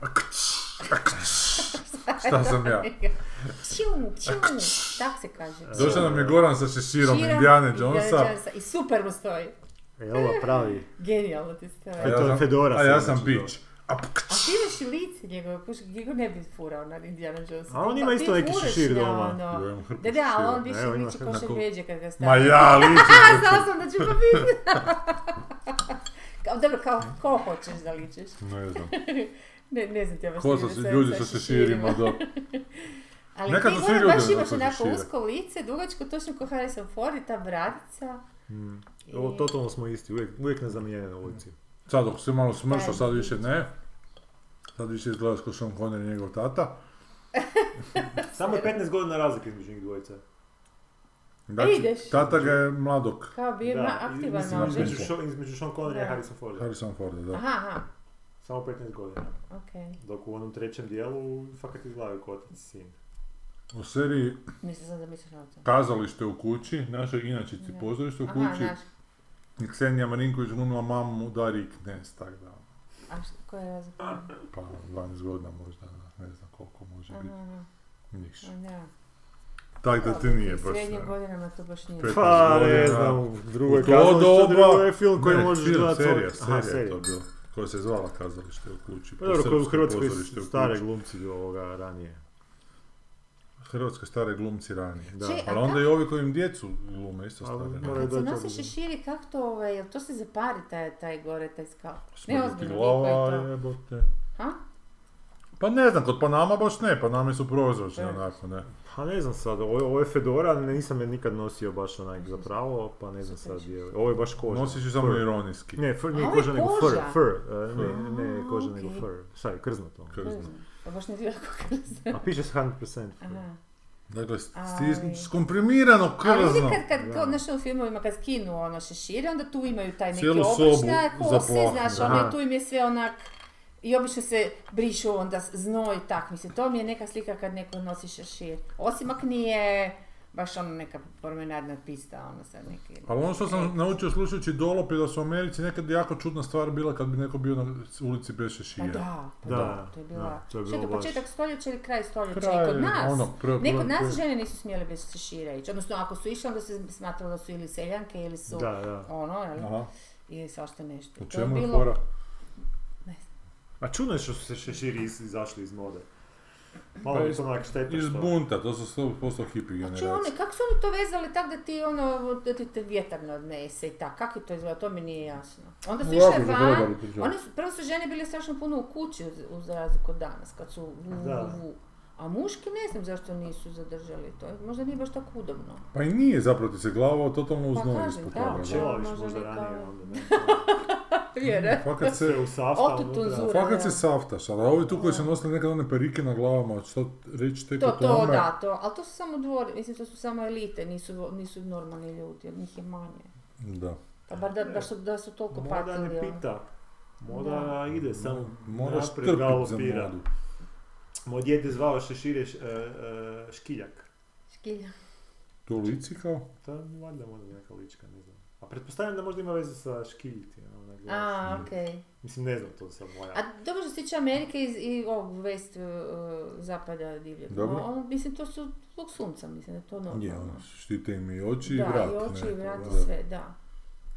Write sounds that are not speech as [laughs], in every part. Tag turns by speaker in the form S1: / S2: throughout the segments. S1: A kć, a kć. Šta sam ja?
S2: Pšiu, pšiu, tak se kaže.
S1: Došao nam je Goran sa šeširom
S2: Širam
S1: Indiane
S2: i
S1: Jonesa.
S2: Indiana Jonesa. I super mu stoji.
S3: Je ovo pravi?
S2: Genijalno ti stoji.
S1: a ja
S3: To je
S1: sam-
S3: Fedora
S1: A ja
S3: sad,
S1: sam
S3: znači,
S1: bić. A
S2: A
S1: pkć.
S2: ti imaš i lice njegove puške, gdje ga ne bi furao na Indiana Jonesa.
S3: A on
S2: Ti-
S3: ima
S2: ti
S3: isto neki
S2: furaš
S3: šešir
S2: na
S3: doma.
S2: ono-
S1: Ja imam hrpu
S2: Da, da, ali on
S3: šešira.
S2: više
S3: Evo, ima
S2: liči
S3: hrpu.
S2: ko medvjeđe kad ga
S1: Ma
S2: stavi.
S1: ja,
S2: A,
S1: liči.
S2: [laughs] znala sam da ću pa biti. [laughs] Kao, dobro, kao, ko hoćeš da ličiš?
S1: Ne znam.
S2: Ne, ne znam ti ja baš
S1: [laughs] Ko sa
S2: ti ide
S1: ljudi sa šeširima, da.
S2: Ali
S1: Nekad
S2: ti
S1: su svi
S2: moram
S1: ljudi
S2: baš imaš
S1: onako
S2: onako
S1: šešire.
S2: usko lice, dugačko, točno ko Harrison Ford i ta bradica.
S1: Hmm.
S2: I-
S3: Ovo, totalno smo isti, uvijek, uvijek nas zamijene na ulici.
S1: Sad dok se malo smršao,
S2: Taj
S1: sad
S2: bit.
S1: više ne. Sad više izgledaš kao Sean Connery i njegov tata.
S3: Samo je 15 godina razlike između njih dvojice.
S1: Znači,
S2: ideš.
S1: Tata ga je mladog.
S2: Kao bio ma-
S3: i-
S2: aktivan
S3: mislim,
S2: malo.
S3: između,
S1: već.
S3: Sean- između Sean Connery
S2: Da.
S3: i Harrison Forda.
S1: Harrison Forda, da.
S2: Aha, aha,
S3: Samo 15 godina.
S2: okej.
S3: Dok u onom trećem dijelu fakat izgledaju kao otac i sin.
S1: U seriji
S2: Mislila sam da misliš na to.
S1: Kazalište u kući, našoj inačici
S2: Da.
S1: pozorište u
S2: Aha,
S1: kući.
S2: znaš.
S1: I Ksenija Marinković glumila mamu Dari Knez, tako da.
S2: A što, koja je razlika? Aha,
S1: Pa 12 godina možda, da, ne znam koliko može biti.
S2: aha,
S1: Niš.
S2: a da.
S1: Tako da ti nije
S2: U
S1: baš
S2: srednjim
S1: ne.
S2: godinama to baš nije.
S1: Pet-
S3: Pa ne
S1: godina.
S3: znam, u drugoj
S1: U to
S3: kazalište,
S1: doba-
S3: drugo je film koji
S1: Ne,
S3: možeš
S1: film,
S3: gledati.
S1: serija,
S3: svaki- Aha,
S1: serija je to
S3: serija.
S1: bilo. Koja se zvala Kazalište u kući.
S3: Pa dobro,
S1: po
S3: koji u
S1: srpskom
S3: Hrvatskoj
S1: pozorište u
S3: stare
S1: kući.
S3: glumci ovoga ranije.
S1: Hrvatske stare glumci ranije.
S3: Da.
S2: Če-
S1: Ali
S2: a
S1: onda i ovi koji im djecu glume isto
S3: Ali
S1: stare. ne?
S3: moraju
S2: Kad se
S3: doći
S2: nosi
S3: odmah.
S2: šeširi, kako to, ovaj, jel to se zapari taj, taj gore, taj skalp?
S1: Smrdi
S2: Ne,
S1: ti
S2: ozbiljno,
S1: glava,
S2: liko je to.
S1: jebote.
S2: Ha?
S1: Pa ne znam, kod Panama baš ne, Paname su prozročne
S2: E.
S1: onako, ne.
S3: Pa ne znam sad, ovo, ovo je Fedora, ne- nisam je nikad nosio baš onak zapravo, pa ne znam sad je li- Ovo je baš koža.
S1: Nosiš ju samo
S3: Fur.
S1: ironijski.
S3: Ne, fur,
S2: A,
S3: nije
S2: ovo je
S3: koža, nego
S2: koža.
S3: fur, fur. e, Ne, ne
S2: A,
S3: koža,
S2: ok.
S3: nego fur. Šta je, krznuto.
S1: Krznuto.
S2: Ne znam. Pa baš ne znam kako [laughs] kad se...
S3: A piše se 100% fur.
S2: Aha.
S1: Dakle, s-
S2: Aj.
S1: stisn- skomprimirano
S2: Ali
S1: krzno.
S2: uvijek kad, kad kao, znaš, u filmovima kad skinu ono šešire, onda tu imaju taj neki
S1: Cijelu sobu
S2: oblačnjak, kose,
S1: zaplahnu,
S2: znaš,
S1: da.
S2: ono, tu im je sve onak... I obično se brišu onda s- znoj i tak, mislim, to mi je neka slika kad neko nosi šešir. Osim ako nije baš ono neka promenadna pista, ono sad neki...
S1: Ali ono što sam naučio slušajući Dolop je da su u Americi nekad jako čudna stvar bila kad bi neko bio na ulici bez
S2: Pa
S1: šešira.
S2: da, pa
S3: Da,
S2: da, to je bila...
S3: da, to je
S2: Što je to,
S3: bilo baš-
S2: početak stoljeća ili kraj stoljeća?
S1: Kraj,
S2: I znači, kod nas,
S1: ono, prvo-
S2: ne kod
S1: prvo-
S2: nas žene nisu smjele bez šešira ići. Odnosno, ako su išle, onda se smatralo da su ili seljanke ili su
S3: Da, da.
S2: ono, jel?
S1: Aha,
S2: I svašta nešto.
S1: u
S2: To je
S1: čemu je
S2: bilo...
S1: fora?
S2: Ne znam.
S3: A čudno je što su se šeširi iz- izašli iz mode.
S1: Pa
S3: Malo mi
S1: iz-
S3: to onak šteta
S1: Iz
S3: što-
S1: bunta, to su sto posto hippie
S2: A čuj,
S1: generacije.
S2: one, kako su Znači, oni to vezali tak da ti ono, da ti te vjetar ne odnese i tak, kako je to izgleda, to mi nije jasno. Onda su
S1: Ovako
S2: išle
S1: su
S2: van,
S1: gledali pri čemu.
S2: one su, prvo su žene bile strašno puno u kući uz, uz razliku od danas, kad su vu,
S3: Da.
S2: vu, vu. A muški ne znam zašto nisu zadržali to, možda nije baš tako udobno.
S3: [laughs]
S1: Pa i nije zapravo ti se glava totalno uz
S2: Pa
S1: noge
S2: kažem,
S1: ispod
S2: da, ono
S1: toga,
S2: čemu?
S3: Čelavić
S2: Možda
S3: Ono, možda
S2: neka-
S3: ranije onda, ne. Ono,
S2: Vjera.
S1: Fakat se,
S3: Sve u safta,
S2: [laughs] Oto
S3: unutra.
S2: tunzura.
S1: fakat se saftaš, ali ovi tu koji su nosili nekad one perike na glavama, što reći tek
S2: To,
S1: o
S2: to,
S1: tome.
S2: da, to, ali to su samo dvori, mislim to su samo elite, nisu, nisu normalni ljudi, od njih je manje.
S1: Da.
S2: Pa bar da, baš su, da su toliko
S3: Moda
S2: patili.
S3: ne
S2: ono.
S3: pita. Moda ide samo
S1: Moraš
S3: naprijed,
S1: trpit za
S3: galopira.
S1: modu.
S3: Moj djed je zvao šešire š- e, e, škiljak.
S2: Škilja.
S1: To u lici kao?
S3: To je valjda možda neka lička, ne znam. A pretpostavljam da možda ima veze sa škiljiti. ono, onak
S2: A,
S3: gledaš.
S2: okej.
S3: Mislim, ne znam, to sam moja.
S2: A dobro što se tiče Amerike iz, i ovog west uh, zapada divljeg.
S1: Dobro.
S2: O, ono, mislim, to su zbog sunca, mislim da je to normalno.
S1: Je, ono, štite im i oči i
S2: da,
S1: vrat.
S2: i oči i
S1: ne, ono,
S2: vrat
S1: da.
S2: i sve, da.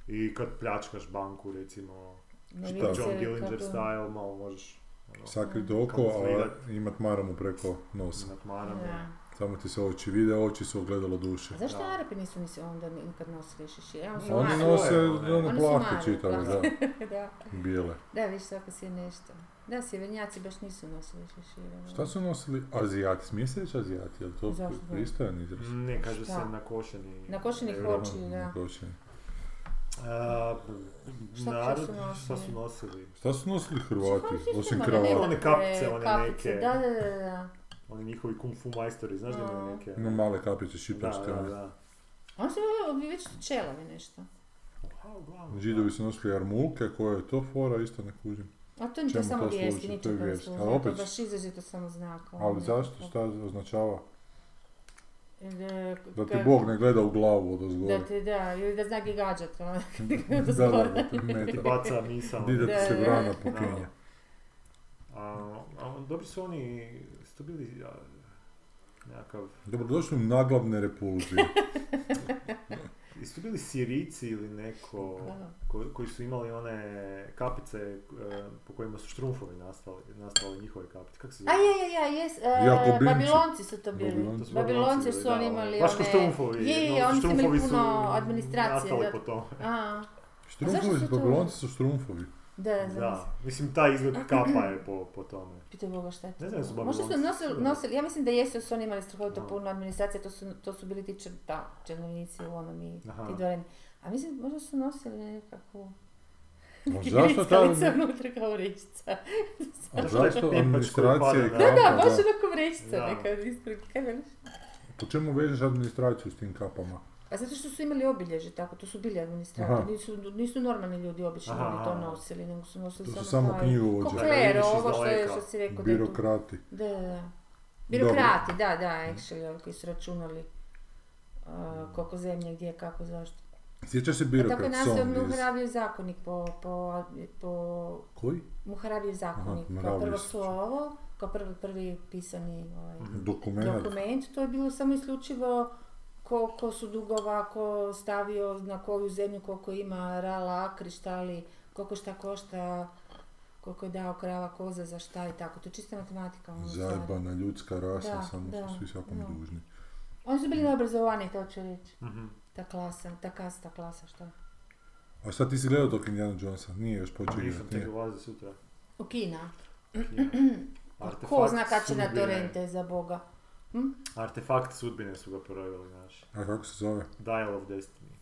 S3: I kad pljačkaš banku, recimo,
S2: Ne
S1: Šta?
S2: vidi se
S3: John Dillinger
S2: kako-
S3: style, malo možeš ono,
S1: Sakriti oko, a
S3: Kamuflirat.
S1: imat maramu preko nosa.
S3: imat maramu.
S2: Da.
S1: Samo ti se oči vide, oči su ogledalo duše.
S2: A zašto
S3: Da.
S2: Arapi nisu nisi onda nikad nosili šešir? Oni su
S1: Oni
S2: mali.
S1: nose
S3: Oni
S1: ono
S2: su
S1: plahte
S2: male,
S1: čitave, da,
S2: [laughs] da.
S1: bijele.
S2: da, vidiš svaka si je nešto. Da, sjevernjaci baš nisu nosili šešire. ono.
S1: Šta su nosili? Azijati, smije se reći Azijati, je li to
S2: Zašto da?
S1: pristojan izraz?
S3: Ne, kaže
S2: Šta?
S3: se nakošeni.
S2: Nakošeni
S3: Euro-
S2: Hoći,
S1: Ono,
S2: da.
S1: koči.
S3: A,
S2: Šta- šta
S3: narod,
S2: su nosili?
S3: šta su nosili?
S1: Šta su nosili Hrvati,
S2: Šta su
S1: osim
S2: imali?
S1: kravata?
S3: One kapice, one
S2: Kapice,
S3: neke.
S2: Da, da, da, da.
S3: Oni njihovi kung fu majstori, znaš da imaju neke?
S1: Ima male kapiće
S3: da,
S1: šipačke,
S3: da,
S1: ono.
S3: da.
S2: Oni su bili već čelavi nešto.
S3: A, uglavnom,
S1: Židovi su nosili armulke, koja je to fora, isto ne kužim.
S2: A to nije to
S1: Čemu
S2: je samo
S1: to
S2: vjerski,
S1: služi? To
S2: ničem
S1: je
S2: to ne
S1: vjerski.
S2: služi.
S1: Ali
S2: To je
S1: opet-
S2: baš izrazito samo znak. ono,
S1: Ali
S2: ne.
S1: zašto, šta označava?
S2: Ili,
S1: Da ti
S2: ka-
S1: Bog ne gleda u glavu od
S2: Da
S1: ozgore.
S2: ti, da, ili da zna gdje gađat, ono, kad ti [laughs]
S1: Da,
S2: od
S1: da,
S2: zgora.
S1: da, te
S3: ti
S1: meti.
S3: baca misao.
S1: Di da ti
S2: Da,
S1: se
S2: da. [laughs]
S1: vrana pokinje.
S3: A, a on- dobri su oni, su to bili a, nekakav,
S1: Dobrodošli u naglavne repulzije.
S3: jesu to bili Sirici ili neko
S2: Da.
S3: ko- koji su imali one kapice e, po kojima su štrumfovi nastali, nastali njihove kapice, kako se
S2: A
S3: zove?
S2: je, je, je, jes, e,
S1: Jakobinci.
S2: Babilonci su to bili.
S1: Babilonci.
S3: To
S2: Babilonci
S3: bili,
S2: su
S3: da,
S2: oni
S3: ono,
S2: imali
S3: Baš ko
S2: one-
S3: štrumfovi.
S2: Je, je,
S3: no,
S2: oni su imali
S3: štrumfovi
S2: puno administracije,
S3: Nastali
S2: da.
S3: po tome.
S2: [laughs] A,
S1: Štrumfovi,
S2: su to-
S1: Babilonci su
S2: [laughs]
S1: štrumfovi.
S2: da, da,
S3: Da,
S2: da.
S3: mislim taj izgled
S2: [clears throat]
S3: kapa je po, po tome.
S2: Pitaj Boga šta je to.
S3: Ne znam, jesu
S2: Možda su
S3: Babilonci.
S2: nosili, nosili, ja mislim da jesu, jer su oni imali strahovito
S3: A.
S2: puno administracije, to su, to su bili ti čer, da, černovnici u onom i
S3: Aha.
S2: ti doreni. A mislim, možda su nosili nekakvu [laughs]
S1: A zašto ta...
S2: grickalicu unutra kao vrećica.
S1: A
S3: Zašto taj
S1: zašto
S3: pipač koji
S1: administracija i
S2: [laughs]
S3: pada,
S2: Da, da,
S1: kapa,
S2: baš onako vrećica
S3: Da.
S2: neka ispred, kaj veliš?
S1: Po čemu vežeš administraciju s tim kapama?
S2: Pa zato što su imali obilježje tako, to su bili
S1: Aha.
S2: administratori, nisu, nisu normalni ljudi obično
S3: Aha.
S2: oni to nosili, nego su nosili
S1: To su
S2: samo,
S1: samo
S2: taj-
S1: knjigovođe.
S2: Ko
S3: Da ga
S2: klero,
S3: vidiš
S2: ovo što, je,
S3: izdaleka.
S2: što si rekao. da je to-
S1: Birokrati.
S2: Da, da, da. Birokrati, da, da, actually, ovi koji su računali uh, koliko zemlje, gdje, kako, zašto.
S1: Sjećaš se
S2: Pa tako je
S1: birokrat
S2: nastao
S1: song iz...
S2: Muharabijev zakonik po, po, po
S1: Koji?
S2: Muharabijev zakonik, kao
S1: Muharabijev
S2: prvo
S1: zakonik.
S2: slovo, kao prvi, prvi pisani ovaj,
S1: Mhm. Dokumenat.
S2: dokument, to je bilo samo isključivo ko, ko su dugova, ko stavio na koju zemlju, koliko ima rala, krištali, koliko šta košta, koliko je dao krava, koza, za šta i tako. To je čista matematika. ono, stvar.
S1: Zajebana ljudska rasa,
S2: Da,
S1: samo
S2: da,
S1: su svi svakom
S2: da.
S1: dužni.
S2: Oni su bili neobrazovani, to ću reći.
S3: Mhm.
S2: Ta klasa, ta kasta, klasa, šta?
S1: A sad ti si gledao tog Indiana Jonesa? Nije još počeo
S3: Znači, Nisam
S1: igrati.
S3: tek
S1: nije.
S3: dolazi sutra.
S2: [clears throat] U Kina.
S3: Artefakt
S2: Pa Ko zna kad će na
S3: sudbine.
S2: torrente, za boga.
S3: Artefakt sudbine su ga proveli, znaš.
S1: A kako se zove?
S3: Dial of Destiny.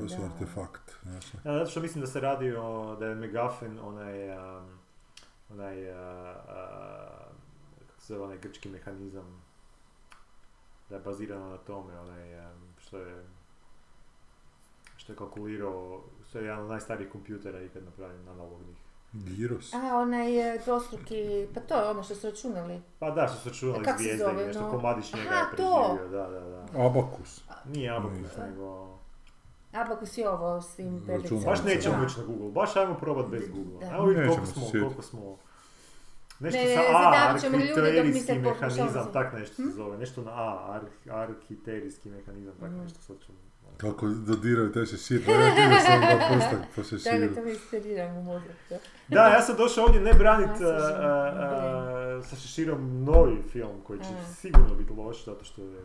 S1: Baš
S2: Da.
S1: artefakt. Znaš.
S3: Ja, zato što mislim da se radi o, da je Megafin onaj, um, onaj, uh, uh, kako se zove onaj grčki mehanizam, da je bazirano na tome, onaj, um, što je, što je kalkulirao, što je jedan od najstarijih kompjutera ikad napravljen analognih.
S1: Giros.
S2: A, onaj e, dvostruki, pa to je ono što su računali.
S3: Pa da, što su čuvali
S2: Kak E, se
S3: zvijezde
S2: zove,
S3: i nešto,
S2: no?
S3: komadić njega je
S2: Aha, to!
S3: preživio, da, da, da.
S1: Abakus.
S3: Nije Abacus,
S2: Ne.
S3: nego...
S2: Abakus je ovo s tim
S1: Računalo.
S2: bebicama.
S3: Baš
S1: Da.
S3: nećemo ići na Google, baš ajmo probat bez
S2: Da.
S3: Google. Ajmo vidjeti
S1: Nećemo
S3: koliko
S1: se
S3: smo,
S1: sjetiti.
S3: koliko smo... Nešto
S2: Ne,
S3: sa
S2: ne,
S3: A,
S2: zadavit ćemo ljude dok mi se
S3: arkiterijski
S2: pokušamo Hm?
S3: mehanizam,
S2: za-
S3: tak nešto se zove. Nešto na A, ar- arkiterijski mehanizam, tak
S2: Mhm.
S3: nešto sad ćemo... ono.
S1: Kako dodiraju te šešir. Ne, ne, E, ti sam ga prsta po
S2: Da, da,
S1: šeširu.
S2: to mi instaliramo u mozak. da.
S3: Da, ja sam došao ovdje ne branit
S2: Ja se
S3: a, a,
S2: želim,
S3: a, sa Šeširom novi film koji će
S2: Mhm.
S3: sigurno biti loš, zato što je,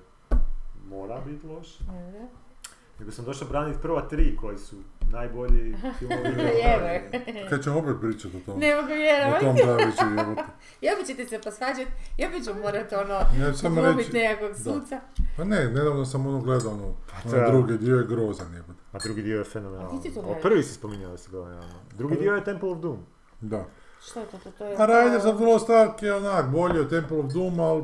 S3: mora biti loš.
S2: Dobro.
S3: Nego sam došao braniti prva tri koji su
S2: [laughs]
S3: najbolji filmovi.
S2: Jebe.
S1: Kad ćemo opet pričati o
S2: [laughs]
S1: tom?
S2: Ne mogu
S1: O tom
S2: vjerovati.
S1: Daviću jebote.
S2: I opet ćete se posvađati, i opet ću morat ono,
S1: Ja ću samo
S2: glumit
S1: reći,
S2: nekakvog
S1: da.
S2: suca.
S1: pa ne, nedavno sam ono gledao ono,
S3: da.
S1: onaj drugi dio je grozan jebote.
S3: A drugi dio je
S2: A
S3: fenomenalan.
S2: ti si to
S3: A
S2: gledao? Pa
S3: prvi si spominjao da si gledao, ja. ono. Drugi dio je Temple of Doom.
S1: Da.
S2: Što je to, to, to je...
S1: A Riders of the Lost Ark je onak bolji od Temple of Doom, ali...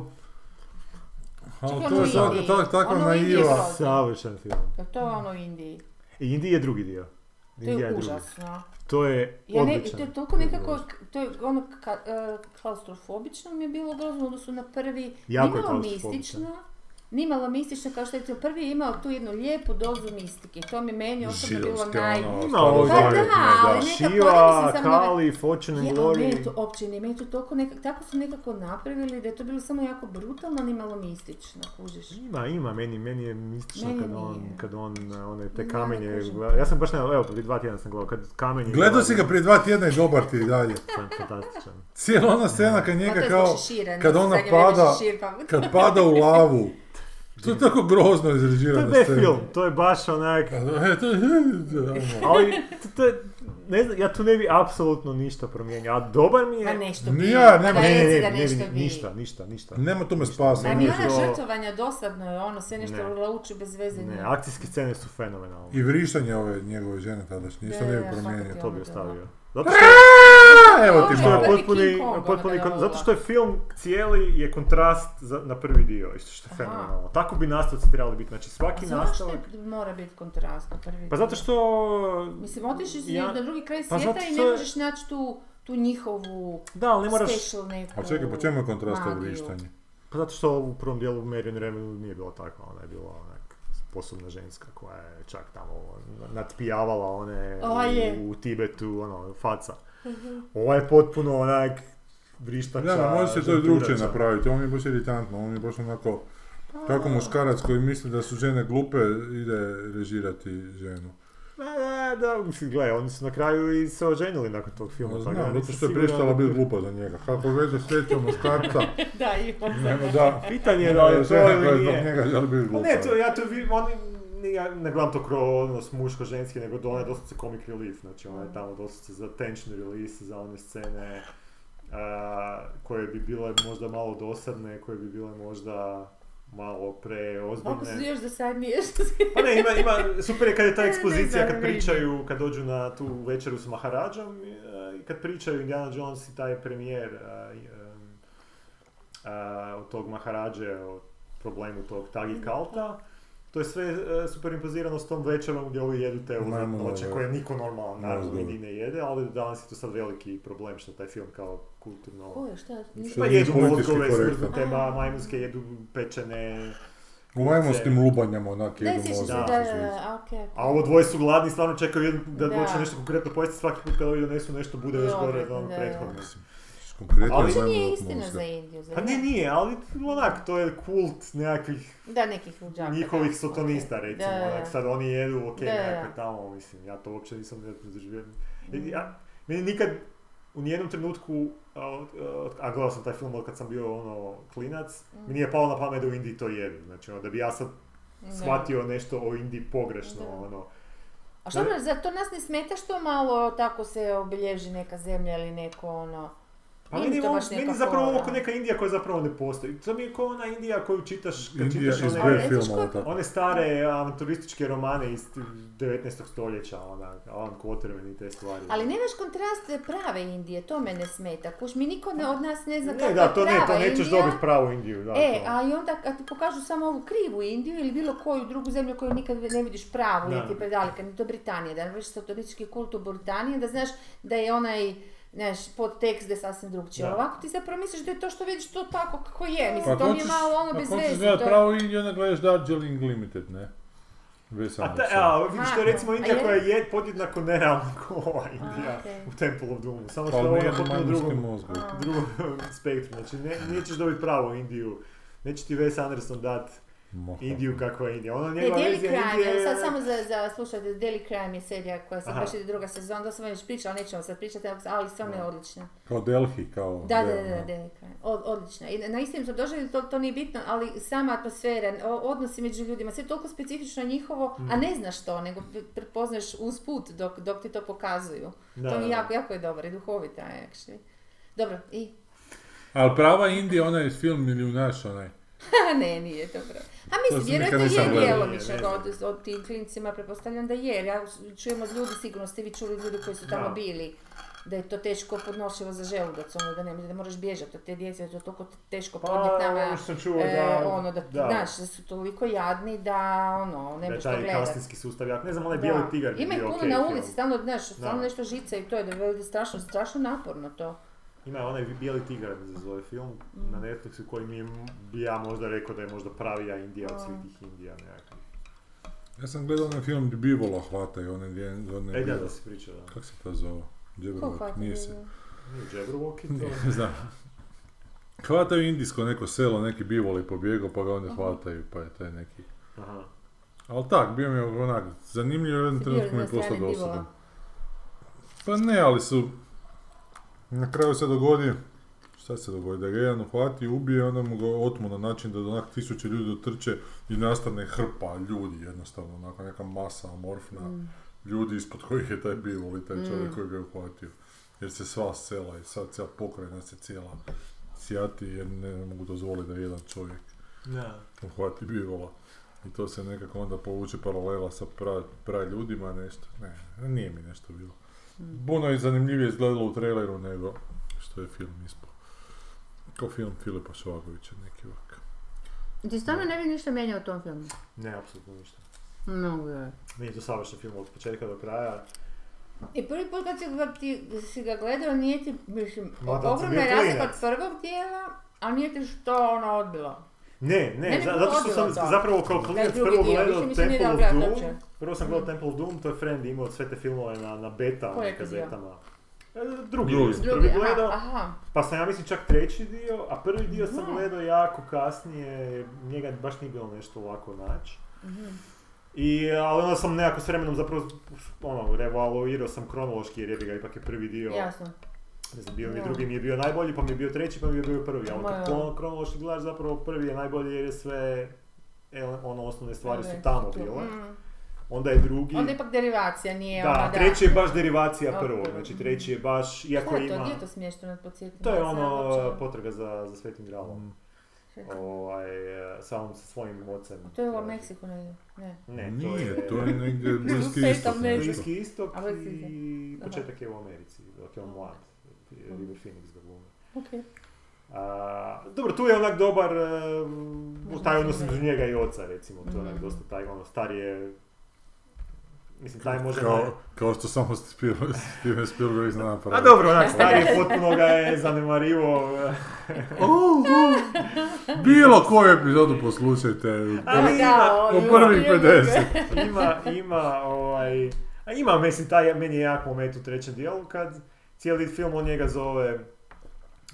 S2: Čekaj,
S1: Ali to
S2: ono
S1: je tako,
S2: Indiji.
S1: tako, tako
S2: Ono Indiji je
S1: naiva.
S2: grozan.
S3: Savršen film.
S2: Jel to ono u Indiji?
S3: I Indiji je drugi dio.
S2: To
S3: Indija
S2: je
S3: drugi.
S2: užasno.
S3: To je
S2: Ja ne,
S3: odličan.
S2: to je toliko nekako, to je ono ka, e, klaustrofobično mi je bilo grozno u odnosu na prvi,
S3: Jako je
S2: nimalo
S3: klaustrofobično.
S2: mistično, nimalo mistično kao što je to prvi je imao tu jednu lijepu dozu mistike, to mi meni osobno bilo
S1: Židovske,
S2: naj...
S1: ono,
S3: Ima
S1: staro
S3: ovdje,
S2: Pa da,
S1: zavjetno,
S2: ali
S1: da.
S2: ne- nekako,
S3: Shiva,
S2: ovdje mislim samo
S3: Kali, Fortune and
S2: Je, ali
S3: Glory.
S2: meni to uopće ne, meni to toliko nekako, tako su nekako napravili da je to bilo samo jako brutalno, nimalo mistično, kužiš.
S3: Ima, ima, meni, meni je mistično
S2: Meni
S3: kad on,
S2: nije.
S3: kad on, eh, one te
S2: Ja
S3: kamenje,
S2: ne kužim.
S3: gleda- ja sam baš ne, evo, prije dva tjedna sam gledao, kad kamenje...
S1: Gledao si ga
S3: dolaze,
S1: prije dva tjedna i dobar ti je i dalje. [laughs]
S3: Fantastičan.
S1: Cijela ona scena kad
S2: Pa to
S1: njega
S2: je zbog
S1: kao,
S2: šešira, ne,
S1: kad ona
S2: zadnje vrijeme
S1: pada-
S2: šešir, pa-
S1: kad pada u lavu. To je tako grozno
S3: To je
S1: izrežirano
S3: B film, to je baš onak,
S1: Pa e,
S3: ali, to, to je, ne znam, ja tu ne bi apsolutno ništa promijenio, a dobar mi je...
S2: Ma nešto
S1: Nije,
S2: bi,
S1: nema-
S2: pa
S1: Ne,
S2: reci da
S3: ne, ne,
S2: nešto
S3: ne,
S2: bi.
S3: ništa, ništa, ništa.
S1: [laughs] Nema tome spasa.
S2: Pa
S3: Ne,
S2: ni
S3: ne,
S2: ona
S3: to-
S2: žrtvovanja dosadno je ono, sve nešto
S3: Ne.
S2: lauči bez veze.
S3: Ne,
S2: nije.
S3: akcijske scene su fenomenalne.
S1: I vrištanje ove njegove žene tadašnje, isto
S2: Da,
S1: ne bi
S2: da,
S1: promijenio.
S2: fakat
S3: To bi ostavio. Zato
S1: A, Evo ti
S3: što je
S1: malo.
S2: Prvi King
S3: potpuni,
S2: Kong, ono
S3: potpuni
S2: kada je
S3: kon-
S2: volila.
S3: zato što je film cijeli je kontrast za- na prvi dio, isto što je
S2: Aha.
S3: fenomenalno. Tako bi nastavci trebali biti, znači svaki
S2: A zašto
S3: nastavak...
S2: je- mora biti kontrast na prvi?
S3: Pa zato što...
S2: Mislim, otišli si
S3: Ja-
S2: na drugi kraj
S3: Pa
S2: svijeta
S3: zato
S2: i
S3: što
S2: ne
S3: je-
S2: možeš naći tu, tu njihovu
S3: Da, ali ne moraš...
S2: special neku
S1: A čekaj, po čemu je kontrast ovo
S2: magiju?
S1: vrištanje?
S3: Pa zato što u prvom dijelu u Marion Ravenwood nije bila takva, ona je bila onak sposobna ženska koja je čak tamo natpijavala one
S2: O, je. Mhm.
S3: u, u Tibetu, ono, faca. Ovo je potpuno onak vrištača.
S1: Da, da, može se to i drugčije
S3: ženturača.
S1: napraviti, on je baš iritantno, on je baš onako... Kako muškarac koji misli da su žene glupe ide režirati ženu.
S3: Ma, Pa, da, da, mislim, gledaj, oni su na kraju i se oženili nakon tog filma. tako da
S1: Znam, zato
S3: Pa nisam
S1: što je
S3: siguran
S1: prestala
S3: da-
S1: biti glupa za njega. Kako veze sreća
S3: [laughs]
S1: muškarca,
S2: [laughs] da, i on se-
S1: nema da...
S3: Pitanje je da li je
S1: [laughs]
S3: to
S1: Žena koja
S3: ili
S1: je zbog
S3: nije.
S1: njega želi biti
S3: Pa
S1: glupa.
S3: ne, to, ja to vidim, oni, ne, ja ne gledam to kroz odnos muško-ženski, nego do je doslovce comic relief, znači ona je tamo doslovce za tension release, za one scene a, koje bi bile možda malo dosadne, koje bi bile možda malo
S2: Ovako su
S3: preozbiljne.
S2: još dosadnije što se...
S3: Pa ne, ima, ima, super je kad je ta
S2: [laughs] Ne,
S3: ekspozicija, kad
S2: zavidim.
S3: pričaju, kad dođu na tu večeru s Maharadžom, i, e, i kad pričaju Indiana Jones i taj premijer a, i, em, a, od tog Maharađe, o problemu tog Tagi
S2: Mhm.
S3: Kalta, to je sve e, superimpozirano s tom večerom gdje ovi jedu te
S1: Majmunove.
S3: noće koje niko normalan naravno u
S1: Mozgove.
S3: Indiji ne jede, ali danas je to sad veliki problem što taj film kao kulturno...
S2: Ko je, šta? Nisam-
S3: Pa
S1: Što nije
S3: jedu
S1: politički
S3: mozgove,
S1: korektan.
S3: smrznute ma- majmunske, jedu pečene,
S1: U majmunskim lubanjama onak
S2: Ne
S1: jedu
S2: sjećam se,
S1: mozak.
S2: da,
S3: Da,
S2: da, da, okej. okej.
S3: A ovo dvoje su gladni, stvarno čekaju jedan, da,
S2: Da.
S3: hoće nešto konkretno pojesti, svaki put kada ovi donesu nešto bude još
S2: Da,
S3: gore od onog
S2: da, da.
S3: prethodnog.
S1: Konkretno
S3: Ali-
S1: je
S2: To
S1: zajmano
S2: nije
S1: od
S2: istina
S1: mozga.
S2: za Indiju, zar
S3: Pa ne, nije, ali onak, to je kult nekakvih
S2: Da, nekih luđaka.
S3: njihovih
S2: da.
S3: sotonista, recimo,
S2: Da, da, da.
S3: onak, sad oni jedu, ok,
S2: Da, da, da.
S3: nekakve tamo, mislim, ja to uopće nisam ne doživio. I Ja, meni nikad, u nijednom trenutku, a, od- od- a gledao sam taj film od kad sam bio ono klinac,
S2: Mm.
S3: mi nije palo na pamet da u Indiji to jedu, znači ono, da bi ja sad
S2: Da.
S3: shvatio nešto o Indiji pogrešno,
S2: Da.
S3: ono,
S2: A što bi, zar to nas ne smeta što malo tako se obilježi neka zemlja ili neko ono...
S3: Pa
S2: Nije
S3: meni,
S2: to
S3: ovo-
S2: baš neka
S3: meni zapravo ovo
S2: fora.
S3: ko neka Indija koja zapravo ne postoji. To mi je kao ona Indija koju čitaš, kad
S1: Indija
S3: čitaš
S1: iz
S2: onaj-
S1: B
S3: one,
S2: Brave.
S1: filmova
S2: Znaš ko-
S1: tako.
S3: one stare avanturističke romane iz 19. stoljeća, ona, Alan Quaterman i te stvari.
S2: Ali nemaš kontrast prave Indije, to mene smeta. Kuš, mi niko ne, od nas ne zna kakva
S3: ne,
S2: je
S3: da, to ne, to
S2: prava
S3: nećeš
S2: Indija.
S3: dobiti pravu Indiju. Da,
S2: E,
S3: to.
S2: a i onda kad ti pokažu samo ovu krivu Indiju ili bilo koju drugu zemlju koju nikad ne vidiš pravu,
S3: Da.
S2: niti je predaleka, niti to Britanija, da ne vrši satanički kult u Britaniji, da znaš da je onaj znaš, podtekst da je sasvim drugčije.
S3: Da.
S2: Ovako ti zapravo misliš da je to što vidiš to tako kako je. Mislim,
S1: Pa
S2: to mi je
S1: hoćeš-
S2: malo ono
S1: ako
S2: bez
S1: hoćeš
S2: veze.
S1: gledat
S2: to-
S1: pravo Indiju, onda gledaš Darjeeling Limited, ne? Bez
S3: A ta,
S1: Andersona.
S3: a, vidiš, to je
S2: Ha,
S3: recimo
S2: a
S3: Indija
S2: je-
S3: koja je podjednako nerealna kao ova Indija
S2: okej.
S3: u Temple of Doomu. Samo što
S1: Pa
S3: je
S1: ne
S3: ona
S1: jedu
S3: potpuno
S1: majmunske
S3: drugom,
S1: mozgove.
S2: A.
S3: drugom [laughs] spektru. Znači, ne, nećeš dobiti pravu Indiju. Neće ti Wes Anderson dat
S1: Moha.
S3: Indiju kakva je Indija. Ona
S2: Ne,
S3: njegova
S2: Daily
S3: verzija
S2: Crime,
S3: Indije
S2: evo
S3: je-
S2: E, sad samo za, za slušajte, Daily Crime je serija koja se
S3: Aha.
S2: baš ide druga sezona, to sam već pričala, nećemo sad pričati, ali stvarno je
S3: Da.
S2: odlična.
S1: Kao Delhi, kao...
S2: Da, da,
S1: Del-
S2: da, da, Daily Crime, Od- odlična. I na istim sam došla, to, to nije bitno, ali sama atmosfera, o- odnosi među ljudima, sve je toliko specifično njihovo,
S3: Mm.
S2: a ne znaš to, nego prepoznaš usput dok, dok ti to pokazuju.
S3: Da,
S2: to mi je
S3: da.
S2: jako, jako je dobro i duhovita je, actually. Dobro, i? [laughs]
S1: Ali prava Indija, onaj film Milijunaš, onaj.
S2: Ha, ne, nije dobro. A
S1: To
S2: mislim,
S1: se
S2: vjerojatno
S1: nikad nisam
S2: je
S1: gledao.
S2: djelomično
S3: Nije, ne
S2: od, od tim klincima, pretpostavljam da je. jer Ja čujem od ljudi, sigurno ste vi čuli od ljudi koji su tamo
S3: Da.
S2: bili, da je to teško podnošljivo za želudac, ono, da ne da moraš bježati od te djece, da je to toliko teško
S3: Pa,
S2: podnijeti nama.
S3: ono što sam čuo da...
S2: e, ono, da, znaš, da su toliko jadni da, ono, ne
S3: da je
S2: možeš to
S3: taj
S2: gledati.
S3: kastinski sustav, ja ne znam, onaj
S2: Da.
S3: bijeli tigar bi
S2: Ima ih
S3: bio
S2: puno
S3: okej
S2: na
S3: film.
S2: ulici, stalno, znaš, stalno
S3: Da.
S2: nešto žica i to je da je strašno, strašno naporno to.
S3: Ima onaj bijeli tigar mi se zove film
S2: Mm.
S3: na Netflixu koji mi je, bi ja možda rekao da je možda pravija Indija od
S2: Mm.
S3: svih tih Indija nekakvih.
S1: Ja sam gledao onaj film gdje bivola hvataju, onaj gdje... onaj
S3: E, da,
S1: bio-
S3: da si pričao, da.
S1: Kako se to zove?
S2: Ko
S1: Džebrovat,
S2: hvata
S1: nije se.
S2: bilo?
S3: Nije Jabberwocky to?
S1: [laughs] Ne znam. Hvataju indijsko neko selo, neki bivoli pobjegao pa ga onda
S2: Aha.
S1: hvataju, pa je taj neki...
S3: Aha.
S1: Ali tak, bio mi je onak, zanimljivo, u jednom
S2: Si bio
S1: trenutku mi je
S2: na strani
S1: postao
S2: bivola?
S1: dosadan. Pa ne, ali su... Na kraju se dogodi, šta se dogodi, da ga jedan uhvati, ubije, onda mu ga otmu na način da onak tisuće ljudi otrče i nastane hrpa ljudi, jednostavno, onako neka masa amorfna
S2: Mm.
S1: ljudi ispod kojih je taj bil ili taj čovjek
S2: Mm.
S1: koji ga je uhvatio. Jer se sva sela i sad cijela pokrajina se cijela sjati jer ne mogu dozvoliti da jedan čovjek
S3: Da.
S1: uhvati bivola. I to se nekako onda povuče paralela sa pra, pra ljudima nešto. Ne, nije mi nešto bilo. Puno je zanimljivije izgledalo u traileru nego što je film ispao. Kao film Filipa Šovagovića, neki ovak.
S2: Ti stvarno ne bi ništa mijenjao u tom filmu?
S3: Ne, apsolutno ništa.
S2: No, je.
S3: Meni je to savršen film od početka do kraja.
S2: I prvi put kad si ga, ti, si ga gledao, nije ti, mislim,
S3: Ma da, sam
S2: ogromna
S3: bio
S2: je razlika od
S3: klinac.
S2: prvog dijela, a nije ti što ono odbilo.
S3: Ne, ne,
S2: Mene
S3: za-
S2: je
S3: zato što sam
S2: pogodilo to.
S3: zapravo kao klinac
S2: drugi
S3: prvo
S2: dio,
S3: gledao
S2: više mi se nije
S3: Temple of
S2: dao gledat
S3: Doom.
S2: uopće.
S3: Prvo sam gledao Temple of Doom, to je Friend imao sve te filmove na, na beta,
S2: Koji je
S3: neka
S2: to bio?
S3: zetama. E, Drugi,
S1: Drugi.
S3: drugi. sam
S2: Drugi,
S3: prvi
S2: aha,
S3: gledao,
S2: aha.
S3: pa sam ja mislim čak treći dio, a prvi dio sam
S2: Mhm.
S3: gledao jako kasnije, njega baš nije bilo nešto lako naći.
S2: mhm.
S3: I, ali onda sam nekako s vremenom zapravo, ono, revaluirao sam kronološki jer jebi ga ipak je prvi dio,
S2: Jasno.
S3: ne znam, bio mi
S2: Da.
S3: drugi mi je bio najbolji, pa mi je bio treći, pa mi je bio prvi, ali
S2: Ma
S3: kad
S2: ja.
S3: kron- kronološki gledaš zapravo prvi je najbolji jer je sve, ele- ono, osnovne stvari su
S2: Ove,
S3: tamo
S2: tu,
S3: bile,
S2: mm.
S3: onda je drugi,
S2: Onda je ipak derivacija, nije ona
S3: da,
S2: da.
S3: treći je baš derivacija
S2: Da,
S3: prvog,
S2: prvo.
S3: znači treći je baš, iako
S2: Šta je to?
S3: ima,
S2: Gdje je to smješteno? Podsjetimo.
S3: to je
S2: Ja sam
S3: ono
S2: uopće-
S3: potraga za, za svetim gralom, ovaj, eh, sa onom- sa svojim ocem.
S2: To je u Meksiku negdje. Ne.
S3: Ne, to
S1: Nije,
S3: je,
S1: to je negdje bliski
S2: Sve
S1: istok.
S2: tam
S1: nešto.
S2: nešto.
S3: Bliski istok
S2: A, Bliski
S3: i
S2: istok. Aha.
S3: početak je u Americi, dok je on mlad, River Phoenix ga glumi.
S2: Ok.
S3: A, dobro, tu je onak dobar, e,
S2: Možda
S3: taj
S2: se
S3: odnos
S2: ne.
S3: između njega i oca, recimo, to je onak
S2: Mhm.
S3: dosta taj, ono, stari je, mislim, taj možda... naj-
S1: Kao, kao što samo Spielberg- Steven Spielberg zna
S3: A
S1: napraviti.
S3: dobro, onak, stari
S2: [laughs]
S3: je potpuno ga je zanemarivo, e,
S1: Oh, oh. Bilo koju epizodu poslušajte.
S3: Ali
S2: A,
S3: ima-
S2: ovo
S1: U
S2: je
S1: prvih
S2: bilo
S1: 50.
S3: ima, ima, ovaj, a ima, mislim, taj, meni je jak moment u trećem dijelu, kad cijeli film on njega zove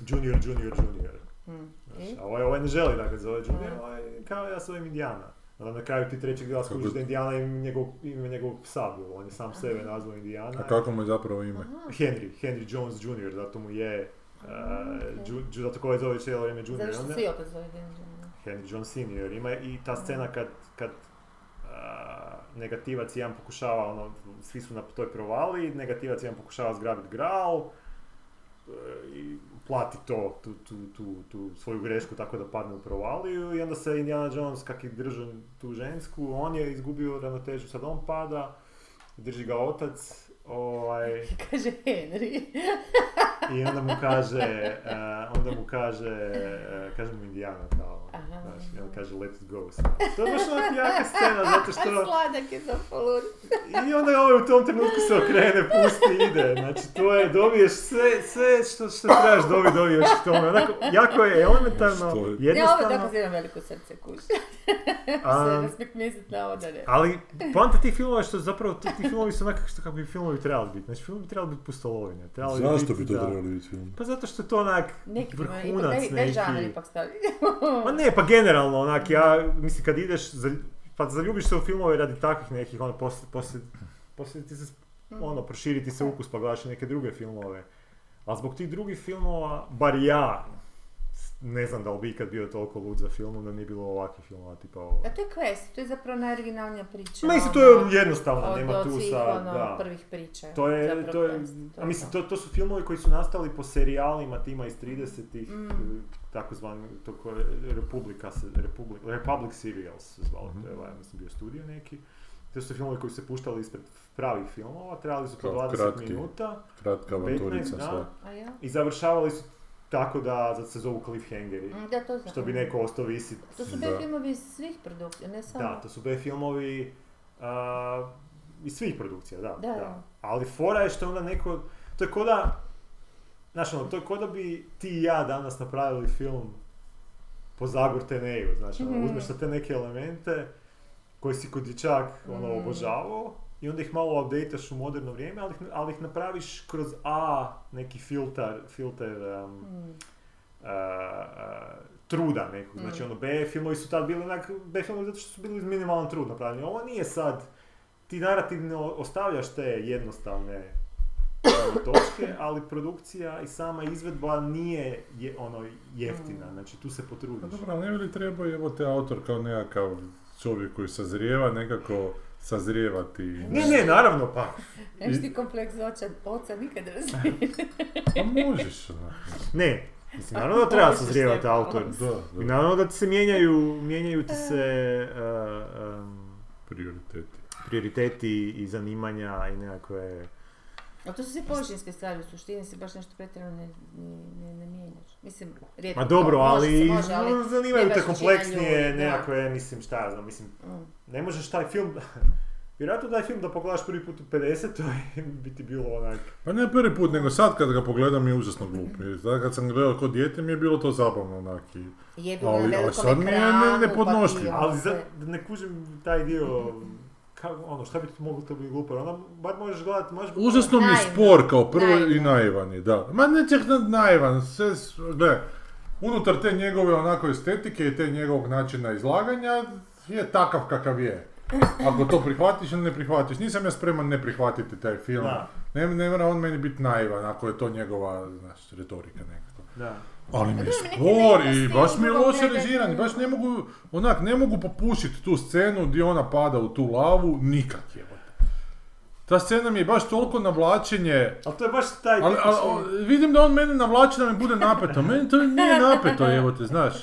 S3: Junior, Junior, Junior.
S2: Mm.
S3: Znaš,
S2: I?
S3: a ovaj, ovaj ne želi dakle zove Junior,
S2: Mhm.
S3: ovaj, kao ja zovem Indijana. Onda na kraju ti trećeg djela skužiš
S1: Kako-
S3: da je Indijana ime njegovog, ime njegovog psa bilo, on je sam sebe nazvao Indijana.
S1: A kako mu je zapravo ime?
S2: Aha.
S3: Henry, Henry Jones Jr., zato mu je, uh,
S2: Mhm, ok.
S3: Ju- Ju- zato koji zove cijelo vrijeme Junior.
S2: Zato što
S3: onda-
S2: svi opet zove Denđan.
S3: Henry John Senior ima i ta scena kad, kad a, negativac jedan pokušava, ono, svi su na toj provali, negativac jedan pokušava zgrabiti gral, e, i plati to, tu, tu, tu, tu svoju grešku tako da padne u provaliju i onda se Indiana Jones kak je držao tu žensku, on je izgubio ravnotežu, sad on pada, drži ga otac, ovaj,
S2: [laughs] Kaže Henry.
S3: i onda mu kaže, e, onda mu kaže, e, kaže mu Indijana kao,
S2: Aha.
S3: znaš, i on kaže let it go. sad. To je baš onak jaka scena, zato što,
S2: Sladak je za polud.
S3: i onda je ovaj u tom trenutku se okrene, pusti, ide, znači to je, dobiješ sve, sve što, što trebaš dobiti, dobiješ u tome, onako, jako je elementarno,
S2: Ja
S1: Što je?
S2: ovo
S3: jednostavno,
S2: tako zidam veliko srce kuće.
S3: a,
S2: Se respekt mjesec na ovo da ne.
S3: ali poanta tih filmova je što zapravo ti, ti filmovi su onako što kako bi filmovi trebali biti, znači filmovi bi trebali biti pustolovine, trebali
S1: Zašto
S3: biti
S1: bi to
S3: da-
S1: trebalo biti film?
S3: Pa zato što je to onak
S2: Neki
S3: vrhunac
S2: neki. Daj žanar ipak stavi.
S3: Ma ne, pa generalno, onak, ja, mislim, kad ideš, za, pa zaljubiš se u filmove radi takvih nekih, ono, poslije, poslije, poslije ti se, ono, proširi ti se ukus, pa gledaš i neke druge filmove. A zbog tih drugih filmova, bar ja, ne znam da li bi ikad bio toliko lud za filmom da nije bilo ovakvih filmova, tipa ovo.
S2: A to je quest, to je zapravo najoriginalnija priča.
S3: Ma mislim, to
S2: E, ono,
S3: je jednostavno,
S2: od-
S3: nema
S2: od
S3: tu
S2: svih,
S3: sad,
S2: ono,
S3: da.
S2: prvih priča.
S3: To je,
S2: zapravo
S3: to je,
S2: quest,
S3: a mislim, to, to su filmovi koji su nastali po serijalima tima iz 30-ih,
S2: Mm.
S3: takozvani, to koje, Republika se, Republic, Republic Serials se zvalo, to je,
S1: Mhm.
S3: ovaj, mislim, bio studio neki. To su filmovi koji su se puštali ispred pravih filmova, trajali su po
S1: Kao
S3: 20
S1: kratki.
S3: minuta
S1: Kratka avanturica
S3: 15, da.
S1: sva.
S2: A ja?
S3: i završavali su tako da za- se zovu cliffhangeri,
S2: Mm, Da, to znam.
S3: što bi neko ostao visit.
S2: To su
S1: Da.
S2: bili filmovi iz svih produkcija, ne samo...
S3: Da, to su B filmovi a, iz svih produkcija, da,
S2: Da,
S3: da,
S2: da.
S3: Ali fora je što onda neko, to je koda, znaš ono, to je koda bi ti i ja danas napravili film po Zagor Teneju, znači ono,
S2: Mhm.
S3: uzmeš sad te neke elemente koji si kod dječak ono,
S2: Mm.
S3: obožavao i onda ih malo updateš u moderno vrijeme, ali ih, ali ih napraviš kroz A neki filter, filter em,
S2: Mm.
S3: uh, truda nekog. Znači,
S2: Mm.
S3: ono, B filmovi su tad bili onak, B filmovi zato što su bili uz minimalan trud napravljeni. Ovo nije sad, ti narativno ostavljaš te jednostavne [clears throat] ono, točke, ali produkcija i sama izvedba nije je, ono jeftina, znači tu se
S1: Pa
S3: potrudiš.
S1: dobro, ali ne bi li trebao evo te autor kao nekakav čovjek koji sazrijeva, nekako sazrijevati.
S3: Ne, ne, naravno pa.
S2: Znaš ti kompleks oča, oca nikad ne
S3: [laughs]
S2: razumiješ.
S1: Pa možeš, onako.
S3: Ne, mislim, naravno da treba
S2: Ovisi
S3: sazrijevati
S2: što je-
S3: autor.
S1: Da,
S3: I
S1: da,
S3: naravno da ti se mijenjaju, mijenjaju ti se uh, um,
S1: prioriteti.
S3: prioriteti i zanimanja i nekakve...
S2: A to su sve površinske stvari, u suštini se baš nešto pretjerano ne, ne, ne, ne mijenjaš. Mislim, rijetko.
S3: Ma dobro,
S2: to- može
S3: ali,
S2: se, može, ali...
S3: no, zanimaju
S2: ne
S3: te
S2: baš većina
S3: kompleksnije
S2: ljudi, da.
S3: nekakve, mislim šta ja znam, mislim,
S2: Mm.
S3: ne možeš taj film, [laughs] vjerojatno taj film da pogledaš prvi put u 50, to je biti bilo onak,
S1: Pa ne prvi put, nego sad kad ga pogledam je užasno glup. Jer sad kad sam gledao kod dijete mi je bilo to zabavno onak i...
S2: Jebi ga
S1: Ali-
S2: na
S1: ali
S2: velikom
S1: sad mi je ne-
S2: ekranu,
S1: nepodnošljivo.
S2: pa ti ono
S3: ali za,
S2: sve.
S3: ne kužim taj dio ka- ono, šta bi ti moglo to biti glupo, onda bar možeš gledati, možeš...
S1: Užasno mi je
S2: Naivan.
S1: spor kao prvo i
S2: Naivan.
S1: naivan je, da. Ma ne čak na- naivan, sve, s- gle, unutar te njegove onako estetike i te njegovog načina izlaganja je takav kakav je. Ako to prihvatiš ili ne prihvatiš, nisam ja spreman ne prihvatiti taj film.
S3: Da,
S1: Ne, ne mora on meni biti naivan ako je to njegova znaš, retorika nekako.
S3: da.
S1: Ali mi je
S2: Dobro, neke
S1: spor
S2: neke
S1: i
S2: scene
S1: baš mi je
S2: drugog
S1: loše
S2: reda.
S1: režiran, baš ne mogu, onak, ne mogu popušiti tu scenu gdje ona pada u tu lavu, nikad jebote. Ta scena mi je baš toliko navlačenje,
S3: Ali to je baš taj...
S1: ali, ali,
S3: tipični-
S1: o, vidim da on mene navlači da mi bude napeto, meni to nije napeto jebote, znaš.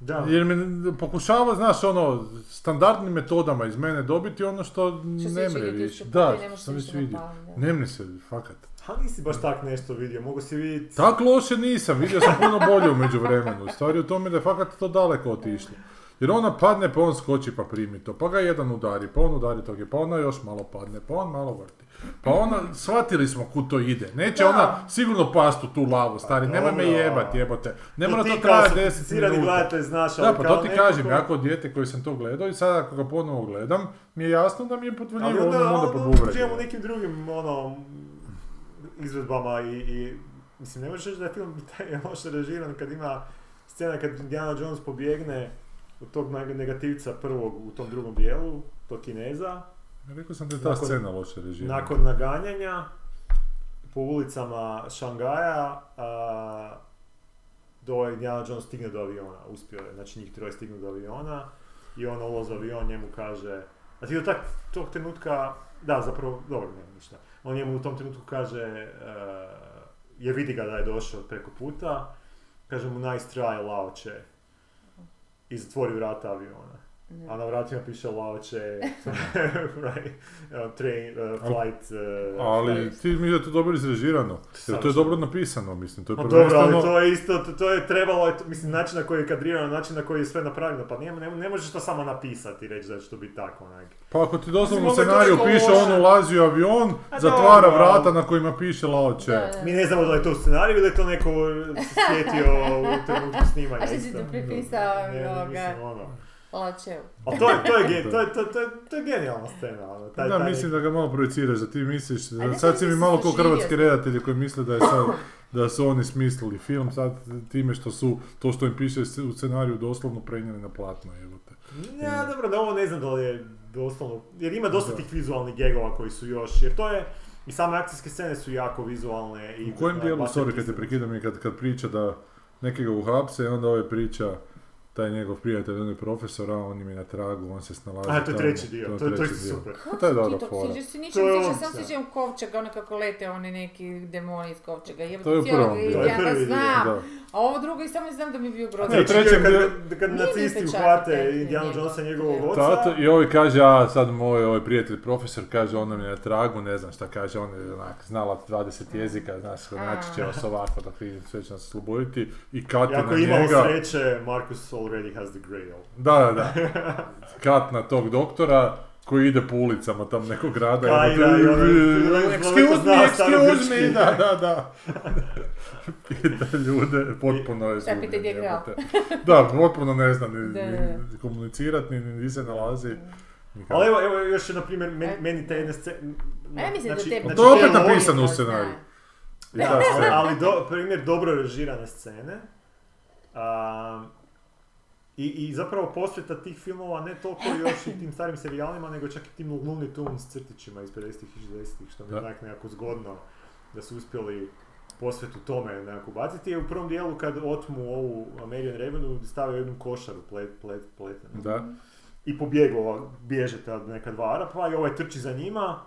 S3: da.
S1: Jer me pokušava, znaš, ono, standardnim metodama iz mene dobiti ono što
S2: Što
S1: ne mre više. Da,
S2: Da,
S1: što sam već vidio. Ne mre se, fakat.
S3: Ali nisi baš tak nešto vidio, mogu si vidjeti...
S1: Tak loše nisam, vidio sam puno bolje u međuvremenu. Stvari u tome da je fakat to daleko otišlo. Jer ona padne, pa on skoči pa primi to, pa ga jedan udari, pa on udari toga, pa ona još malo padne, pa on malo vrti. Pa ona, shvatili smo kud to ide. Neće
S2: Da.
S1: ona sigurno past u tu lavu, stari,
S3: Pa
S1: nemoj me
S3: dobro.
S1: jebat, jebote. Ne
S3: To
S1: mora
S3: ti
S1: to
S3: kao
S1: trajati 10
S3: sofisticirani
S1: minuta.
S3: gledatelj znaš,
S1: Da,
S3: ali
S1: pa
S3: kao
S1: to ti
S3: neko
S1: kažem,
S3: ko-
S1: ja kao dijete koji sam to gledao i sad ako ga ponovo gledam, mi je jasno da mi je
S3: Ali
S1: potvrljivo ono
S3: onda,
S1: onda
S3: onda,
S1: po
S3: živimo
S1: bubregu.
S3: nekim drugim ono, izvedbama i, i mislim, ne možeš reći da je film [laughs] taj loše režiran kad ima scena kad Indiana Jones pobjegne od tog neg- negativca prvog u tom drugom dijelu, tog kineza,
S1: Rekao sam da je ta
S3: Nakon-
S1: scena loše režirana.
S3: nakon naganjanja po ulicama Šangaja a, do Indiana Jones stigne do aviona, uspio je, znači njih troje stignu do aviona i on ulozi u avion, njemu kaže, a ti do tak, tog trenutka, da zapravo, dobro, ne, ništa, on njemu u tom trenutku kaže, e, jer vidi ga da je došao preko puta, kaže mu nice try, laoče, i zatvori vrata aviona. A na vratima piše
S2: [laughs]
S3: Laoče, right, uh, train, uh, flight, uh,
S1: Ali
S3: flight.
S1: ti mi da to dobro izrežirano. Jer to je
S3: Savršeno.
S1: dobro napisano, mislim. To je
S3: Ma dobro, ali
S1: prvenstveno...
S3: to je isto, to, to je trebalo, je to- mislim, način na koji je kadrirano, način na koji je sve napravljeno, pa ne, ne, ne možeš to samo napisati i reći da će to biti tako, onak.
S1: Pa ako ti doslovno u
S3: Mislim, ovo je
S1: scenariju
S3: toliko
S1: piše
S3: loše.
S1: on ulazi u avion,
S3: A
S1: zatvara
S3: dobro,
S1: vrata
S3: ali-
S1: na kojima piše laoče.
S2: Da, da.
S3: Mi ne znamo da li je to u scenariju ili je to neko sjetio u trenutku
S2: [laughs]
S3: snimanja.
S2: A što si
S3: isto.
S2: ti prepisao
S3: Ne, ne,
S2: ovoga?
S3: mislim, ono.
S2: Lačev.
S3: A to je, to
S1: [laughs]
S3: je, ge- to je, to, to, to je genijalna scena, ono, taj,
S1: Da,
S3: taj
S1: mislim da ga malo projeciraš, da ti misliš,
S2: ne
S1: da
S2: znam,
S1: sad si mi
S2: mislim,
S1: malo ko
S2: doživio
S1: hrvatski
S2: sam.
S1: redatelji koji misle da je sad, da su oni smislili film, sad time što su, to što im piše u scenariju doslovno prenijeli na platno, evo te.
S3: Ja, dobro, da ovo ne znam da li je doslovno, jer ima dosta
S1: Da.
S3: tih vizualnih gegova koji su još, jer to je, i same akcijske scene su jako vizualne. I
S1: U kojem
S3: na-
S1: dijelu,
S3: baš je
S1: sorry kad te
S3: pisano.
S1: prekidam, je kad, kad priča da nekega uhapse i onda ovaj priča taj njegov prijatelj, on je profesor, a on im je na tragu, on se snalazi.
S3: A, to je
S1: tamo.
S3: treći dio, to je, Pa to je
S1: treći dio.
S3: super.
S1: To je dobra
S2: Ti to
S1: fora.
S2: sviđaš se
S3: To
S2: ničem,
S3: je
S2: sviđaš
S3: odlično.
S2: sam sviđam kovčega, ono kako lete one neki demoni iz kovčega. Jebote,
S1: To je u
S2: cijelog
S1: prvom dijelu.
S2: ja
S3: To je prvi dio,
S2: znam.
S1: Da.
S2: A ovo drugo i samo znam da mi je bio grozno.
S1: Ne,
S3: Ne,
S1: u trećem
S3: trećem Znači, kad,
S1: dijelu-
S3: kad, kad
S2: Nije
S3: nacisti
S2: ni pečat
S3: uhvate
S2: tehnički
S3: Indiana
S2: njegov.
S3: Jonesa njegovog
S2: Da.
S3: oca,
S1: Tato, I ovaj kaže, a sad moj ovaj prijatelj profesor kaže, on nam je na tragu, ne znam šta kaže, on je onak znalac 20 jezika, znaš, naći će vas ovako dok vidim, sve će nas osloboditi. I Kat
S3: i
S1: je
S3: ako
S1: na
S3: imamo
S1: njega,
S3: sreće, Marcus already has the grail.
S1: da, da, da, Kat na tog doktora koji ide po ulicama tam nekog grada. i
S3: Kaj,
S1: onda
S3: da,
S1: te- e,
S3: i ono- ono-
S1: Excuse me,
S3: zna
S1: excuse me,
S3: starogrčki.
S1: da, da,
S3: [laughs]
S1: da. Pita ljude, potpuno je
S2: Šta pita
S1: zluden,
S2: gdje je grao?
S1: jebote. Da, potpuno ne zna ni,
S2: Da, da,
S1: ni,
S2: da.
S1: komunicirati, ni, ni gdje se nalazi. nikako.
S3: Ali evo, evo još je, na primjer, meni,
S2: E.
S3: meni te jedne scene... znači,
S2: A ja E, mislim da te...
S1: Znači, to je
S3: te
S1: opet
S3: logike-
S1: napisano u scenariju. I ta
S3: ali,
S1: scena.
S3: ali do, primjer dobro režirane scene. a, i, I zapravo posveta tih filmova ne toliko još i tim starim serijalima, nego čak i tim Looney Tunes crtićima iz 50-ih i 60-ih, što mi je
S1: Da.
S3: onak nekako zgodno da su uspjeli posvetu tome nekako baciti. Je u prvom dijelu kad otmu ovu American Revenue, gdje stavio jednu košaru plet, plet, pletenu
S1: Da.
S3: i pobjegao, ova, bježe ta neka dva Arapa i ovaj trči za njima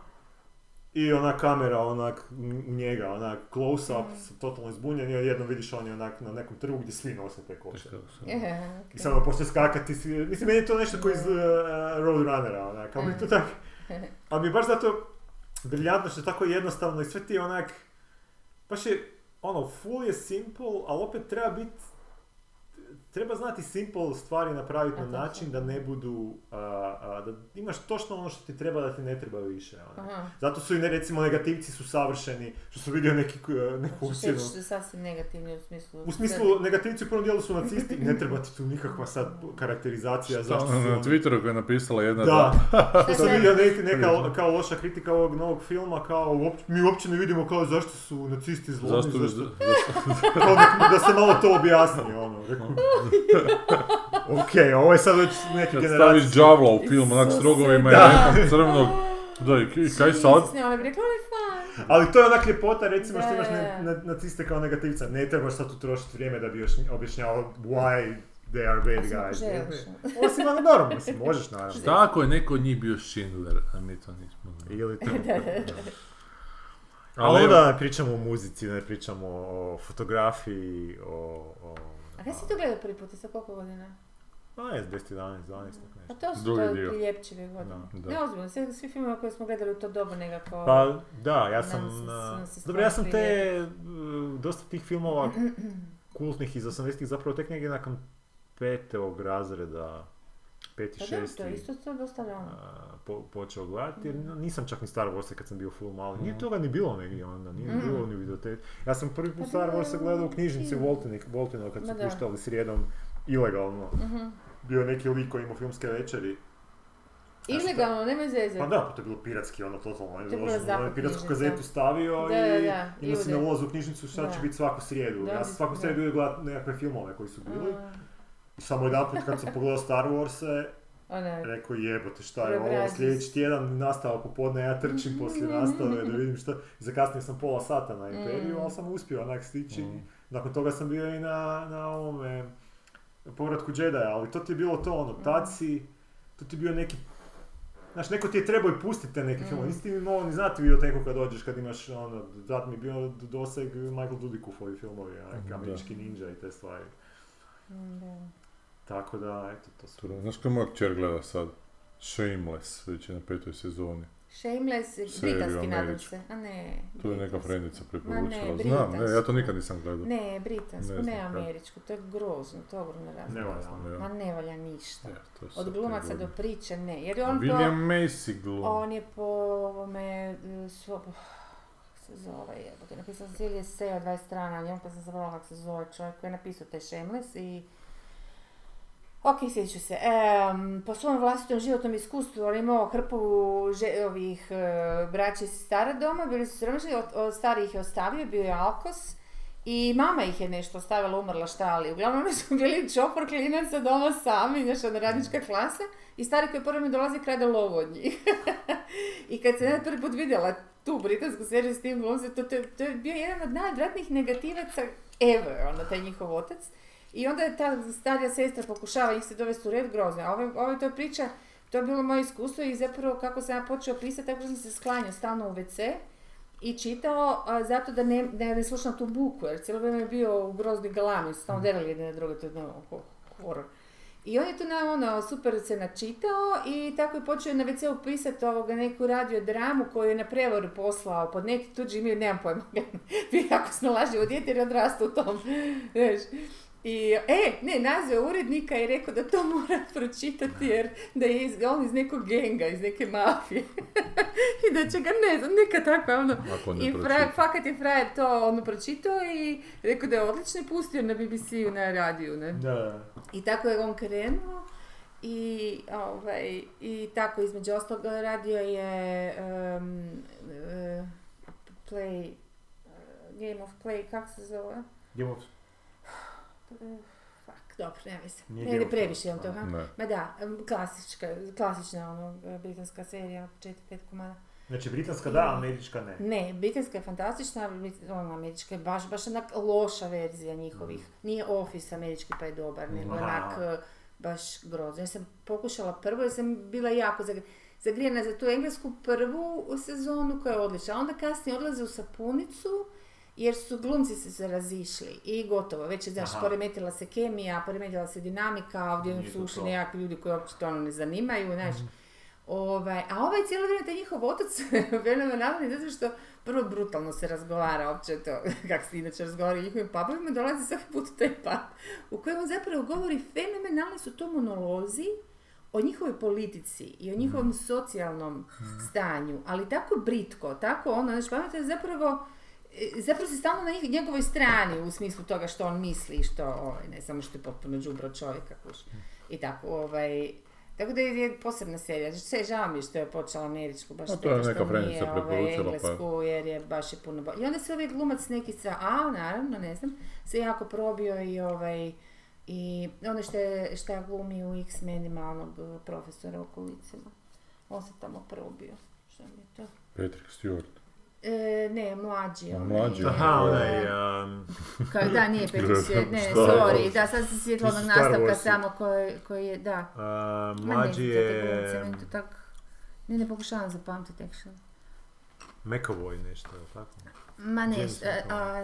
S3: i ona kamera onak u njega, onak close up, totalno izbunjen i jednom vidiš on je onak na nekom trgu gdje svi nose te koše.
S2: E, Je,
S3: I samo počne skakati, svi- mislim meni je to nešto koji iz uh, Roadrunnera, onak, ali mi je
S2: Mm.
S3: to
S2: [laughs]
S3: tak, ali mi je baš zato briljantno što je tako jednostavno i sve ti je onak, baš je, ono, full je simple, ali opet treba biti treba znati simple stvari napraviti
S2: A,
S3: na
S2: to sam.
S3: način da ne budu, a, a, da imaš točno ono što ti treba da ti ne treba više. ono.
S2: Aha.
S3: Zato su i ne, recimo negativci su savršeni, što su vidio neki, k- neku
S2: Hoćeš
S3: ocjenu.
S2: reći što je sasvim negativni u smislu...
S3: U smislu, negativci u prvom dijelu su nacisti, ne treba ti tu nikakva sad karakterizacija
S1: Šta
S3: zašto su
S1: ono na
S3: oni-
S1: Twitteru koja je napisala jedna
S3: Da,
S2: Šta
S3: što sam
S2: sad?
S3: vidio nek- neka lo- kao loša kritika ovog novog filma, kao uop- mi uopće ne vidimo kao zašto su nacisti zlobni,
S1: Zašto,
S3: zašto,
S1: zašto,
S3: kao da, da se malo to objasni, ono,
S1: [laughs]
S3: rekao, ok, ovo je sad već neki
S1: kad
S3: generacijski
S1: staviš đavla u film, onak s
S2: Isuse,
S1: rogovima i
S2: da.
S1: nekom crvnog, da i i kaj sad?
S2: Ne, ona bi rekla, "Ovo je fan."
S3: Ali to je onak ljepota, recimo, što
S2: Da,
S3: imaš
S2: da,
S3: na-
S2: da.
S3: na- naciste kao negativca. Ne trebaš sad tu trošiti vrijeme da bi još objašnjavao why they are bad
S2: Osim ako
S3: guys.
S2: želiš.
S3: Osim ako naravno, mislim, možeš naravno.
S1: Šta ako je neko od njih bio Schindler, a mi to nismo znali?
S3: Ili
S2: [laughs]
S3: to.
S1: Ali evo,
S3: Ali onda ne pričamo o muzici, ne pričamo o fotografiji, o... o
S2: A kaj si to gledao prvi put, sa koliko godina?
S3: A, ne, 10, 11, 12, tako
S2: Pa
S3: nešto.
S2: to su
S1: Drugi
S2: to
S1: dio.
S2: priljepčive godine.
S1: Da.
S2: Ne, ozbiljno, sve, svi filmove koje smo gledali u to dobu nekako...
S3: Pa, da, ja
S2: Nam
S3: sam...
S2: se-
S3: a,
S2: nam se
S3: Dobro, ja sam
S2: stvari
S3: te... uh, Dosta tih filmova
S2: [clears throat]
S3: kultnih iz 80-ih zapravo tek negdje nakon petog razreda, peti,
S2: Pa da,
S3: šesti.
S2: to je isto to dosta rano.
S3: a, po, počeo gledati, jer nisam čak ni Star Warsa kad sam bio full mali, nije toga ni bilo negdje onda, nije ni
S2: Mhm.
S3: bilo ni u videoteci. Ja sam prvi put
S2: Pa
S3: Star
S2: bilo je
S3: Warsa gledao u
S2: ono
S3: knjižnici u
S2: film.
S3: Voltinu- Voltinu kad su
S2: Ma da.
S3: puštali srijedom ilegalno.
S2: Mhm.
S3: Bio je neki lik koji je imao filmske večeri.
S2: Ilegalno, nema zeze.
S3: Pa da, pa to je bilo piratski, ono totalno. On je
S2: To je bilo
S3: došao, on je
S2: zapad
S3: piratsku
S2: knjižnica.
S3: kazetu stavio
S2: Da,
S3: i
S2: da, da, i
S3: imao si na
S2: ode.
S3: ulazu u knjižnicu šta će
S2: Da.
S3: biti svaku srijedu.
S2: Da,
S3: ja sam
S2: da,
S3: svaku
S2: da. Mm.
S3: srijedu idem gledat nekakve filmove koji su bili.
S2: A,
S3: I samo jedanput kad sam pogledao Star Warse,
S2: Ona,
S3: Rekao jebote šta je ovo,
S2: Preobrazi
S3: sljedeći tjedan nastava popodne, ja trčim poslije nastave da vidim šta, zakasnio sam pola sata na Imperiju, ali sam uspio onak stići. Nakon toga sam bio i na, na ovome, povratku Jedi-a, ali to ti je bilo to ono, tad si, to ti je bio neki, znaš, neko ti je trebao i pustiti te neke filmove, nisi ti imao ni znati videoteku kad dođeš, kad imaš ono, dat mi je bio doseg Michael Dudikoff-ovi filmovi, onak,
S1: Da.
S3: američki ninja i te stvari.
S2: da.
S3: Tako da, eto, to su...
S1: znaš kaj moja kćer gleda sad? Shameless, već je na petoj sezoni.
S2: Shameless,
S1: Seriju
S2: britanski nadam
S1: američku.
S2: se. A ne,
S1: To je neka
S2: britanski.
S1: frendica
S2: Ma ne,
S1: preporučila, znam,
S2: britansku.
S1: ne, ja to nikad nisam gledao.
S2: Ne, britansku,
S1: Ne
S2: ne,
S1: znam kako.
S2: američku, to je grozno, to je ogromna
S3: Ne
S2: razlika.
S3: valja
S1: znam,
S3: ono.
S1: ja.
S2: Ma ne valja ništa.
S1: Ja, to je sad
S2: Od
S1: te
S2: glumaca do
S1: godine.
S2: priče ne, jer je
S1: A
S2: on
S1: William
S2: to,
S1: Macy glum.
S2: on je po ovome, eh, svo, oh, kako se zove jebote, napisao sam cijeli esej od 20 strana o njemu, pa sam zavrala kako se zove čovjek koji je napisao taj Shameless i Ok, sjeću se. Em, po svom vlastitom životnom iskustvu on je imao hrpu že- ovih e, braće i sestara doma, bili su siromašni, od, od starih je ostavio, bio je alkos i mama ih je nešto ostavila, umrla šta ali. Uglavnom [laughs] oni su bili čopor klinaca doma sami, znaš, ona radnička klasa i stari koji prvi mi dolazi krade lovu od njih. I kad sam ja prvi put vidjela tu britansku seriju s tim glumcem, to, to, je- to je bio jedan od najodvratnijih negativaca ever, ono, taj njihov otac. I onda je ta starija sestra pokušava ih se dovesti u red grozno. A Ovo, ovo je to priča, to je bilo moje iskustvo i zapravo kako sam ja počeo pisati, tako sam se sklanjao stalno u WC i čitao a, zato da ne, ne, ne slušam tu buku, jer cijelo vrijeme je bio u grozni galami, su stalno derali jedne na druge, to je ono, ho- horor. I on je tu na, ono, super se načitao i tako je počeo na WC-u pisati ovoga neku radiodramu koju je na prevoru poslao pod neki tuđi ime, nemam pojma, [laughs] bio jako snalažljivo dijete jer je odrastao u tom, [laughs] znaš. I, e, ne, nazvao je urednika i rekao da to mora [laughs] pročitati jer da je iz, on iz nekog genga, iz neke mafije. [laughs] I da će ga, ne znam, neka takva, ono,
S1: Ako ne
S2: i
S1: pročita.
S2: frajer, fakat je frajer to ono pročitao i rekao da je odlično i pustio na BBC-u, na radiju, ne.
S3: Da, da, da.
S2: I tako je on krenuo i, ovaj, i tako između ostalog radio je em, eh, play, eh, Game of Play, kako se zove?
S3: Game of
S2: Eh, Fuck, dobro, nema se.
S3: Nije
S2: Ne
S3: Game
S2: ide
S3: of
S2: previše
S3: Thrones,
S2: on to,
S3: a?
S2: ha?
S1: Ne.
S2: Ma da, em, klasička, klasična ono, britanska serija, 4-5 komada.
S3: Znači, britanska da, američka ne.
S2: Ne, britanska je fantastična, brit- ona američka je baš, baš onak loša verzija njihovih. Nije Office američki pa je dobar, nego
S3: Aha.
S2: onak eh, baš grozno. Ja sam pokušala prvo, jer sam bila jako zagri- zagrijana za tu englesku prvu sezonu koja je odlična. A Onda kasnije odlaze u sapunicu, jer su glumci se se razišli i gotovo, već je, znaš,
S3: Aha.
S2: poremetila se kemija, poremetila se dinamika, ovdje
S3: Nije
S2: su
S3: to Mhm.
S2: ušli
S3: to.
S2: nekakvi ljudi koji uopće to ono ne zanimaju, znaš. Ovaj, a ovaj cijelo vrijeme taj njihov otac [laughs] fenomenalan je zato što prvo brutalno se razgovara uopće to [laughs] kako se inače razgovaraju njihovim papovima, dolazi svaki put taj pap u kojem on zapravo govori fenomenalni su to monolozi o njihovoj politici i o njihovom
S1: Mhm.
S2: socijalnom stanju, ali tako britko, tako ono, znači pametno zapravo e, zapravo si stalno na njih- njegovoj strani u smislu toga što on misli i što, ovaj, ne samo što je potpuno džubro čovjeka, kuš.
S1: Mhm.
S2: I tako, ovaj, tako da je posebna serija. Znači, sve žao mi je što je počela američku, baš
S1: A to
S2: šteta
S1: je
S2: što
S1: neka
S2: nije,
S1: Frenica
S2: ovaj,
S1: preporučila, pa-
S2: englesku, jer je baš je puno bolje. I onda se ovaj glumac neki sa A, naravno, ne znam, se jako probio i ovaj, i ono što je, što je glumi u X-menima onog eh, profesora u kolicima. On se tamo probio. Što mi je to?
S1: Patrick Stewart.
S2: E, ne, mlađi.
S1: A,
S2: onaj,
S1: mlađi,
S2: eh,
S3: Aha,
S1: Evo.
S3: onaj, um,
S2: Ka- da,
S3: [laughs]
S2: nije Patrick Stewart, ne, ne,
S1: Šta je
S2: sorry,
S1: ovo?
S2: da, sad se sjetila
S3: Ti si
S2: onog
S3: Star
S2: nastavka
S3: Warsi.
S2: samo koji, koji je, da.
S3: a,
S2: Ma ne,
S3: mlađi
S2: za te
S3: je
S2: glumce, meni to tak, ne, ne pokušavam zapamtiti, actually.
S3: McAvoy nešto, je li tako?
S2: Ma ne,
S3: James
S2: šta- a, a,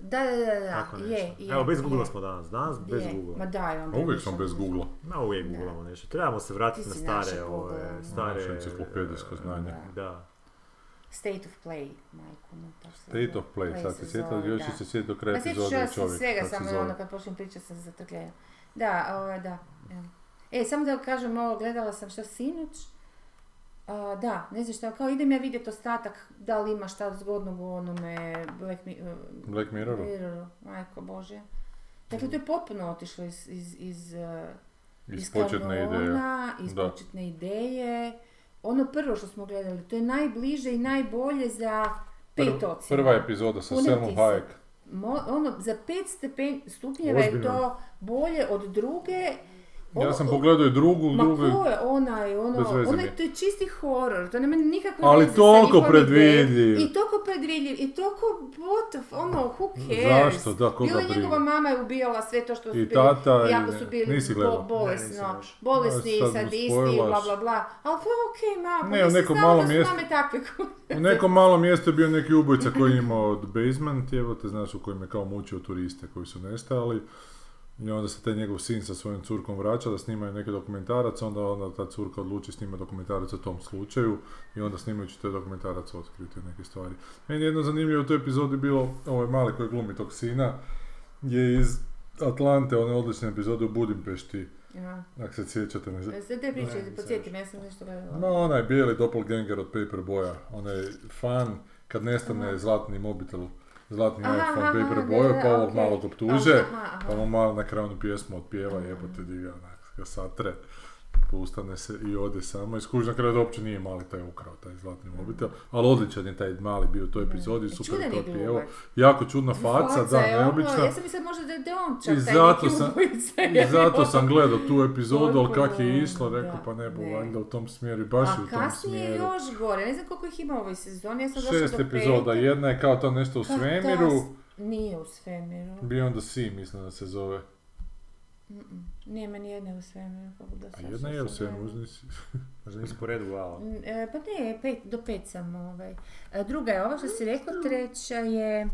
S2: da, da, da, da,
S3: tako nešto.
S2: je, je.
S3: Evo, bez Google
S2: je,
S3: smo danas, danas bez
S2: je. Ma
S3: Google.
S2: daj, onda
S1: Uvijek
S2: nisam
S1: sam bez
S2: Googla.
S1: Google-a.
S3: Ma uvijek
S2: Da.
S3: googlamo nešto. Trebamo se vratiti
S2: Ti
S3: na
S2: si
S3: stare,
S2: naše Google.
S3: ove,
S1: Naše
S3: stare...
S1: enciklopedijsko znanje.
S3: Da.
S2: State of play, majko, mu, tako se
S1: State
S2: zove.
S1: of Play, sad
S2: se
S1: se
S2: zove,
S1: sjetila, još
S2: da.
S1: ću se sjetiti do kraja
S2: Ma sjećaš
S1: epizode
S2: ja
S1: i čovjek.
S2: se svega,
S1: kak se
S2: samo
S1: zove.
S2: ono kad počnem pričati sam se zatrkljala. Da, ovaj, da. evo. E, samo da kažem ovo, gledala sam što sinoć. A, da, ne znam šta, kao idem ja vidjeti ostatak, da li ima šta zgodnog u onome Black, Mi- eh,
S1: Black Mirror?
S2: Mirroru, majko Bože. Dakle, to je potpuno otišlo iz, iz, iz, eh,
S1: Iz početne ideje.
S2: kanona, iz
S1: Da.
S2: početne ideje. Ono prvo što smo gledali, to je najbliže i najbolje za pet
S1: Prv-
S2: ocjena.
S1: Prva epizoda sa
S2: Puno
S1: Selmom
S2: tisak.
S1: Hayek.
S2: Mo- ono, za pet stepen, stupnjeva je
S3: Ozbiljno.
S2: to bolje od druge. Ovo-
S1: Ja sam pogledao i drugu,
S2: Ma
S1: drugu...
S2: ko je onaj, ono,
S1: Bez veze mi
S2: onaj,
S1: je.
S2: to je čisti horor, to nema nikakve
S1: Ali
S2: veze sa
S1: toliko
S2: njihovim
S1: predvidljiv.
S2: idejama. I toliko predvidljiv, i toliko what the f- ono, who cares.
S1: Zašto? Da, koga
S2: Bila
S1: briga.
S2: njegova mama je ubijala sve to što su
S1: I
S2: bili,
S1: tata i
S2: jako
S1: ne.
S2: su bili
S1: Nisi
S2: bo-
S1: gledala?
S3: Ne,
S2: bolesno,
S3: nisam još.
S2: bolesni,
S1: Aj, sad mi
S2: sadisti,
S1: spojila
S2: bla
S1: si.
S2: bla bla. Ali to je okej, mama,
S1: Ne, u
S2: mislim,
S1: nekom
S2: znamo
S1: malom
S2: da su
S1: mjestu-
S2: mame takve kuće.
S1: U nekom malom mjestu je bio neki ubojica koji je imao od basement, evo te znaš, u kojem je kao mučio turiste koji su nestajali. I onda se taj njegov sin sa svojom curkom vraća da snimaju neki dokumentarac, onda, onda ta curka odluči snimati dokumentarac o tom slučaju i onda snimajući taj dokumentarac otkriju te neke stvari. Meni je jedno zanimljivo u toj epizodi bilo, ovaj mali koji glumi tog sina, je iz Atlante, one odlične epizode u Budimpešti,
S2: Ja.
S1: ako se sjećate. Ne znam.
S2: Sve E, te priče,
S3: nisam
S2: podsjetim, ja sam nešto gledala.
S1: No, onaj bijeli doppelganger od Paperboya, onaj fan, kad nestane zlatni mobitel, zlatni
S2: Aha,
S1: iPhone
S2: aha, da, da,
S1: Paperboya, pa ovog
S2: ok.
S1: malog optuže,
S2: Aha, aha.
S1: pa mu malo na kraju onu pjesmu otpjeva, jebote di ga onak ga satre, pustane se i ode samo. I skuži na kraju da uopće nije mali taj ukrao, taj zlatni mobitel, ali odličan je taj mali bio u toj epizodi, super
S2: E, Čudan
S1: je to
S2: je
S1: otpjevao.
S2: glumac.
S1: Jako čudna faca, da,
S2: je ono,
S1: neobična.
S2: Ja sam mislila možda da je da je on čak
S1: I
S2: taj
S1: zato
S2: neki
S1: sam-
S2: ubojica,
S1: I
S2: jer je
S1: zato
S2: on-
S1: sam
S2: [laughs]
S1: gledao tu epizodu, ali
S2: Potpuno,
S1: kak je išlo,
S2: da,
S1: rekao pa ne bo
S2: ne.
S1: valjda u tom smjeru i baš je
S2: A
S1: u tom
S2: kasnije
S1: smjeru.
S2: još gore, ne znam koliko ih ima u ovoj sezoni, ja sam došla do
S1: Šest epizoda,
S2: pete.
S1: jedna je kao to nešto u
S2: Katas-
S1: svemiru,
S2: Nije u svemiru,
S1: Beyond the Sea mislim da se zove.
S2: nije meni jedna u svemiru, kako da
S1: A
S2: sad
S1: jedna
S2: što
S1: je u
S2: sam
S1: svemiru,
S2: gledala.
S1: uzmi
S2: [laughs]
S1: si.
S3: Možda nisi poredu, ali...
S2: N- e, Pa ne, pet, do pet sam ovaj. E, Druga je ova što si rekao, treća je,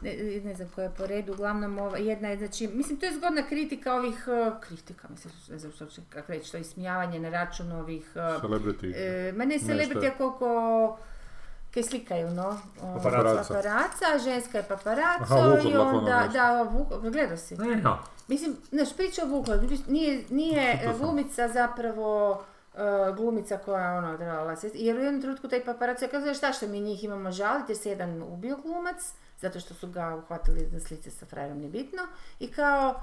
S2: ne, ne znam koja je po redu, uglavnom ova, jedna je, znači, mislim to je zgodna kritika ovih, e, kritika, mislim, ne znam što ću kako reći, to je ismijavanje na račun ovih e,
S1: Celebrity.
S2: E, ma ne celebrity,
S1: šta?
S2: a koliko kaj slikaju, no. o,
S1: Paparaca.
S2: paparaca, ženska je paparaco
S1: Aha, Vukla
S2: i onda,
S1: Vlakonova
S2: da, o, Vuk, pa gledao si.
S1: Ja.
S2: Mislim, znaš, priča o Vukla, nije, nije
S1: Čitao sam.
S2: glumica zapravo e, glumica koja je ono trebala se, jer u jednom trenutku taj paparaco je kao, znaš šta što mi njih imamo žaliti, jer se jedan ubio glumac, zato što su ga uhvatili na slice sa frajerom, nebitno, i kao,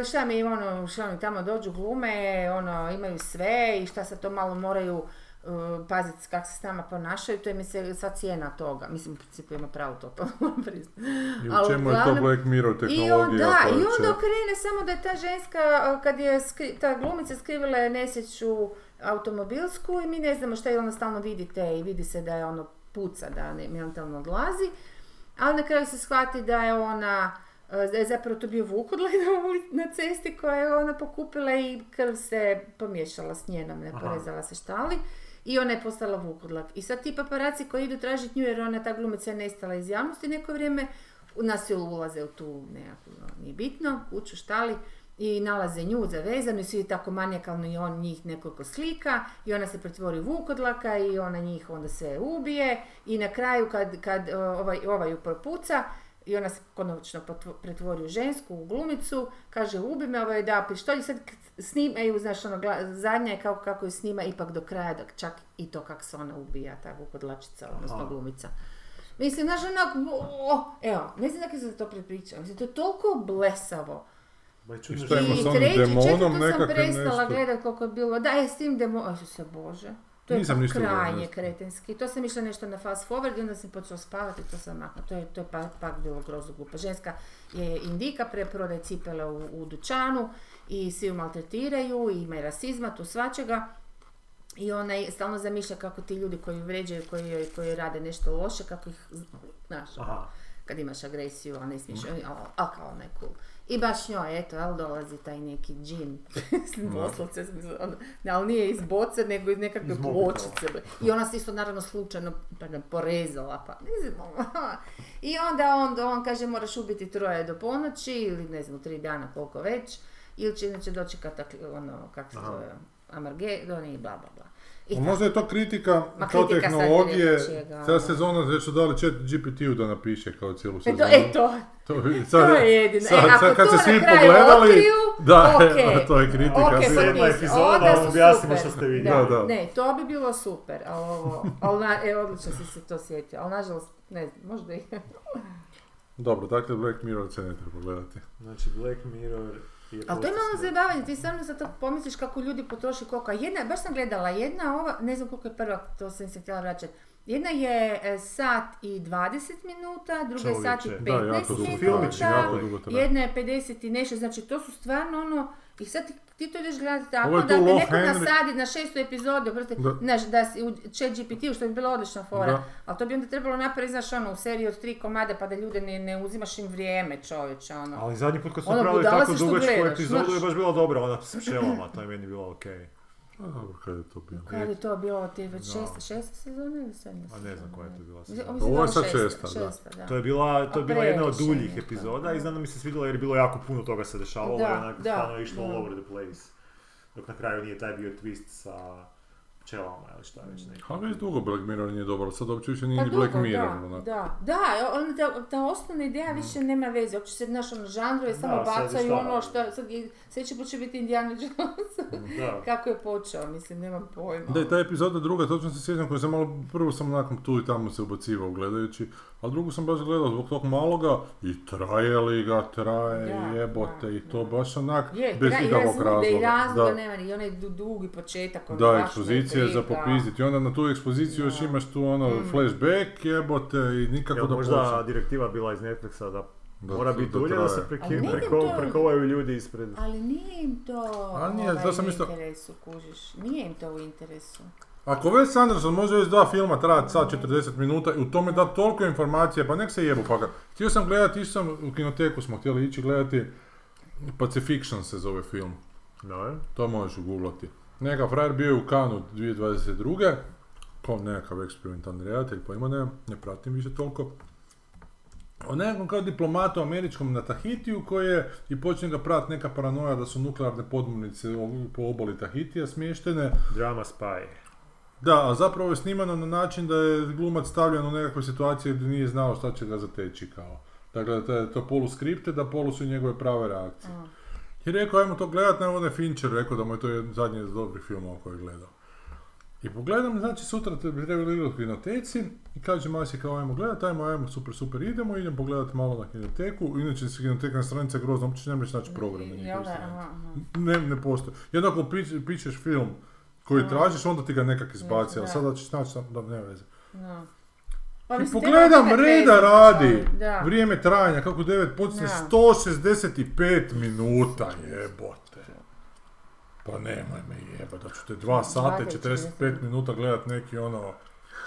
S2: e, šta mi ono, šta oni tamo dođu glume, ono, imaju sve i šta sad to malo moraju e, paziti kako se s nama ponašaju, to je mi se sva cijena toga. Mislim, u principu ima pravo to, [laughs] pa moram priznat.
S1: I u
S2: Ali
S1: čemu je to
S2: uglavnom-
S1: Black Mirror
S2: i on,
S1: tehnologija
S2: da, i
S1: koja
S2: onda
S1: će...
S2: okrene samo da je ta ženska, a, kad je skri- ta glumica skrivila je nesreću automobilsku i mi ne znamo šta je ono stalno vidite i vidi se da je ono puca, da ne, mentalno odlazi. Ali na kraju se shvati da je ona, e, da je zapravo to bio vukodlak na, uli- na cesti koja je ona pokupila i krv se pomiješala s njenom, ne
S3: Aha.
S2: porezala se štali. I ona je postala vukodlak. I sad ti paparaci koji idu tražiti nju jer ona ta glumica je nestala iz javnosti neko vrijeme, u nas jel ulaze u tu nekakvu, no, nije bitno, ono, kuću, štali i nalaze nju zavezanu i svi tako manijakalno i on njih nekoliko slika i ona se pretvori u vukodlaka i ona njih onda sve ubije i na kraju kad, kad e, ovaj, ovaj ju propuca i ona se konačno potvo- pretvori u žensku, u glumicu, kaže ubi me, ovaj da pištolj, I sad k- snimaju, znaš, ono, gla- zadnja je kako, kako ju snima ipak do kraja, dok čak i to kako se ona ubija, ta vukodlačica, ono, odnosno
S3: Aha.
S2: glumica. Mislim, znaš, onak, o, evo, ne znam kako se to prepričao, mislim, to je toliko blesavo.
S3: Ba, je
S1: I
S3: čudno
S1: šta
S3: što
S1: ima
S2: I
S1: s onim
S2: treći,
S1: demonom
S2: četvrto sam
S1: nekakvim
S2: prestala
S1: nešto?
S2: gledat koliko je bilo. Da, je s tim demonom. Aj, se Bože. To je
S1: Nisam ništa gledao,
S2: krajnje
S1: ne znam.
S2: kretenski. To sam išla nešto na fast forward i onda sam počela spavati i to sam makla. To je, to je pak, pak bilo grozno glupo. Ženska je indika, preprodaje cipele u, u dućanu i svi ju maltretiraju, i ima i rasizma, tu svačega. I ona je- stalno zamišlja kako ti ljudi koji ju vređaju, koji, joj- koji joj rade nešto loše, kako ih, znaš,
S3: Aha,
S2: kad imaš agresiju, a ne smiješ, a, a kao ona je cool. I baš njoj, eto, ali dolazi taj neki džin, [laughs] doslovce, ono, ne, ali nije iz boce, nego iz nekakve
S3: Iz mobitela.
S2: pločice. bre. I ona se isto naravno slučajno pardon, porezala, pa ne znam, ono. [laughs] I onda on, on kaže moraš ubiti troje do ponoći ili ne znam, u tri dana koliko već, ili će inače doći katak- ono, kako se
S3: Aha.
S2: zove, amargedon i bla bla bla. I
S1: A Možda je to kritika
S2: Ma
S1: kao
S2: kritika sad
S1: tehnologije.
S2: ne nečega, ono.
S1: Ta sezona već su dali chat GPT-u da napiše kao cijelu
S2: tako.
S1: sezonu.
S2: Eto, eto,
S1: To, je-
S2: e to je jedino.
S1: sad-
S2: e, ako
S1: sad kad
S2: to
S1: se
S2: na
S1: svi
S2: kraju
S1: pogledali,
S2: otkriju,
S1: da, [laughs]
S2: okej.
S1: eto, to je kritika.
S2: Okej,
S1: Sad-
S2: sad
S3: Sedma
S2: mislim,
S3: epizoda,
S2: onda
S3: vam
S2: su
S3: objasnimo
S2: super.
S3: što ste vidjeli.
S1: Da, da.
S2: Ne, to bi bilo super, ali ovo, ali na, e, odlično si se to sjetio, ali nažalost, ne znam, možda i...
S1: Dobro, dakle Black Mirror se ne treba gledati.
S3: znači Black Mirror je
S2: Ali to je malo
S3: poslije-
S2: zajebavanje, ti samo sad to pomisliš kako ljudi potroši koliko, a jedna, baš sam gledala, jedna ova, ne znam koliko je prva, to sam se htjela vraćati, jedna je e, sat i 20 minuta, druga je sat i
S3: Čovječe,
S2: 15
S1: Da, jako dugo.
S2: minuta.
S1: Filmić
S3: da.
S1: jako dugo traje.
S2: Jedna je 50 i nešto, znači to su stvarno ono, i sad ti, ti to ideš gledati
S1: Ovo
S2: tako
S1: je
S2: da
S1: to
S2: te
S1: Love
S2: neko
S1: Henry.
S2: nasadi na šestu epizodu, proste,
S1: Da.
S2: znaš, da si u chat GPT-u, što bi bila odlična fora,
S1: Da.
S2: ali to bi onda trebalo napraviti, znaš, ono, u seriji od tri komade, pa da ljude ne, ne uzimaš im vrijeme, čovječe, ono.
S3: Ali zadnji put kad smo
S2: Ono,
S3: pravili
S2: budala
S3: tako
S2: si što
S3: dugačku
S2: gledaš,
S3: epizodu
S2: znaš.
S3: je baš bila dobra, ona s pčelama, to je meni bilo okej.
S1: A Pa dobro, kada je to bilo?
S2: Kad je to bilo, ti već
S3: Da.
S2: šesta, šesta sezona ili sedma
S1: Pa
S3: A ne znam koja je to bila sezona.
S2: Mislim,
S1: Ovo je sad
S2: šesta,
S1: šesta, da.
S2: da.
S3: To je bila, to je
S2: A
S3: bila jedna od
S2: previše
S3: duljih
S2: je to.
S3: epizoda i znam da mi se svidjela jer je bilo jako puno toga se dešavalo
S2: Da,
S3: i onak
S2: da,
S3: stvarno je išlo
S2: da.
S3: all over the place. Dok na kraju nije taj bio twist sa pčelama ili šta već neki.
S1: A već dugo Black Mirror nije dobar, sad uopće više nije
S2: Pa
S1: ni
S2: dugo,
S1: Black Mirror.
S2: da,
S1: onako. Mm.
S2: da, da, ona ta, ta osnovna ideja više nema veze, uopće se znaš ono žanrove samo
S3: Da, sad je
S2: bacaju
S3: šta?
S2: ono što, sad je, sljedeći put će biti Indiana Jones, [laughs]
S3: Da.
S2: kako je počeo, mislim, nemam pojma.
S1: Da, i ta epizoda druga, točno se sjećam koju sam malo, prvo sam nakon tu i tamo se ubacivao gledajući, a drugu sam baš gledao zbog tog maloga i traje li ga, traje,
S2: Da,
S1: jebote
S2: da,
S1: i to
S2: da.
S1: baš onak,
S2: je,
S1: bez
S2: tra- i
S1: ikakvog
S2: razloga,
S1: razloga.
S2: i razloga
S1: da,
S2: nema, i onaj du- dugi početak, ono
S1: da
S2: baš
S1: ekspozicija
S2: me
S1: je za
S2: briga.
S1: popizditi. I onda na tu ekspoziciju još
S2: Da.
S1: imaš tu ono
S2: Mm.
S1: flashback, jebote i nikako
S3: Jel
S1: da
S3: možda
S1: počne.
S3: direktiva bila iz Netflixa da,
S1: Da-
S3: mora biti
S1: da
S3: dulje da se
S1: traje.
S2: Ali
S3: preki-
S2: ne
S3: preko,
S2: to-
S3: prekovaju ljudi ispred...
S2: Ali nije im to
S1: A nije,
S2: ovaj,
S1: to sam
S2: u
S1: isto-
S2: interesu, kužiš, nije im to u interesu.
S1: Ako već Anderson može već dva filma trajati sat 40 minuta i u tome da toliko informacija, pa nek se jebu pa ga. Htio sam gledati, išao sam, u kinoteku smo htjeli ići gledati, Pacifiction se zove film,
S3: No,
S1: to možeš uguglati. Neka frajer bio je u Kanu 2022. Kao nekakav eksperimentalni redatelj, pa ima ne, ne pratim više toliko. O nekom kao diplomatu američkom na Tahitiju koji je i počne ga prat neka paranoja da su nuklearne podmornice o- po obali Tahitija smještene
S3: drama Spy.
S1: da, a zapravo je snimano na način da je glumac stavljen u nekakve situacije gdje nije znao šta će ga zateći kao. Dakle, to je to polu skripte, da polu su njegove prave reakcije.
S2: A.
S1: I rekao, ajmo to gledat, na onaj Fincher rekao da mu je to jedan zadnji iz dobrih filmova koji je gledao. I pogledam, znači sutra te bi trebali igrati u kinoteci i kaže Masi kao ajmo gledat, ajmo, ajmo, super, super, idemo, idem pogledat malo na kinoteku, inače se kinoteka na stranica grozno, uopće ne možeš naći program na
S2: I- i
S1: njihovoj
S2: onda,
S1: stranici.
S2: aha, aha.
S1: Ne, ne postoji. Jednako pič- pičeš film koji
S2: Mm.
S1: tražiš, onda ti ga nekak izbaci, ali
S2: Da.
S1: sada ćeš naći sam, da ne veze.
S2: No.
S1: I
S2: Pa mislim,
S1: pogledam,
S2: treba
S1: reda
S2: imati
S1: radi.
S2: rezervu, Da.
S1: Vrijeme trajanja, kako 9 počne,
S2: Da.
S1: 165 minuta, jebote. Pa nemoj me jeba, da ću te 2 sata i 45 minuta gledat neki ono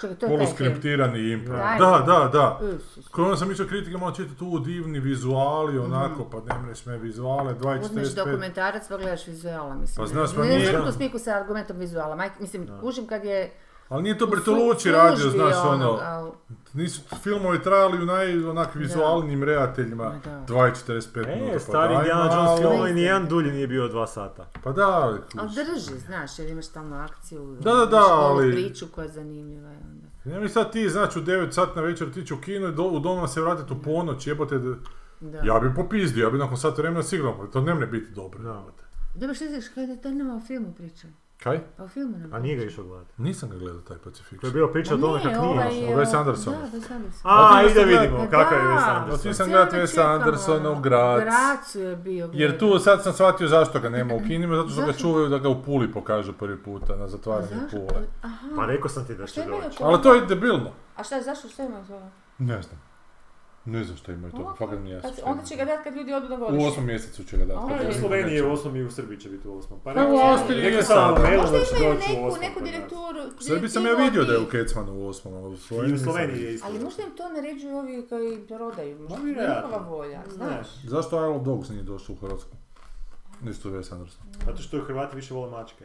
S2: Čekaj, to je taj film.
S1: poluskriptirani implant.
S2: Daj,
S1: Da,
S2: film.
S1: da, da.
S2: Isus.
S1: Koji onda sam išao kritike malo čitati tu divni vizuali, onako, pa ne mreš me vizuale, 2 i
S2: Uzmeš
S1: 45
S2: dokumentarac pa gledaš vizuala, mislim.
S1: Pa znaš, pa
S2: ne,
S1: nije-
S2: Ne, smiku sa argumentom vizuala, majke, mislim,
S3: Da.
S2: kužim kad je
S1: Ali nije to
S2: u
S1: Bertolucci
S2: slu-
S1: radio,
S2: službi
S1: znaš, ono,
S2: onog, al-
S1: nisu filmovi trajali u naj, onak, vizualnim redateljima,
S2: Ma da.
S1: 2.45 minuta,
S3: E,
S1: pa
S3: stari
S1: daj
S3: Indiana
S1: malo.
S3: Jones film, nijedan dulji nije bio od dva sata.
S1: Pa da, ali kuš.
S2: Ali drži, znaš, jer imaš stalno akciju,
S1: Da, da, da,
S2: imaš ovu
S1: ali-
S2: priču koja je zanimljiva. i Onda.
S1: Ne mi sad ti, znači, u 9 sat na večer otići u kino i do, u doma se vratiti u ponoć, jebote, da-
S2: Da.
S1: ja bi popizdio, ja bi nakon sat vremena sigurno, to ne mre biti dobro,
S3: Da.
S1: jebote.
S2: Dobro, što ćeš kada to nema o filmu priča?
S1: Kaj?
S2: O filmu nam
S3: A nije ga išao gledati.
S1: Nisam ga gledao taj
S3: To je
S1: Pacific.
S3: bilo priča o tome
S2: Pa nije, ovaj
S3: kak nije.
S1: o
S2: o-
S1: Wes Andersonu.
S2: Da, Wes Anderson.
S1: A pa
S3: A,
S1: ti
S3: ide
S1: niste
S3: vidimo
S2: gledali?
S3: kakav je
S2: Da.
S3: Wes
S1: Ja ti
S3: Anderson.
S1: sam gledat
S2: Cijelo
S1: Wes
S2: čekamo,
S1: Andersona u
S2: ono,
S1: Gracu.
S2: U Gracu je bio.
S1: Jer tu sad sam shvatio zašto ga nema u kinima, zato što ga
S2: Zašto?
S1: čuvaju da ga u Puli pokažu prvi puta na zatvaranju
S2: Pa Zašto?
S1: Pule.
S2: Aha.
S3: Pa rekao sam ti da
S2: A šta
S3: će
S2: je bilo
S3: doći.
S2: ko-
S1: Ali to je debilno.
S2: A šta, zašto, šta ima to?
S1: Ne znam. Ne znam što imaju to,
S2: Ovako,
S1: fakat mi jasno.
S2: kad-
S1: šta
S2: Onda
S1: imaju.
S2: će ga dati kad ljudi odu na
S1: U
S2: godišnje.
S1: osmom mjesecu će ga dati.
S2: A
S1: kad
S2: ono je
S1: ga
S3: U
S2: u
S3: Sloveniji je
S1: neće.
S3: u osmom i u Srbiji će biti u osmom. Pa
S1: Pa u
S3: rekao-
S1: Austriji
S3: rekao
S1: je
S3: sam vam u
S1: sada.
S3: mailu
S2: Pa Možda
S3: da
S1: znači
S3: će
S2: imaju
S3: doći u
S2: neku,
S3: osmom
S2: neku
S3: kod nas.
S2: direktoru.
S1: U Srbiji sam ja
S2: direktivu
S1: vidio da je
S2: od
S1: u
S2: njih.
S1: Kecmanu u osmom, ali u
S3: I
S1: Sloveniji
S3: u
S1: nisam
S3: Sloveniji
S1: vidio.
S3: je isto.
S2: Ali možda im to naređuju ovi koji prodaju, možda je
S3: vjerojatno.
S2: njihova volja, znaš.
S1: Zašto Isle of Dogs nije došao u Hrvatsku? Isto Wes Anderson.
S3: Zato što Hrvati više vole mačke.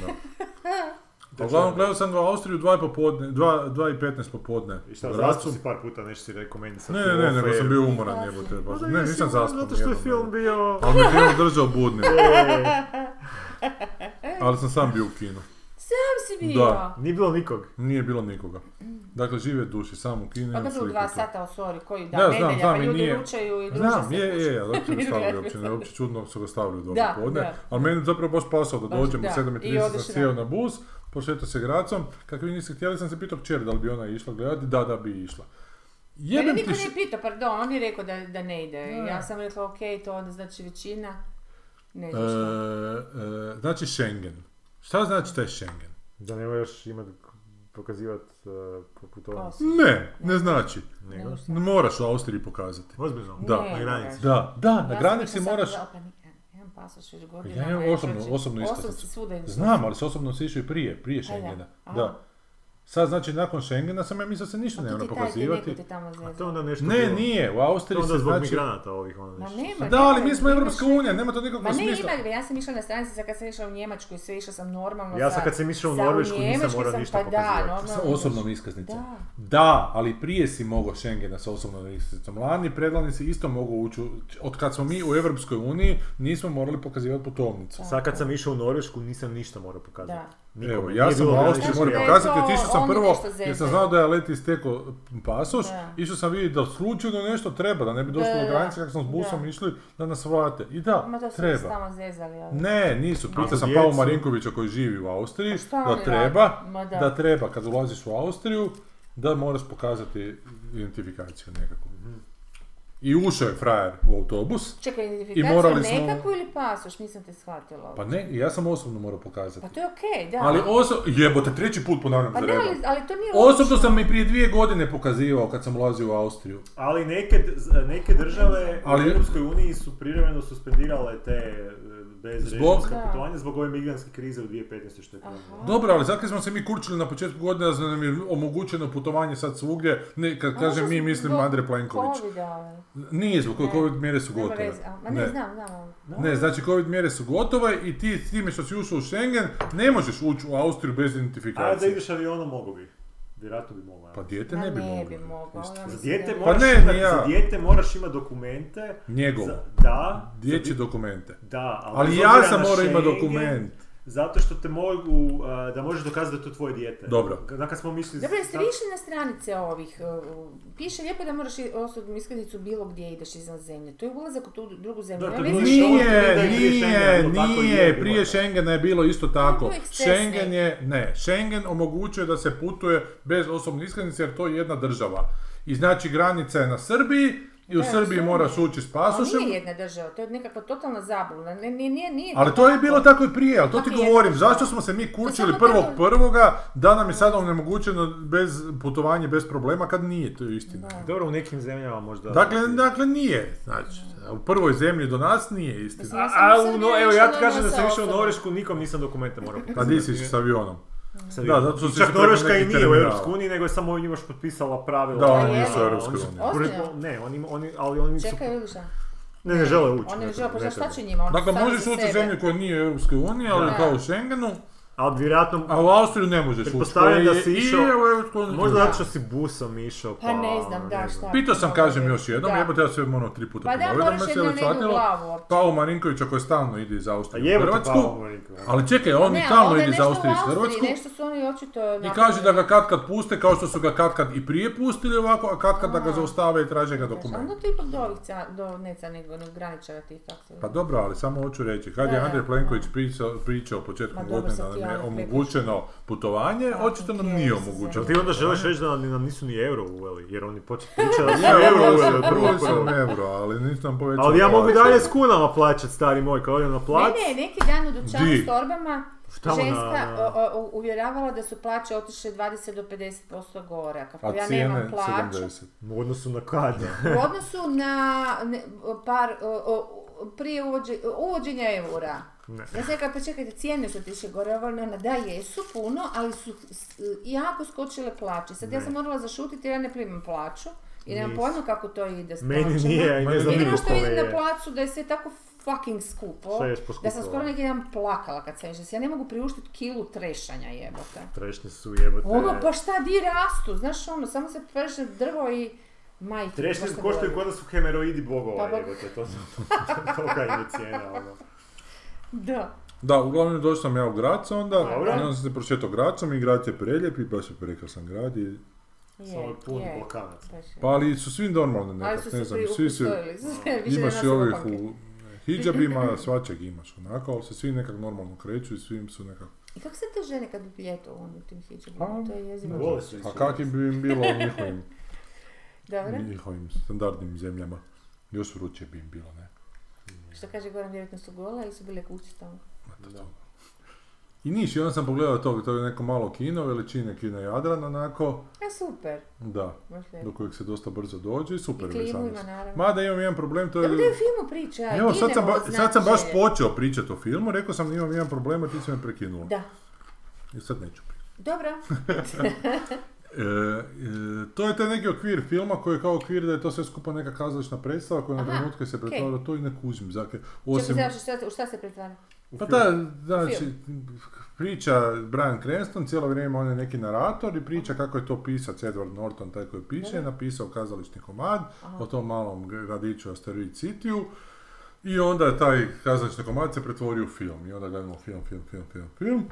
S1: Da.
S3: Da.
S1: Pa uglavnom gledao sam ga u Austriju 2 popodne, 2, 2 i 15 popodne.
S3: I šta,
S1: u
S3: zaspao
S1: Grazu.
S3: si par puta, nešto si rekao meni sad.
S1: Ne,
S3: tu
S1: ne, ne, nego
S3: off-air.
S1: sam bio umoran jebote. baš.
S3: Možda
S1: Ne,
S3: nisi
S1: nisam
S3: umoran
S1: zaspao.
S3: Zato što je
S1: nijednom,
S3: film
S2: [laughs]
S1: jebote.
S3: bio...
S1: Ali me film
S3: [laughs]
S1: držao budnim.
S3: E,
S2: E.
S1: Ali sam sam bio u kinu.
S2: Sam si bio.
S1: Da.
S3: Nije bilo nikog.
S1: Nije bilo nikoga. Dakle, žive duši, samo u kinu.
S2: Pa
S1: imam
S2: dobro u
S1: sliku
S2: dva
S1: tu.
S2: sata, o sorry, koji dan,
S1: Da, znam,
S2: nedelja,
S1: znam,
S2: pa
S1: i
S2: ljudi
S1: nije-
S2: ručaju i druže
S1: Znam,
S2: se.
S1: je, je, ali uopće
S2: [laughs]
S1: ne
S2: Nije
S1: stavljaju,
S2: drugačije.
S1: uopće, ne, uopće čudno su ga stavili u
S2: Da,
S1: dobro podne.
S2: da.
S1: Ali meni je zapravo baš pasao da
S2: Baš,
S1: dođem u
S2: da.
S1: 7.30
S2: I
S1: sam
S2: odeš
S1: sjeo
S2: rano.
S1: na bus, prošetao se gracom, kako vi niste htjeli sam se pitao kćer da li bi ona išla gledati, da, da bi išla.
S2: Mene
S1: Jebem
S2: niko
S1: ti š-
S2: nije pitao, pardon, on je rekao da, da ne ide.
S1: Da.
S2: Ja sam rekla, ok, to onda znači većina. Ne
S1: E,
S2: znam šta.
S1: e, znači Schengen. Šta znači taj Schengen?
S3: Da ne moraš imat, pokazivat uh, putovnicu.
S1: Ne, ne znači.
S3: Nego?
S2: Ne.
S1: Ne moraš u Austriji pokazati.
S3: Ozbiljno?
S1: Da.
S2: Ne,
S3: Na granici.
S1: Da, da, na
S2: Ja sam
S1: granici
S2: išla sad
S1: moraš...
S2: za- pa ni- ja imam pasoš već godinama,
S1: Pa Ja imam
S2: ja
S1: osobnu-
S2: čovječe,
S1: osobnu
S2: osobnu
S1: iskaznicu.
S2: svuda idem.
S1: Znam, ali s osobno si išao i prije, prije
S2: A ja?
S1: Schengena.
S2: Aha.
S1: Da. Sad znači nakon Schengena sam ja mislio da se ništa
S2: A
S1: ne ono
S2: tu
S1: mora
S2: ti taj, ti
S1: pokazivati.
S2: neko te tamo
S3: A
S2: zezao.
S3: to onda nešto
S1: Ne,
S3: bilo.
S1: nije, u
S3: To
S1: Austriji
S3: onda
S1: se
S3: zbog
S1: znači...
S3: migranata ovih ono
S2: Ma
S3: nešto.
S2: nema,
S1: Da, ali
S2: nema,
S1: mi smo
S2: imaš-
S1: Evropska unija, nema to nikakvog
S2: Ma ne,
S1: smisla.
S2: ima, ja sam išla na stranici, sad kad sam išla u Njemačku i sve išla sam normalno.
S3: Ja
S2: sa-
S3: sam kad sam išao u
S2: sa
S3: Norvešku nisam
S2: Njemačku
S3: morao
S2: sam,
S3: ništa
S2: pa da,
S3: pokazivati.
S1: Sa
S2: normalno.
S1: osobnom iskaznicom.
S2: Da.
S1: Da, ali prije si mogao Schengena sa osobnom iskaznicom. Lani, predlani si isto mogao ući. u- Od kad smo mi u Europskoj uniji, nismo morali pokazivati putovnicu.
S2: Da.
S3: Sad kad sam išao u Norvešku nisam ništa morao pokazati. Nikome.
S1: Evo,
S3: Nije
S1: ja sam u
S3: bilo
S1: Austriji
S3: graničnih
S1: moram
S2: Da je
S1: pokazati,
S2: to
S1: otišao sam
S2: oni
S1: prvo,
S2: nešto
S1: jer sam
S2: zezaju.
S1: znao da je let istekao pasoš,
S2: Da.
S1: išao sam vidjeti da slučajno nešto treba, da ne bi došlo
S2: Da,
S1: do
S2: da,
S1: granice,
S2: da.
S1: kako sam s busom
S2: Da.
S1: išli, da nas vrate. I da,
S2: Ma to su se
S1: treba.
S2: tamo zezali, ali...
S1: Ne, nisu. Pitao
S3: Ako
S1: sam Pavu
S3: djecu-
S1: Marinkovića koji živi u Austriji,
S2: A šta
S1: da
S2: oni
S1: treba,
S2: rade? Ma
S1: da.
S2: da.
S1: treba kad ulaziš u Austriju, da moraš pokazati identifikaciju nekako.
S3: Mhm.
S1: I ušao je frajer u autobus,
S2: Čekaj,
S1: I morali
S2: identifikaciju
S1: smo-
S2: nekakvu ili pasoš, nisam te shvatila.
S1: pa ne, ja sam osobno morao pokazati.
S2: Pa to je okej, da.
S1: Ali oso... jebote, treći put ponavljam
S2: Pa
S1: za
S2: da,
S1: redom.
S2: ali, ali to nije
S1: Osobno sam i prije dvije godine pokazivao kad sam ulazio u Austriju.
S3: Ali neke, d- z- neke države
S1: Ali-
S3: u Europskoj uniji su privremeno suspendirale te e, bezrežimske
S1: Zbog?
S2: Da.
S3: putovanja zbog ove migrantske krize u 2015. što je krenula.
S2: Aha.
S1: Dobro, ali zato smo se mi kurčili na početku godine da nam je omogućeno putovanje sad svugdje. Ne, kad
S2: A
S1: kažem
S2: možda
S1: mi,
S2: su
S1: mislim
S2: zbog
S1: Andrej Plenković.
S2: Covida, ali.
S1: Nije zbog
S2: Ne.
S1: COVID mjere su
S2: Nema
S1: gotove.
S2: veze, a, Ma ne, znam, znam. ali-
S1: Ne, znači Covid mjere su gotove i ti s time što si ušao u Schengen ne možeš ući u Austriju bez
S3: A da
S1: identifikacije.
S3: ideš avionom mogu bi. Vjerojatno bi mogla.
S1: Pa dijete
S2: Ma
S1: ne bi
S2: ne bi ono-
S1: moglo.
S2: mogao,
S1: Isto.
S2: ja
S3: Za
S2: mislim da
S3: dijete
S2: ne.
S3: moraš,
S1: Pa ne,
S3: imati-
S1: ni ja.
S3: za dijete moraš imati dokumente.
S1: Njegov.
S3: Za- da. za
S1: Dječji
S3: di-
S1: dokumente.
S3: Da, ali,
S1: Ali
S3: bez
S1: ja
S3: obzira
S1: sam
S3: na
S1: morao imati
S3: Schengen,
S1: dokument.
S3: Zato što te mogu, a, da možeš dokazati da je to tvoje dijete.
S1: Dobro.
S3: Onda kad smo mislili...
S2: Dobro, jeste vi
S3: sad-
S2: išli na stranice ovih? uh, Piše lijepo da moraš i- osobnu iskaznicu bilo gdje ideš izvan zemlje. To je ulazak u tu drugu zemlju.
S3: Da,
S2: Ja
S3: kad
S2: mislim-
S3: Nije uđeš- ovo ti
S1: Nije,
S3: ne daje prije
S1: nije,
S3: Schengena, tako je
S1: nije,
S3: bilo.
S1: prije Schengena je bilo isto tako.
S2: Kako je ekscesni?
S1: Schengen je, ne, Schengen omogućuje da se putuje bez osobne iskaznice jer to je jedna država. I znači granica je na Srbiji i u
S2: Da,
S1: Srbiji
S2: Srbiji.
S1: moraš ući s
S2: Ali
S1: pasošem.
S2: nije jedna država, to je nekakva totalna zabluda. Ne, nije, nije, nije
S1: Ali to je bilo tako i prije, ali to ti
S2: Kako je?
S1: govorim, zašto smo se mi kurčili
S2: samo
S1: prvog
S2: tako-
S1: prvoga da nam je sada onemogućeno bez putovanje, bez problema, kad nije, to je istina.
S2: Da.
S3: Dobro, u nekim zemljama možda...
S1: Dakle, dakle nije, znači, u prvoj zemlji do nas nije istina.
S2: Mislim, Ja
S3: A,
S2: sam u
S3: a u,
S2: Srbiji
S3: no, evo, ja ti
S2: išla
S3: kažem da
S2: sa
S3: sam išao u
S2: osobom.
S3: Norvešku, nikom nisam dokumente morao
S1: Pa di si išao s avionom?
S3: Sad
S1: Da,
S3: vidim.
S1: zato što si
S3: Čak
S1: se preko
S3: Norveška i
S1: nekih
S3: nije u
S1: terminala.
S3: Europskoj uniji, nego je samo imaš potpisala pravila.
S1: Da, oni
S2: Pa
S3: Ono,
S2: nisu u
S1: Europskoj
S3: oni su-
S1: uniji.
S2: Ozbiljno?
S3: Ne, oni, oni, ali oni su...
S2: Čekaj, Ilša.
S3: Ne, ne žele ući.
S2: Oni ne
S3: ne
S2: žele, pa
S3: ne
S2: šta- šta će njima? Oni
S1: Dakle,
S2: sami
S1: možeš
S2: za
S1: ući u
S2: sebe.
S1: zemlju koja nije u Europskoj uniji, ali
S2: Da.
S1: kao u Schengenu,
S3: Ali vjerojatno,
S1: A u Austriju ne možeš ući.
S3: Pretpostavljam
S1: koji
S3: da si
S1: je i
S3: išao-
S1: u Europsku uniju.
S3: možda
S2: Da.
S3: zato što si busom išao, pa...
S2: Pa ne znam, da, šta.
S1: Pitao sam, kažem još jednom,
S2: Da.
S1: jebote ja se ono tri puta
S2: Pa da,
S1: ponovio,
S2: moraš
S1: me se
S2: jednom
S1: već
S2: ne idu u
S1: shvatilo.
S2: glavu uopće.
S1: Pao Marinkovića koji stalno ide iz
S3: A
S1: Austrije u
S3: jebote,
S1: Hrvatsku.
S3: Paolo Marinković.
S1: Ali čekaj, on
S2: Ne,
S1: i
S2: ali
S1: stalno
S2: onda je
S1: ide iz
S2: nešto u
S1: Austrije u Hrvatsku.
S2: Nešto su oni očito...
S1: I
S2: napravili.
S1: kaže da ga kad kad puste, kao što su ga kad kad i prije pustili ovako, a kad kad da ga
S2: A.
S1: zaustave i traže ga
S2: Znaš,
S1: dokument.
S2: Onda to ipak do ovih ca, do neca, nego do graničara tih, kako se...
S1: Pa dobro, ali samo hoću reći, kad
S2: Da,
S1: je
S2: da,
S1: Andrej Plenković
S2: da.
S1: pričao, pričao početkom
S2: Ma dobro,
S1: godine da
S2: sad
S1: nam
S2: ti Andrej Plenković-
S1: je omogućeno putovanje,
S2: Fucking
S1: očito nam nije
S2: cares za
S1: omogućeno.
S3: Ali ti onda želiš reći da nam nisu ni euro uveli, jer oni
S2: [laughs]
S3: počeli pričati da su
S1: Je,
S3: euro
S1: euro
S3: uveli od prvog
S1: uveli su
S3: prvog.
S1: nam euro, ali nisu nam povećali.
S3: Ali ja mogu i
S1: plaće.
S3: dalje s kunama plaćat, stari moj, kad odem na plac.
S2: Ne, ne, neki dan u dućanu
S1: Di?
S2: s torbama
S3: Šta ona-
S2: ženska o, o, uvjeravala da su plaće otišle 20 do 50% gore. Kako
S1: A
S2: ja
S1: cijene
S2: nemam plaću.
S1: 70.
S3: U odnosu na kad?
S2: U odnosu na ne, par, o, o, prije uvođe- uvođenja eura.
S3: Ne.
S2: Ja sam rekla, pa čekajte, cijene su otišle gore, ovo ili ono, da jesu puno, ali su s- jako skočile plaće. Sad ja sam morala zašutiti jer ja ne primam plaću i nemam
S3: Nis.
S2: pojma kako to ide s
S3: Meni
S2: plaćama.
S3: nije, i ne
S1: Meni nije.
S3: znam
S2: Jedino
S3: niko
S2: što
S3: kome
S2: vidim na
S3: je.
S2: placu da je sve tako fucking skupo.
S3: Sve je poskupilo.
S2: Da sam skoro neki dan plakala kad sam išla. Ja ne mogu priuštiti kilu trešanja jebote.
S3: Trešni su jebote.
S2: Ono, pa šta di rastu, znaš ono, samo se preže drvo i majke.
S3: Trešni
S2: baš sam
S3: koštaju
S2: govorila.
S3: kod da su hemeroidi bogova,
S2: Pa, pa-
S3: jebote, to su tolika im je cijena, ono.
S2: Da.
S1: Da, uglavnom došao sam ja u Gracu onda,
S3: Dobro.
S1: i onda sam se prošetao Gracom i Grac je prelijep i baš je prekrasan grad. I,
S2: Je,
S3: Samo je pun
S2: je.
S3: blokanac.
S2: Baš je.
S1: pa ali su svi normalni
S2: Ali
S1: nekak,
S2: su se
S1: ne znam,
S2: pri
S1: svi su,
S2: upristojili, znaš, [laughs] više
S1: imaš i
S2: nema
S1: ovih
S2: samopanke.
S1: u hijabima, svačeg imaš onako, ali se svi nekak normalno kreću i svim su nekak...
S2: I kako se te žene kad bi ljeto u tim hijabima,
S1: Pa,
S2: to je jezivo.
S3: Vole su ih
S1: A kakvim bi im bilo u
S2: [laughs]
S1: njihovim,
S2: Dobro,
S1: njihovim standardnim zemljama? Još vruće bi im bilo, ne?
S2: što kaže Goran, vjerojatno su gola i su bile kući tamo.
S1: Eto to. I niš, i onda sam pogledao to, to je neko malo kino, veličine kino Jadran, onako,
S2: E, super,
S1: da,
S2: baš lijepo.
S1: do kojeg se dosta brzo dođe i super
S2: I
S1: je
S2: klimu ima,
S1: sam.
S2: naravno.
S1: Mada imam jedan problem, to je...
S2: Dobro, to je u filmu priča,
S1: Evo, sad sam,
S2: idemo,
S1: ba- sad sam
S2: znači.
S1: baš počeo pričati o filmu, rekao sam imam jedan problem, a ti si me prekinula.
S2: Da,
S1: I sad neću pričati.
S2: dobro.
S1: E, e, to je taj neki okvir filma koji je kao okvir da je to sve skupa neka kazališna predstava koja na
S2: Aha,
S1: trenutke se pretvara, to i ne kužim. Dakle, osim...
S2: Čekaj, znači, šta, se- u šta se pretvara?
S1: Pa da, znači, priča Brian Cranston, cijelo vrijeme on je neki narator i priča kako je to pisac Edward Norton, taj koji piše, je napisao kazališni komad o tom malom gradiću Asteroid Cityu i onda je taj kazališni komad se pretvorio u film i onda gledamo film, film, film, film, film.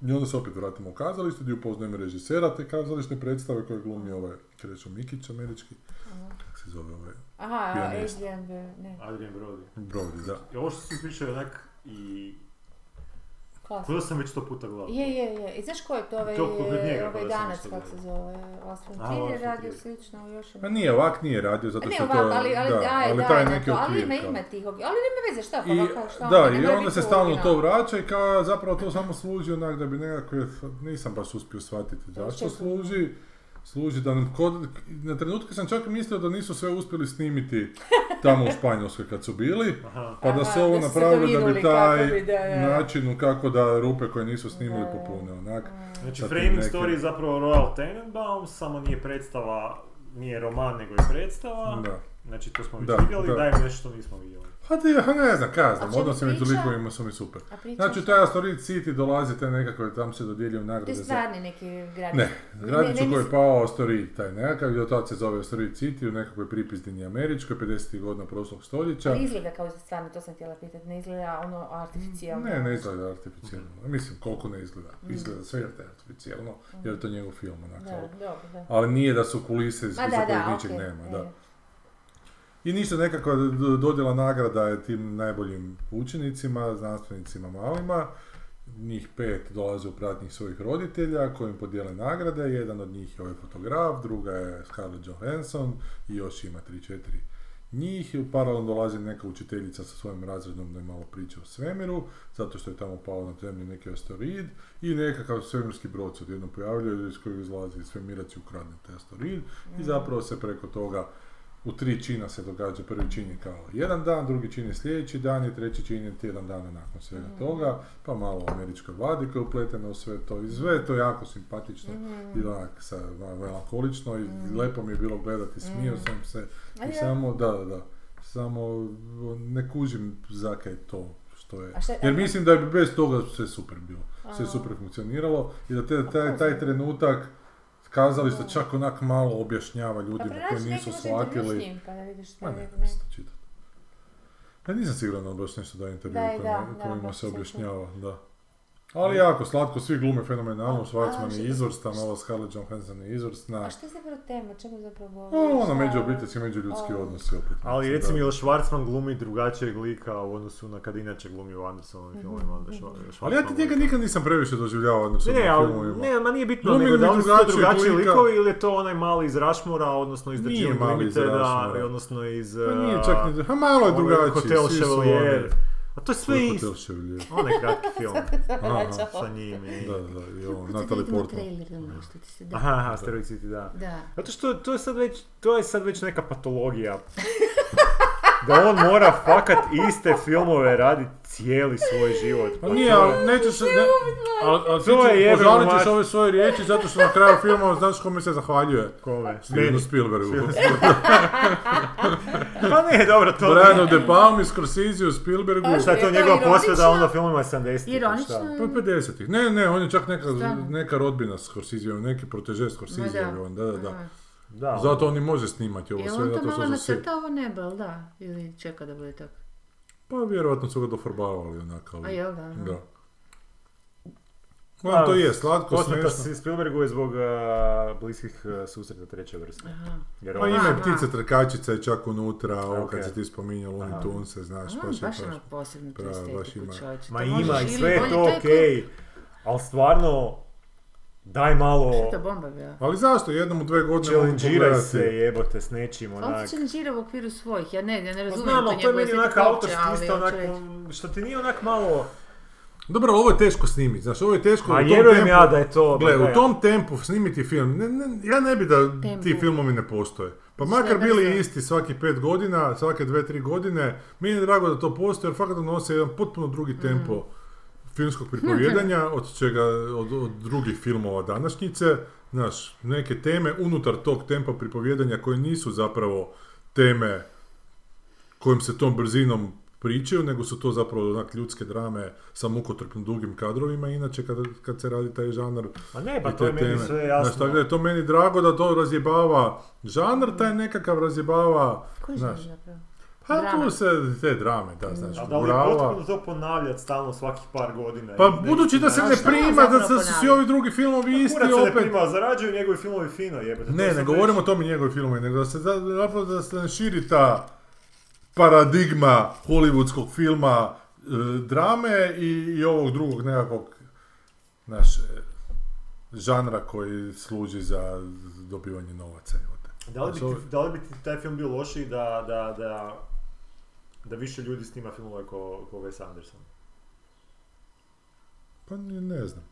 S1: I onda se opet vratimo u kazalište gdje upoznajemo režisera te kazališne predstave koje glumi ovaj Krešo Mikić, američki, kako se zove ovaj,
S2: Aha,
S1: Pijanist.
S2: Adrian, Br- ne,
S3: Adrian Brody.
S1: Brody, da.
S3: I ovo što sam pričao je onak i...
S2: klasno.
S3: Kuda sam već sto puta gledao.
S2: Je, je, je. I znaš ko je to ovaj,
S3: To kod njega,
S2: ovaj
S3: pa da sam
S2: danac,
S3: nešto
S2: kako se zove, Las
S3: Lars
S2: Frontier je
S3: von
S2: radio
S3: Trier.
S2: slično još. ono-
S1: Pa nije, ovak nije radio, zato
S2: A ne
S1: što je
S2: ovako,
S1: to,
S2: Pa ali, ali, da,
S1: da,
S2: da,
S1: ali
S2: da,
S1: taj
S2: da,
S1: neki
S2: to, ali
S1: okvir
S2: ima,
S1: kao.
S2: ima tih okvir, ali nema veze šta, pa
S1: I,
S2: ovako, šta
S1: da,
S2: onda, ne
S1: i
S2: mora
S1: onda
S2: biti
S1: se
S2: u
S1: stalno to
S2: originalu.
S1: vraća i kao zapravo to samo služi onak da bi nekakve, nisam baš uspio shvatiti zašto
S2: čekam.
S1: služi. Služi da nam kod, na trenutku sam čak mislio da nisu sve uspjeli snimiti tamo u Španjolskoj kad su bili,
S3: Aha.
S1: pa da
S2: Aha,
S1: su ovo
S2: da su se
S1: napravili da bi
S2: dovinuli kako
S1: taj
S2: bi, da, da, da.
S1: način kako da rupe koje nisu snimili
S2: Da, da.
S1: popune onak.
S3: Znači,
S1: Sad
S3: Framing
S1: neke-
S3: Story je zapravo Royal Tenenbaum, samo nije predstava, nije roman, nego je predstava.
S1: Da.
S3: Znači, to smo već
S1: Da,
S3: vidjeli,
S1: da.
S3: daj mi nešto što nismo vidjeli.
S1: Pa ti, ha, ne znam, kaj ja
S2: A
S1: znam,
S2: čemu
S1: odnosi među
S2: priča?
S1: likovima su mi super.
S2: A priča
S1: Znači u
S2: šta?
S1: taj Astorid City dolazi te nekakve, tam se dodjeljuju
S2: To je
S1: nagrade za
S2: stvarni neki Pa gradić.
S1: Ne, gradić
S2: ne
S1: u kojoj je
S2: mislim-
S1: pao Astorid, taj nekakav, i do tad se zove Astorid City u nekakvoj pripizdini Američkoj, 50. godina prošlog stoljeća.
S2: Ali izgleda kao da stvarno, to sam htjela pitati, ne izgleda ono artificijalno.
S1: Ne, ne izgleda artificijalno.
S2: Mhm.
S1: Mislim, koliko ne izgleda. Izgleda sve artificijalno, jer je to njegov film onako.
S2: Da, dobro, da.
S1: Ali nije da su kulise iz
S2: Ma
S1: iza
S2: da,
S1: kojih
S2: da,
S1: ničeg
S2: okej,
S1: nema, da.
S2: e.
S1: I ništa nekakva d- d- dodjela nagrada je tim najboljim učenicima, znanstvenicima malima. Njih pet dolaze u pratnjih svojih roditelja koji im podijele nagrade. Jedan od njih je ovaj fotograf, druga je Scarlett Johansson i još ima 3-4 njih. I paralelno dolazi neka učiteljica sa svojim razredom da im malo priča o svemiru, zato što je tamo pao na zemlju neki asteroid i nekakav svemirski brod se odjednom pojavljuje iz kojeg izlazi svemirac i ukradne taj asteroid i
S2: mm.
S1: zapravo se preko toga u tri čina se događa, prvi čin je kao jedan dan, drugi čin je sljedeći dan i treći čin je tjedan dana nakon svega
S2: Mm.
S1: toga, pa malo američkoj vladi koja je upletena u sve to i sve je to jako
S2: Mm.
S1: simpatično i onak sa ma- melankolično i lepo mi je bilo gledati, smio sam se
S2: Mm. A
S1: i
S2: je.
S1: samo, da, da, da, samo ne kužim zaka je to, što je.
S2: A šta-
S1: Jer mislim da bi bez toga sve super bilo. Sve
S2: A.
S1: super funkcioniralo i da te, taj,
S2: Aha.
S1: taj trenutak kazališta čak onak malo objašnjava
S2: Pa
S1: ljudima koji
S2: prenaći neki
S1: nisu
S2: možda intervju s
S1: shvatili.
S2: njim, pa da vidiš šta
S1: Ma
S2: je,
S1: ne,
S2: ne.
S1: mislim čitat. Ja nisam siguran da on baš nešto da intervju
S2: Da, i da, da,
S1: kojima
S2: baš
S1: se
S2: nisam
S1: objašnjava, da. Ali jako slatko, svi glume fenomenalno,
S2: A,
S1: Schwarzman
S2: a,
S1: je
S2: šta-
S1: izvrstan, ova Scarlett Johansson je izvrsna.
S2: A što je zapravo tema, o čemu zapravo
S1: O,
S2: govoriš?
S1: ono, među
S2: [laughs] međuobiteljski.
S1: obiteljski, među ljudski
S2: A.
S1: odnosi opet.
S3: Ali
S1: mislim,
S3: recimo
S1: da.
S3: jel Schwarzman glumi drugačijeg lika u odnosu na kad inače glumi u
S2: Mhm.
S3: Andersonovim filmima. onda Schwa-
S1: Ali ja
S3: Schwarzman
S1: ti njega nikad nisam previše doživljavao na
S3: Ne, ne,
S1: pseudo
S3: ali,
S1: filmovima.
S3: ne, ma nije bitno,
S1: Glumi
S3: nego da
S1: li
S3: li su to
S1: drugačijeg
S3: drugačiji
S1: lika?
S3: likovi ili je to onaj mali iz Rašmora, odnosno iz The
S1: Nije
S3: Children
S1: mali iz
S3: Limiteda,
S1: Rushmora.
S3: odnosno iz...
S1: Pa nije
S3: uh,
S1: čak ni... Ha, malo je
S3: ono,
S1: drugačiji.
S3: Hotel
S1: svi su
S3: Chevalier.
S1: oni-
S3: A to je sve
S1: Koji Hotel
S3: isto.
S1: Chevalier?
S3: Onaj kratki
S2: [laughs]
S3: film
S1: Aha,
S3: sa njim. i-
S1: da, da, i ovo, Natalie Portman.
S2: što ti se da.
S3: Aha, aha, Asteroid City, da.
S2: Da.
S3: Zato što to je sad već, to je sad već neka
S1: [laughs]
S3: patologija. Da on mora fakat iste filmove raditi cijeli svoj život.
S1: Pa nije, ali neće se... Ne, ali, ali to je
S3: jebeno
S1: jebeno ćeš
S3: mač.
S1: ove svoje riječi zato što na kraju filma znaš kome se zahvaljuje.
S3: Kome?
S1: Stevenu Spielbergu. [laughs]
S3: Pa ne, dobro, to
S1: Brianu
S3: nije.
S1: De Palmi, Scorsese, Spielbergu.
S2: A
S3: Šta je
S2: Je
S3: to
S2: to
S3: njegova
S2: ironično?
S3: posveda onda filmima 70
S1: Pa
S2: Ironično.
S1: 50-ih. Ne, ne, on je čak neka,
S2: Stvarno?
S1: neka rodbina Scorsese, neki proteže Scorsese.
S2: Ma da.
S1: on, da, da, da.
S2: Aha.
S3: Da.
S1: Zato on i može snimati ovo
S2: Je
S1: sve,
S2: on to
S1: zato
S2: malo
S1: što su svi...
S2: nacrtao ovo nebo, jel da? Ili čeka da bude tako?
S1: Pa vjerojatno su ga doforbavali onako. ali-
S2: A jel da? aha.
S1: Da. Uglavnom, to je slatko,
S3: Posveta
S1: smiješno.
S3: s- Spielbergu je zbog uh, bliskih uh, susreta treće vrste.
S2: Aha.
S3: Jer ono,
S1: Pa
S3: on-
S1: ime
S2: Aha.
S1: ptice trkačica je čak unutra, ovo kad
S3: Ok.
S1: si ti spominjao Looney
S3: Aha.
S1: Tunes, znaš,
S2: A,
S1: baš je
S2: baš
S1: to.
S2: ima posebnu tu
S1: pravo, baš
S2: estetiku
S1: ima.
S2: čovječe.
S3: Ma
S2: To
S3: ima i
S2: možeš
S3: sve
S2: ili
S3: je
S2: bolje,
S3: to
S2: je
S3: okej, ali stvarno, daj
S2: [laughs]
S3: malo,
S2: kao- Što je bomba bila?
S1: Ali zašto, jednom u dve godine mogu
S3: challenge-iraj
S1: pogledati.
S3: se jebote s nečim
S2: Pa On
S3: onak.
S2: se čelenđira u okviru svojih, ja ne, ja ne
S3: Pa
S2: razumijem
S3: znam, ali to je
S2: njegove
S3: meni onak
S2: slike
S3: autorski
S2: uopće, ali
S3: isto onak,
S2: čovjek-
S3: mm, što ti nije onak malo...
S1: Dobro, ovo je teško snimiti, znaš, ovo je teško
S3: A
S1: u tom
S3: Pa vjerujem
S1: tempu-
S3: ja da je to... pa
S1: Gle,
S3: da je-
S1: u tom tempu snimiti film, ne, ne, ja ne bi da ti
S2: Tempu.
S1: filmovi ne postoje. Pa
S2: Sve
S1: makar
S2: da
S1: bili
S2: se-
S1: isti svaki pet godina, svake dve, tri godine, meni je drago da to postoji jer fakat donose jedan potpuno
S2: Mhm.
S1: drugi tempo filmskog
S2: [laughs]
S1: pripovjedanja od čega, od, od drugih filmova današnjice, znaš, neke teme unutar tog tempa pripovjedanja koje nisu zapravo teme kojim se tom brzinom pričaju, nego su to zapravo onak ljudske drame sa mukotrpno dugim kadrovima, inače kad, kad se radi taj žanar
S3: Ma ne, pa
S1: i
S3: to
S1: te
S3: je meni
S1: teme.
S3: sve
S1: Znaš,
S3: jasno.
S1: tako da je to meni drago da to razjebava žanr, taj nekakav razjebava,
S2: Koji
S1: znaš,
S2: žanr zapravo?
S1: pa
S2: Drama.
S1: tu se te drame, da, znaš,
S3: A da li je
S1: gurava.
S3: potrebno to ponavljati stalno svakih par godina?
S1: Pa budući da se
S2: A
S1: ne
S2: šta on
S1: prima, da
S2: zapravo
S1: da su svi
S2: ponavlja?
S1: ovi drugi filmovi isti,
S3: Pa Kurac se ne
S1: opet...
S3: prima, zarađuju njegovi filmovi fino jebote. to
S1: Ne,
S3: sam
S1: ne
S3: već-
S1: govorim o tome njegovi filmovi, nego da se za- zapravo da se ne širi ta paradigma hollywoodskog filma, e, drame i, i ovog drugog nekakvog naš e, žanra koji služi za dobivanje novaca. evo te.
S3: Da li, bi
S1: Zove.
S3: ti, da li bi ti taj film bio lošiji da, da, da, da više ljudi snima filmove ko, ko Wes Anderson?
S1: Pa ne, ne znam.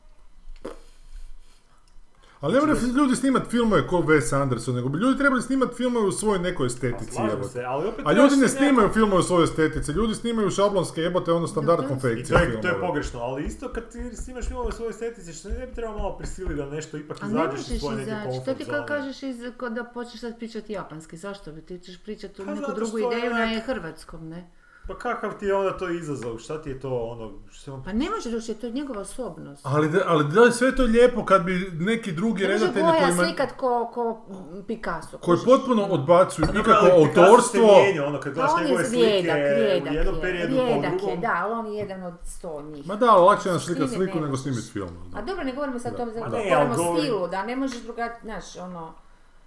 S1: Ali ne moraju ljudi snimati filmove ko Wes Anderson, nego bi ljudi trebali snimati filmove u svojoj nekoj
S3: Pa
S1: estetici.
S3: slažem
S1: evo te.
S3: se, ali opet...
S1: A
S3: trebaš
S1: ljudi ne
S3: si
S1: snimaju filmove u svojoj estetici, ljudi snimaju šablonske jebote, ono standard
S2: Da, da.
S3: I
S1: konfekcije
S3: to je, to je
S1: filmove.
S3: pogrešno, ali isto kad ti snimaš filmove u svojoj estetici, što ne bi trebao malo prisiliti da nešto ipak
S2: A ne
S3: izađeš
S2: možeš
S3: iz svoje neke
S2: izaći,
S3: comfort
S2: to ti kao
S3: zone?
S2: kažeš iz, ko da počneš sad pričati japanski, zašto bi ti ćeš pričati u
S3: Pa
S2: neku
S3: zato
S2: drugu
S3: što je
S2: ideju na
S3: onak-
S2: hrvatskom, ne?
S3: Pa kakav ti je onda to izazov, šta ti je to ono, što...
S2: Pa ne može doći, to je njegova osobnost.
S1: Ali da, ali da je sve to lijepo kad bi neki drugi
S2: Ne može
S1: redatelji
S2: Goja
S1: kojima-
S2: slikat ko, ko mm, Picasso.
S1: koji
S2: kužiš.
S1: potpuno odbacuju
S3: Dobro,
S1: ikako
S3: ali Picasso
S1: autorstvo,
S3: se mijenja, ono, kad
S2: Pa
S3: gledaš
S2: on je
S3: njegove slike
S2: rijedak, rijedak
S3: u
S2: je,
S3: jednom periodu, pa u
S2: rijedak je,
S3: drugom.
S2: da, ali on je jedan od sto njih.
S1: ma da, ali lakše je nam slikat
S2: Snimit
S1: sliku
S2: ne
S1: nego
S2: možeš.
S1: snimiti film. da.
S2: A dobro, ne govorimo sad o tome,
S3: Ma
S2: zato
S3: ne,
S2: govorimo
S3: ali
S2: o
S3: govorim-
S2: stilu, da ne možeš druga, znaš, ono,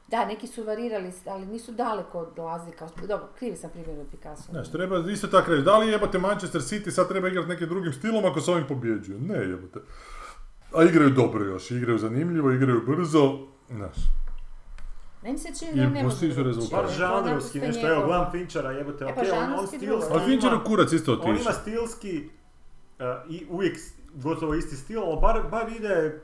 S2: da, neki su varirali, ali nisu daleko odlazili kao, dobro, krivi sam primjer od Picasso.
S1: Znaš, treba isto tako reći, da li jebate Manchester City sad treba igrati nekim drugim stilom ako s ovim pobjeđuju? Ne jebate. A igraju dobro još, igraju zanimljivo, igraju brzo, znaš.
S2: Meni se čini
S1: I
S2: da ne može
S1: postižu
S2: drugo.
S1: rezultat.
S3: Bar
S1: To je
S3: žanrovski nešto, evo, gledam Finchera, jebote,
S2: E,
S3: ok,
S2: pa
S3: on, on
S2: žanrovski drugo.
S1: Ali
S2: Ali
S3: stilski
S1: Fincher
S3: ima,
S1: je kurac isto
S3: on ima
S1: otišao.
S3: stilski uh, i uvijek s- gotovo isti stil, ali bar, bar ide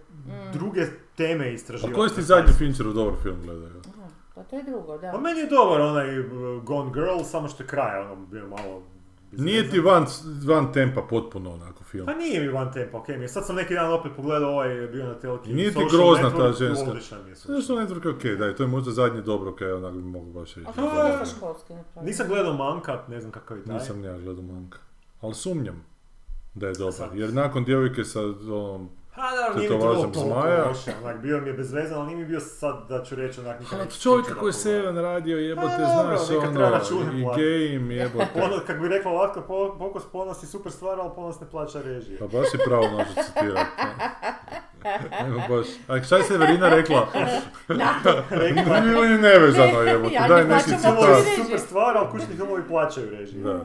S3: druge teme
S1: A
S3: istraživati.
S1: koji ste zadnji Fincherov dobar film gledaju?
S2: Aha, Pa to je drugo, da.
S3: Pa meni je dobar onaj uh, Gone Girl, samo što je kraj, ono, bio malo...
S1: Nije ti van, van tempa potpuno onako film.
S3: Pa nije mi van tempo, okej mi je. Sad sam neki dan opet pogledao ovaj, bio na telki.
S1: Nije ti
S3: Social
S1: grozna ta
S3: Network,
S1: ženska.
S3: odličan je Social
S1: Zašto network je okej, daj, to je možda zadnje dobro kaj onak bi mogu baš reći.
S2: A
S3: to
S2: kako
S3: je-
S2: je školski napravio? [laughs]
S3: Nisam gledao Mankat, ne znam kakav je taj.
S1: Nisam ni ja gledao manka. Ali sumnjam. da je dobar. Jer nakon djevojke sa onom...
S3: Ha, da, nije mi
S1: Tetovažem
S3: bilo toliko
S1: zmaja.
S3: loše, onak, bio mi je bezvezan, ali nije mi bio sad, da ću reći, onak, nikad
S1: Od
S3: neću
S1: čovjeka
S3: pričat
S1: Ono, koji je
S3: o tome.
S1: Seven radio jebote,
S3: Pa dobro,
S1: znaš
S3: neka treba
S1: ono,
S3: račune
S1: i
S3: platiti.
S1: game jebote.
S3: [laughs] Ono, kako bi rekla Latka, po- Pokus ponos je super stvar, ali ponos ne plaća režije.
S1: Pa baš je pravo može citirati. Evo baš. A šta je Severina rekla?
S2: [laughs]
S1: [laughs]
S3: Rekla je,
S1: Bilo je nevezano jebote,
S2: Ja ne
S1: daj neki
S2: plaćam
S3: ovo
S2: Plaćaju
S1: citat.
S3: je super
S2: režije.
S3: stvar, ali kućni filmovi plaćaju režije.
S1: Da, da.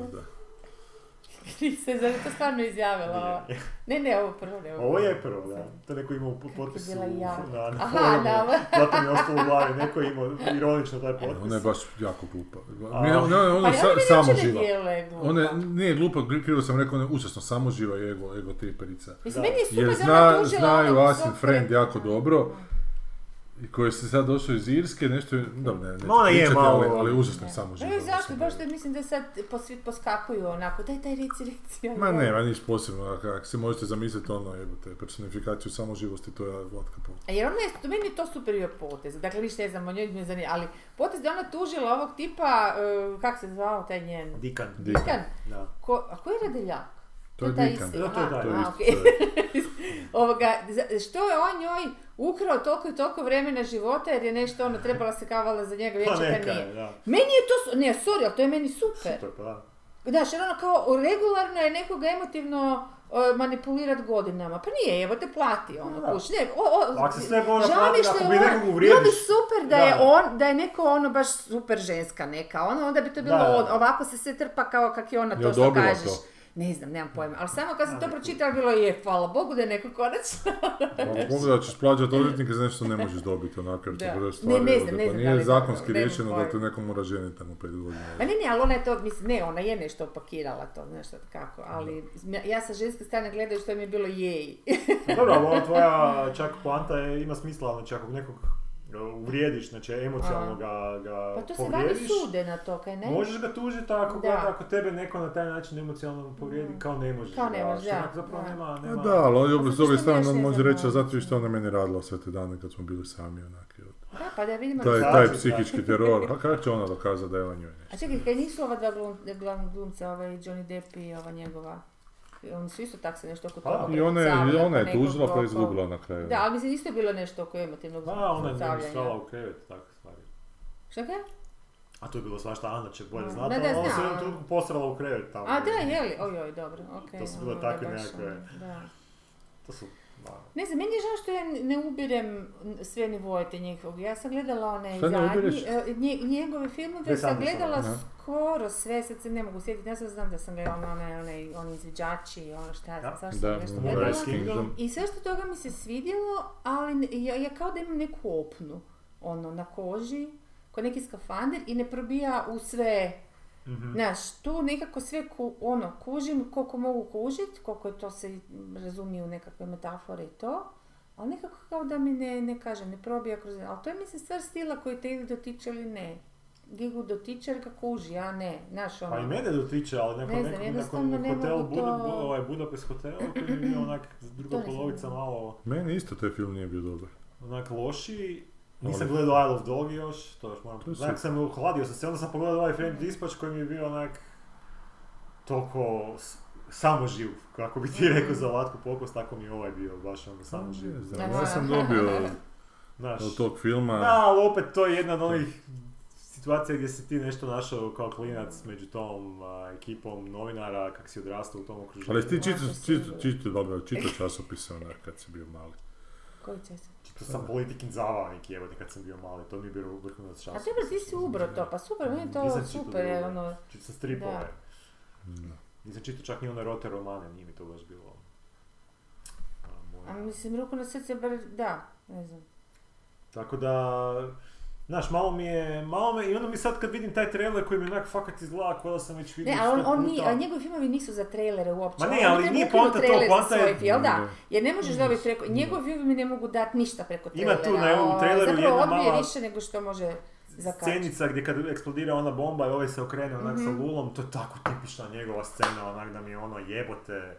S2: se, zar je to stvarno izjavila ova? Ne, ne, ovo prvo, ne,
S3: Ovo je prvo, da. To neko ima u potpisu
S2: bila ja.
S3: na, na
S2: Aha,
S3: forumu.
S2: da, ovo.
S3: Zato mi je ostalo u glavi. Neko je imao ironično taj potpis.
S1: Ona Ono je baš jako glupa.
S3: A.
S1: Ne, Ona je
S2: Pa ja meni
S1: ona je Ono sa- samo
S2: uopće ne
S1: živa.
S2: djeluje glupa.
S1: Ona je- nije glupa, gri- krivo sam rekao, ona je užasno samo živa i ego, ego triperica.
S2: Mislim,
S3: Da.
S2: meni je super
S1: Jer
S2: da ona
S1: zna,
S2: tužila
S1: znaju
S2: onog
S1: Asin
S2: svog
S1: Friend
S2: prijatelja.
S1: jako dobro. I koji se sad došao iz Irske, nešto je, dobro, ne, neću
S3: Ma ona je
S1: pričati,
S3: malo-
S1: ali, ali užasno je samo živa.
S2: Ne, E, zašto, baš da mislim da sad po svi poskakuju onako, daj, daj, reci, reci. ono.
S1: Ma ne, ma niš posebno, ak- ako si možete zamisliti ono jebote, personifikaciju samoživosti, to je Vlatka Pop.
S2: A Jer ona je, to meni je to super bio potez, dakle ništa ne znam o njoj, ne zanima, ali potez da je ona tužila ovog tipa, eh, kak se zvao taj njen?
S3: Dikan.
S1: Dikan.
S2: Dikan.
S3: Da.
S2: Ko, a ko je Radeljak?
S1: To je
S2: taj
S1: Dikan.
S2: isti,
S3: Da, to je
S2: aha,
S3: taj.
S1: To je
S2: a,
S1: isto,
S2: okej. [laughs]
S1: to je-
S2: Ovoga, za- što je on njoj ukrao toliko i toliko vremena života jer je nešto ono trebala se kavala za njega
S3: Pa
S2: vječer kad
S3: neka je,
S2: nije.
S3: da.
S2: Meni je to, su- ne, sorry, ali to je meni super.
S3: Super, pa da.
S2: Znaš, jer ono kao regularno je nekoga emotivno e, manipulirat godinama. Pa nije, evo te plati ono,
S3: Da.
S2: kuš. Ne, o, o,
S3: Ako se sve može
S2: žao mi je
S3: platiti,
S2: što
S3: ako
S2: je ona-
S3: bi nekog
S2: Bilo bi
S3: uvrijediš.
S2: super da,
S3: Da.
S2: je on, da je neko ono baš super ženska neka, ono, onda bi to bilo
S3: Da, da,
S2: on-
S3: da.
S2: ovako se sve trpa kao kak je ona
S1: Je
S2: to što
S1: odobrila
S2: kažeš.
S1: to?
S2: Ne znam, nemam pojma, ali samo kad sam to
S3: Ali-
S2: pročitala bilo je, hvala Bogu da je neko konačno. [laughs]
S1: Ako mogu da ćeš plaćati odvjetnike za nešto ne možeš dobiti onako jer
S2: Da.
S1: to bude
S2: Ne,
S1: stvari.
S2: ne znam,
S1: jebote,
S2: ne
S1: pa
S2: znam da
S1: nije
S2: li je to
S1: zakonski
S2: dobro, nemam
S1: riješeno da
S2: pojma.
S1: te neko mora ženiti tamo pet godina.
S2: Pa ne, ne, ali ona je to, mislim, ne, ona je nešto opakirala to, znaš sad kako, ali ja sa ženske strane gledaju što mi je bilo jej.
S3: Dobro, ali ova tvoja čak poanta je, ima smisla, znači ako nekog ga uvrijediš, znači emocionalno ga, ga
S2: Pa to se vani
S3: povrijediš,
S2: sude na to, kaj ne?
S3: možeš ga tužiti ako, ga-
S2: Da. Mm.
S3: ako tebe neko na taj način emocionalno povrijedi, kao ne možeš.
S2: Kao ne
S3: da,
S2: možeš,
S3: što
S2: da,
S3: onak Zapravo
S2: da.
S3: nema, nema...
S1: A Pa E, da, ali on je opet s
S2: zato
S1: druge
S2: što
S1: strane
S2: nemaš
S1: on
S2: ne
S1: može
S2: znam,
S1: reći, a
S2: ono.
S1: zato vi što ona meni radila sve te dane kad smo bili sami onak. jebote.
S2: Da, pa da vidimo.
S1: Taj,
S2: da-
S1: taj
S3: Da.
S1: psihički teror, a kako će ona dokazati da je on njoj nešto?
S2: A čekaj, kaj nisu ova dva glum- glavna glumca, ovaj Johnny Depp i ova njegova, oni su isto tak se nešto oko
S3: Pa,
S2: toga
S1: I ona je,
S2: prepucavali,
S1: ona je
S2: oko nekog
S1: tužila pa
S2: oko-
S1: je izgubila Pa, na kraju.
S2: Da, ali mislim isto je bilo nešto oko emotivnog
S3: Da, Pa ona je njemu
S2: zlostavljanja.
S3: stala u krevet, takve stvari.
S2: Šta kaj?
S3: A to je bilo svašta, Ana će bolje
S2: Da,
S3: znati,
S2: Mm. da,
S3: ali ona se
S2: znam.
S3: u trenutku posrala u krevet tamo.
S2: A da, jeli, oj, oj, dobro, okej.
S3: To su bile
S2: ono,
S3: takve
S2: da baš,
S3: nekakve-
S2: ono, da.
S3: To su, da.
S2: Ne znam, meni je žao što ja ne ubirem sve nivoje te njihovog. Ja sam gledala one
S1: Šta ne ubireš?
S2: zadnji, e, nje- njegove filmove,
S3: Wes
S2: sam
S3: Andersona,
S2: gledala
S1: da.
S2: skoro sve, sad se ne mogu sjetiti, ja sad znam da sam gledala one, one, oni izviđači, i ono šta, ja znam,
S3: Da.
S2: svašta
S1: Da,
S2: sam nešto
S1: Moonrise
S2: gledala.
S3: Moonrise
S1: Kingdom.
S3: Kingdom.
S2: I sve što toga mi se svidjelo, ali ne- ja, ja kao da imam neku opnu, ono, na koži, ko neki skafander i ne probija u sve,
S3: Mhm.
S2: znaš, tu nekako sve, ku, ono, kužim koliko mogu kužit, koliko je to se mm, razumije u nekakve metafore i to, ali nekako kao da mi ne, ne kažem, ne probija kroz, ali to je mislim stvar stila koji te ili dotiče ili ne. Gigu dotiče jer ga kuži, ja ne, znaš, ono.
S3: Pa i mene dotiče, ali
S2: Ne
S3: nakon,
S2: znam,
S3: nekog, nakon
S2: jednostavno ne
S3: hotel,
S2: mogu
S3: Buda,
S2: to-
S3: Bu- ovaj Budapest hotel, koji je bio onak
S2: To
S3: druga
S2: ne znam.
S3: polovica malo
S1: Meni isto taj film nije bio dobar.
S3: onak lošiji. Nisam
S1: Ali-
S3: gledao Isle of Dog još, to još moram
S1: To je Mm.
S3: Onak sam uhladio sam se, onda sam pogledao ovaj Friend Dispatch koji mi je bio onak toliko s- samoživ, kako bi
S1: Mm.
S3: ti rekao za Latku Pokos, tako mi je ovaj bio baš ono samoživ.
S1: Ne znam, ja sam dobio
S3: Znaš,
S1: od tog filma.
S3: da, ali opet to je jedna od onih situacija gdje si ti nešto našao kao klinac među tom a, ekipom novinara, kak si odrastao u tom okruženju.
S1: Ali ti čito,
S2: Ovako
S1: čito,
S2: sigurno.
S1: čito, dobro, čito časopise onak kad si bio mali.
S2: Koji će se?
S3: To sam politikin zavao neki evo kad sam bio mali, to mi je bilo vrhunac
S2: A
S3: časa.
S2: dobro, ti si ubro to, pa super, meni je to
S3: Nisam čitao
S2: super,
S3: drugo.
S2: je, ono,
S3: Čitao sam stripove.
S2: Da.
S1: Da.
S3: Nisam čitao čak ni one rote romane, nije mi to baš bilo. ono. a, moje.
S2: a mislim, ruku na srce, bar, da, ne znam.
S3: Tako da, znaš, malo mi je, malo me, i onda mi sad kad vidim taj trailer koji mi onak fakat izgleda kao da sam već vidio
S2: Ne, ali on,
S3: sto
S2: on
S3: puta.
S2: nije, a njegovi filmovi nisu za trailere uopće.
S3: Ma ne,
S2: Oni
S3: ali
S2: treba
S3: nije
S2: ukinuti
S3: poanta to,
S2: trailer za
S3: poanta je- Mm.
S2: svoje, jel da?
S1: Ne.
S2: Jer ne možeš dobiti preko, njegovi filmovi ne mogu dati ništa preko
S3: Ima
S2: trailera.
S3: tu na- u
S2: O,
S3: traileru
S2: Zapravo
S3: jedna
S2: odbije
S3: mala-
S2: više nego što može zakačiti.
S3: Scenica gdje kad eksplodira ona bomba i ovaj se okrene onak
S2: Mhm.
S3: sa lulom, to je tako tipična njegova scena, onak da mi je ono jebote,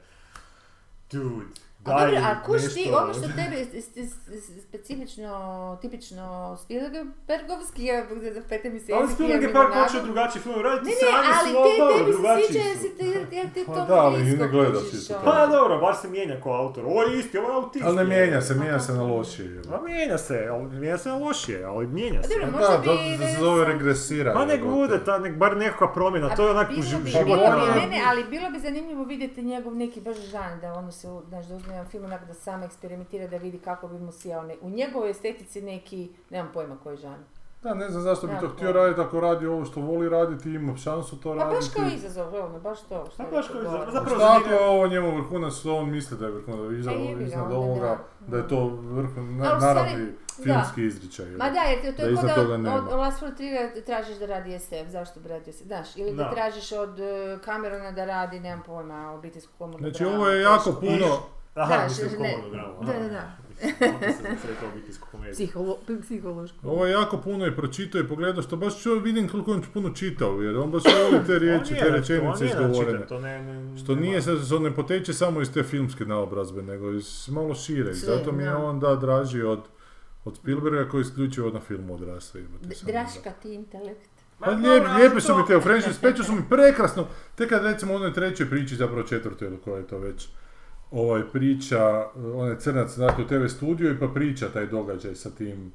S3: dude.
S2: A dobro,
S3: daj
S2: a kuš ti,
S3: nešto-
S2: ono što tebe s- s- s- specifično, tipično Spielbergovski je za pet mjeseci.
S3: Ali Spielberg je
S2: film
S3: par
S2: onako-
S3: počeo drugačiji film raditi,
S2: Ne, ne,
S3: sranje
S2: ali
S3: su, ali
S2: te,
S3: dobro,
S2: tebi se
S3: drugačiji
S2: sviđa jer
S3: su.
S2: si ti, jer, jer ti
S1: Pa
S2: to blisko
S1: da, ali i ne gledaš
S2: kužiš,
S1: isto
S2: ono.
S1: tako.
S3: Pa dobro, bar se mijenja kao autor. Ovo je isti, ovo je autist.
S1: Ali ne
S3: je.
S1: mijenja se, mijenja se na lošije. jebote.
S3: Ma mijenja se, ali mijenja se na lošije, ali mijenja se.
S2: A dobro,
S1: Pa
S2: možda
S1: Da,
S2: bi
S1: to
S2: i
S1: se
S2: da
S1: zove
S2: sam-
S1: regresira.
S3: Pa nek
S1: jebote.
S3: bude, ta, nek bar nekakva promjena, Pa to je onak u
S2: bilo
S3: ži-
S2: bi,
S1: život,
S2: bilo bi-
S1: ono-
S2: ne, ne, ali bilo bi zanimljivo vidjeti njegov neki baš žan, da ono se, znaš, da uzme jedan film onako da sam eksperimentira, da vidi kako bi mu sjao. ne- u njegovoj estetici neki, nemam pojma koji žan.
S1: Da, ne znam zašto bi to
S2: Da,
S1: htio
S2: da.
S1: raditi ako radi ovo što voli raditi i ima šansu to
S2: Pa baš
S1: raditi.
S2: kao izazov, ono, baš to. što
S3: Pa
S2: je
S3: baš
S2: rekao
S3: kao
S2: Goran.
S3: izazov,
S1: A
S3: zapravo
S1: šta ako
S3: zanimljivo.
S1: je ovo njemu vrhunac, što on misli da je vrhunac, da je
S2: jebi
S1: iznad,
S2: ga
S1: iznad
S2: onda,
S1: ovoga,
S2: da.
S1: da je to vrhun, na,
S2: Ali u stvari,
S1: naravni filmski izričaj.
S2: Ma da, jer to
S1: Da
S2: je kao
S1: iznad
S2: da
S1: toga
S2: od,
S1: nema.
S2: od Last Frontiera tražiš da radi SF, zašto bi radio SF, znaš, ili da,
S3: Da.
S2: tražiš od e, Camerona da radi, nemam pojma, obiteljsku komodu.
S1: Znači
S2: dramu,
S1: ovo je
S2: teško.
S1: jako puno,
S3: Aha,
S2: Da,
S3: mislim
S2: što- ne.
S3: komodno drama.
S2: Da,
S3: aha.
S2: da, da.
S3: Onda se da se rekao obiteljsku komediju.
S2: Psiholo, psihološko.
S1: ovo je jako puno i pročitao i pogledao, što baš čuo, vidim koliko je on puno čitao, jer on baš voli te riječi, te rečenice izgovorene.
S3: To ne, ne,
S1: Što nije, se, se ne poteče samo iz te filmske naobrazbe, nego iz malo šire. I
S2: Sve,
S1: zato mi je
S2: da.
S1: on da draži od, od Spielberga koji je isključivo na filmu odrastao. jebote, samo da.
S2: Draška ti intelekt.
S1: Pa lijep, lijepi su mi te u French Dispatchu su mi prekrasno. Tek kad recimo u onoj trećoj priči, zapravo četvrtoj ili koja je to već, ovaj priča, onaj crnac znate u TV studiju i pa priča taj događaj sa tim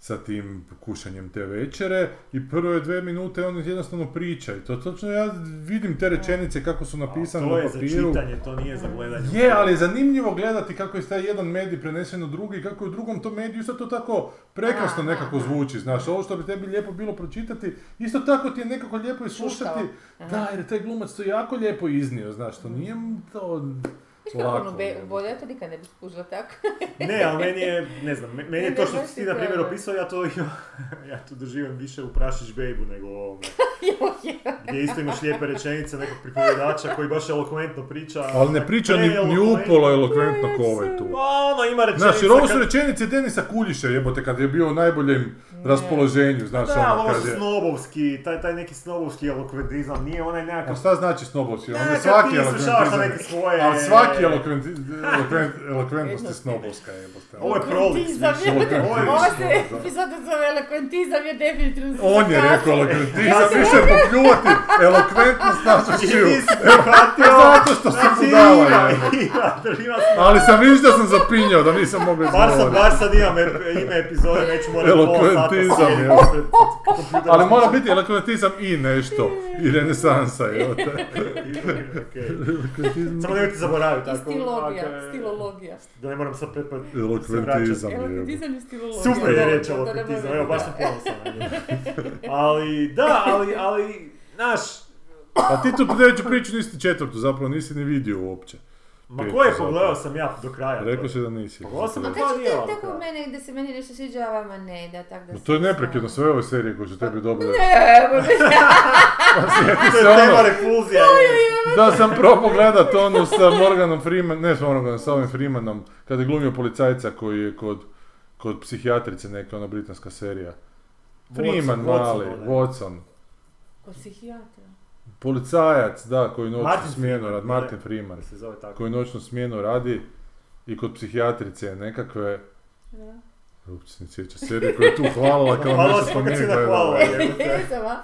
S1: sa tim kušanjem te večere i prve dve minute on jednostavno priča i to točno ja vidim te rečenice kako su napisane
S3: To
S1: na
S3: je za
S1: papiru.
S3: čitanje, to nije za gledanje.
S1: Je, ali je zanimljivo gledati kako je taj jedan medij prenesen u drugi, kako je u drugom tom mediju isto to tako prekrasno
S2: Aha.
S1: nekako zvuči, znaš, ovo što bi tebi lijepo bilo pročitati, isto tako ti je nekako lijepo i slušati,
S2: Aha.
S1: da, jer je taj glumac to jako lijepo iznio, znaš, to nije to
S2: Viš kako ono
S1: lako.
S2: be, bolje, ja to nikad ne bi skužila tako.
S3: Ne, ali meni je, ne znam, me- meni je
S2: Ne,
S3: to
S2: ne,
S3: što
S2: baš
S3: si
S2: ti
S3: ti na primjer
S2: treba.
S3: opisao, ja to, imam- ja to doživim više u Prašić bebu nego u ovome. Gdje isto imaš lijepe rečenice nekog pripovjedača koji baš elokventno priča.
S1: Ali ne priča ni, ni
S3: preelokventno.
S1: upolo elokventno ko ovaj tu.
S3: Pa ono, ima rečenica
S1: Znaš, jer ovo su
S3: kad-
S1: rečenice Denisa Kuljiša, jebote, kad je bio u najboljem raspoloženju, znaš,
S3: Da,
S1: ono,
S3: ali ovo
S1: kad
S3: su
S1: je...
S3: snobovski, taj, taj neki snobovski elokventizam, nije onaj nekakav...
S1: A šta znači snobovski?
S3: Ne,
S1: Onda
S3: kad
S1: svaki
S3: ti izvršavaš na
S1: elokventizam-
S3: neke svoje...
S1: Ali svaki elokventi- elokvent- elokventnost je snobovska jebote.
S3: Ovo je prolik,
S2: Elokventizam
S1: više,
S2: je-
S1: ovo je
S2: Ova se
S1: elokventizam, da.
S2: epizoda zove elokventizam je definitivno
S1: On je
S2: zakasnio.
S1: rekao elokventizam, više popljuvati elokventnost našu
S3: I
S1: šiju.
S3: Znači, ti si prihvatio...
S1: Zato što sam
S3: Znači,
S1: budala,
S3: ima,
S1: jebote.
S3: ima, ima
S1: Ali sam vidio da sam zapinjao, da nisam mogao
S3: Bar sad,
S1: izgovoriti.
S3: bar sad imam e- ime epizode, neću morati pola sata
S1: Elokventizam,
S3: sjediti
S1: jel?
S3: pred kompjuterom.
S1: Ali mora biti elokventizam i nešto. I renesansa, jebote.
S3: Okej.
S1: Elokventizam.
S3: Samo nemojte zaboraviti.
S2: I
S3: ako- ako
S2: stilologija,
S3: je-
S2: stilologija.
S3: Da ne moram sad prepad...
S1: Elokventizam, jebote.
S2: Elokventizam je stilologija.
S3: Super je
S2: Dobro,
S3: reč
S2: to ne
S3: elokventizam,
S2: možemo-
S3: evo baš sam ponosan na nju. Ali, da, ali, ali, znaš,
S1: A ti tu treću priču nisi četvrtu, zapravo nisi ni vidio uopće.
S3: ma
S1: Pet
S3: ko je
S1: sati.
S3: pogledao sam ja do kraja.
S1: Rekao si da nisi.
S3: Pogledao Pa sam
S2: Ma
S3: do
S2: kad
S3: dva
S2: ćete
S3: dijela.
S2: Pa tako u mene da se meni nešto sviđa, a vama ne, da tak da
S1: Ma
S2: se-
S1: to je
S2: [laughs]
S1: neprekidno sve ove serije koje će tebi dobro
S2: Evo,
S1: Sjeti
S3: To
S1: se
S3: je
S1: ono
S3: tema repulzija. je.
S1: da sam probao gledat onu sa Morganom Freeman, ne sa Morganom, sa ovim Freemanom, kada je glumio policajca koji je kod, kod psihijatrice neka ona britanska serija. Freeman
S3: Watson,
S1: mali,
S3: Watson, onaj.
S1: Watson.
S2: Kod psihijatra.
S1: Policajac, da, koji noćnu
S3: Martin
S1: smjenu
S3: Freeman,
S1: radi,
S3: ne?
S1: Martin Freeman,
S3: Se zove tako.
S1: koji noćnu smjenu radi i kod psihijatrice nekakve,
S2: Da.
S1: uopće se ne sjeća serije koja je tu hvalila kao
S3: Hvala
S1: nešto
S3: se
S1: smo mi
S3: kad si na
S1: gledali.
S3: hvala. jebote.
S2: Jesam, a?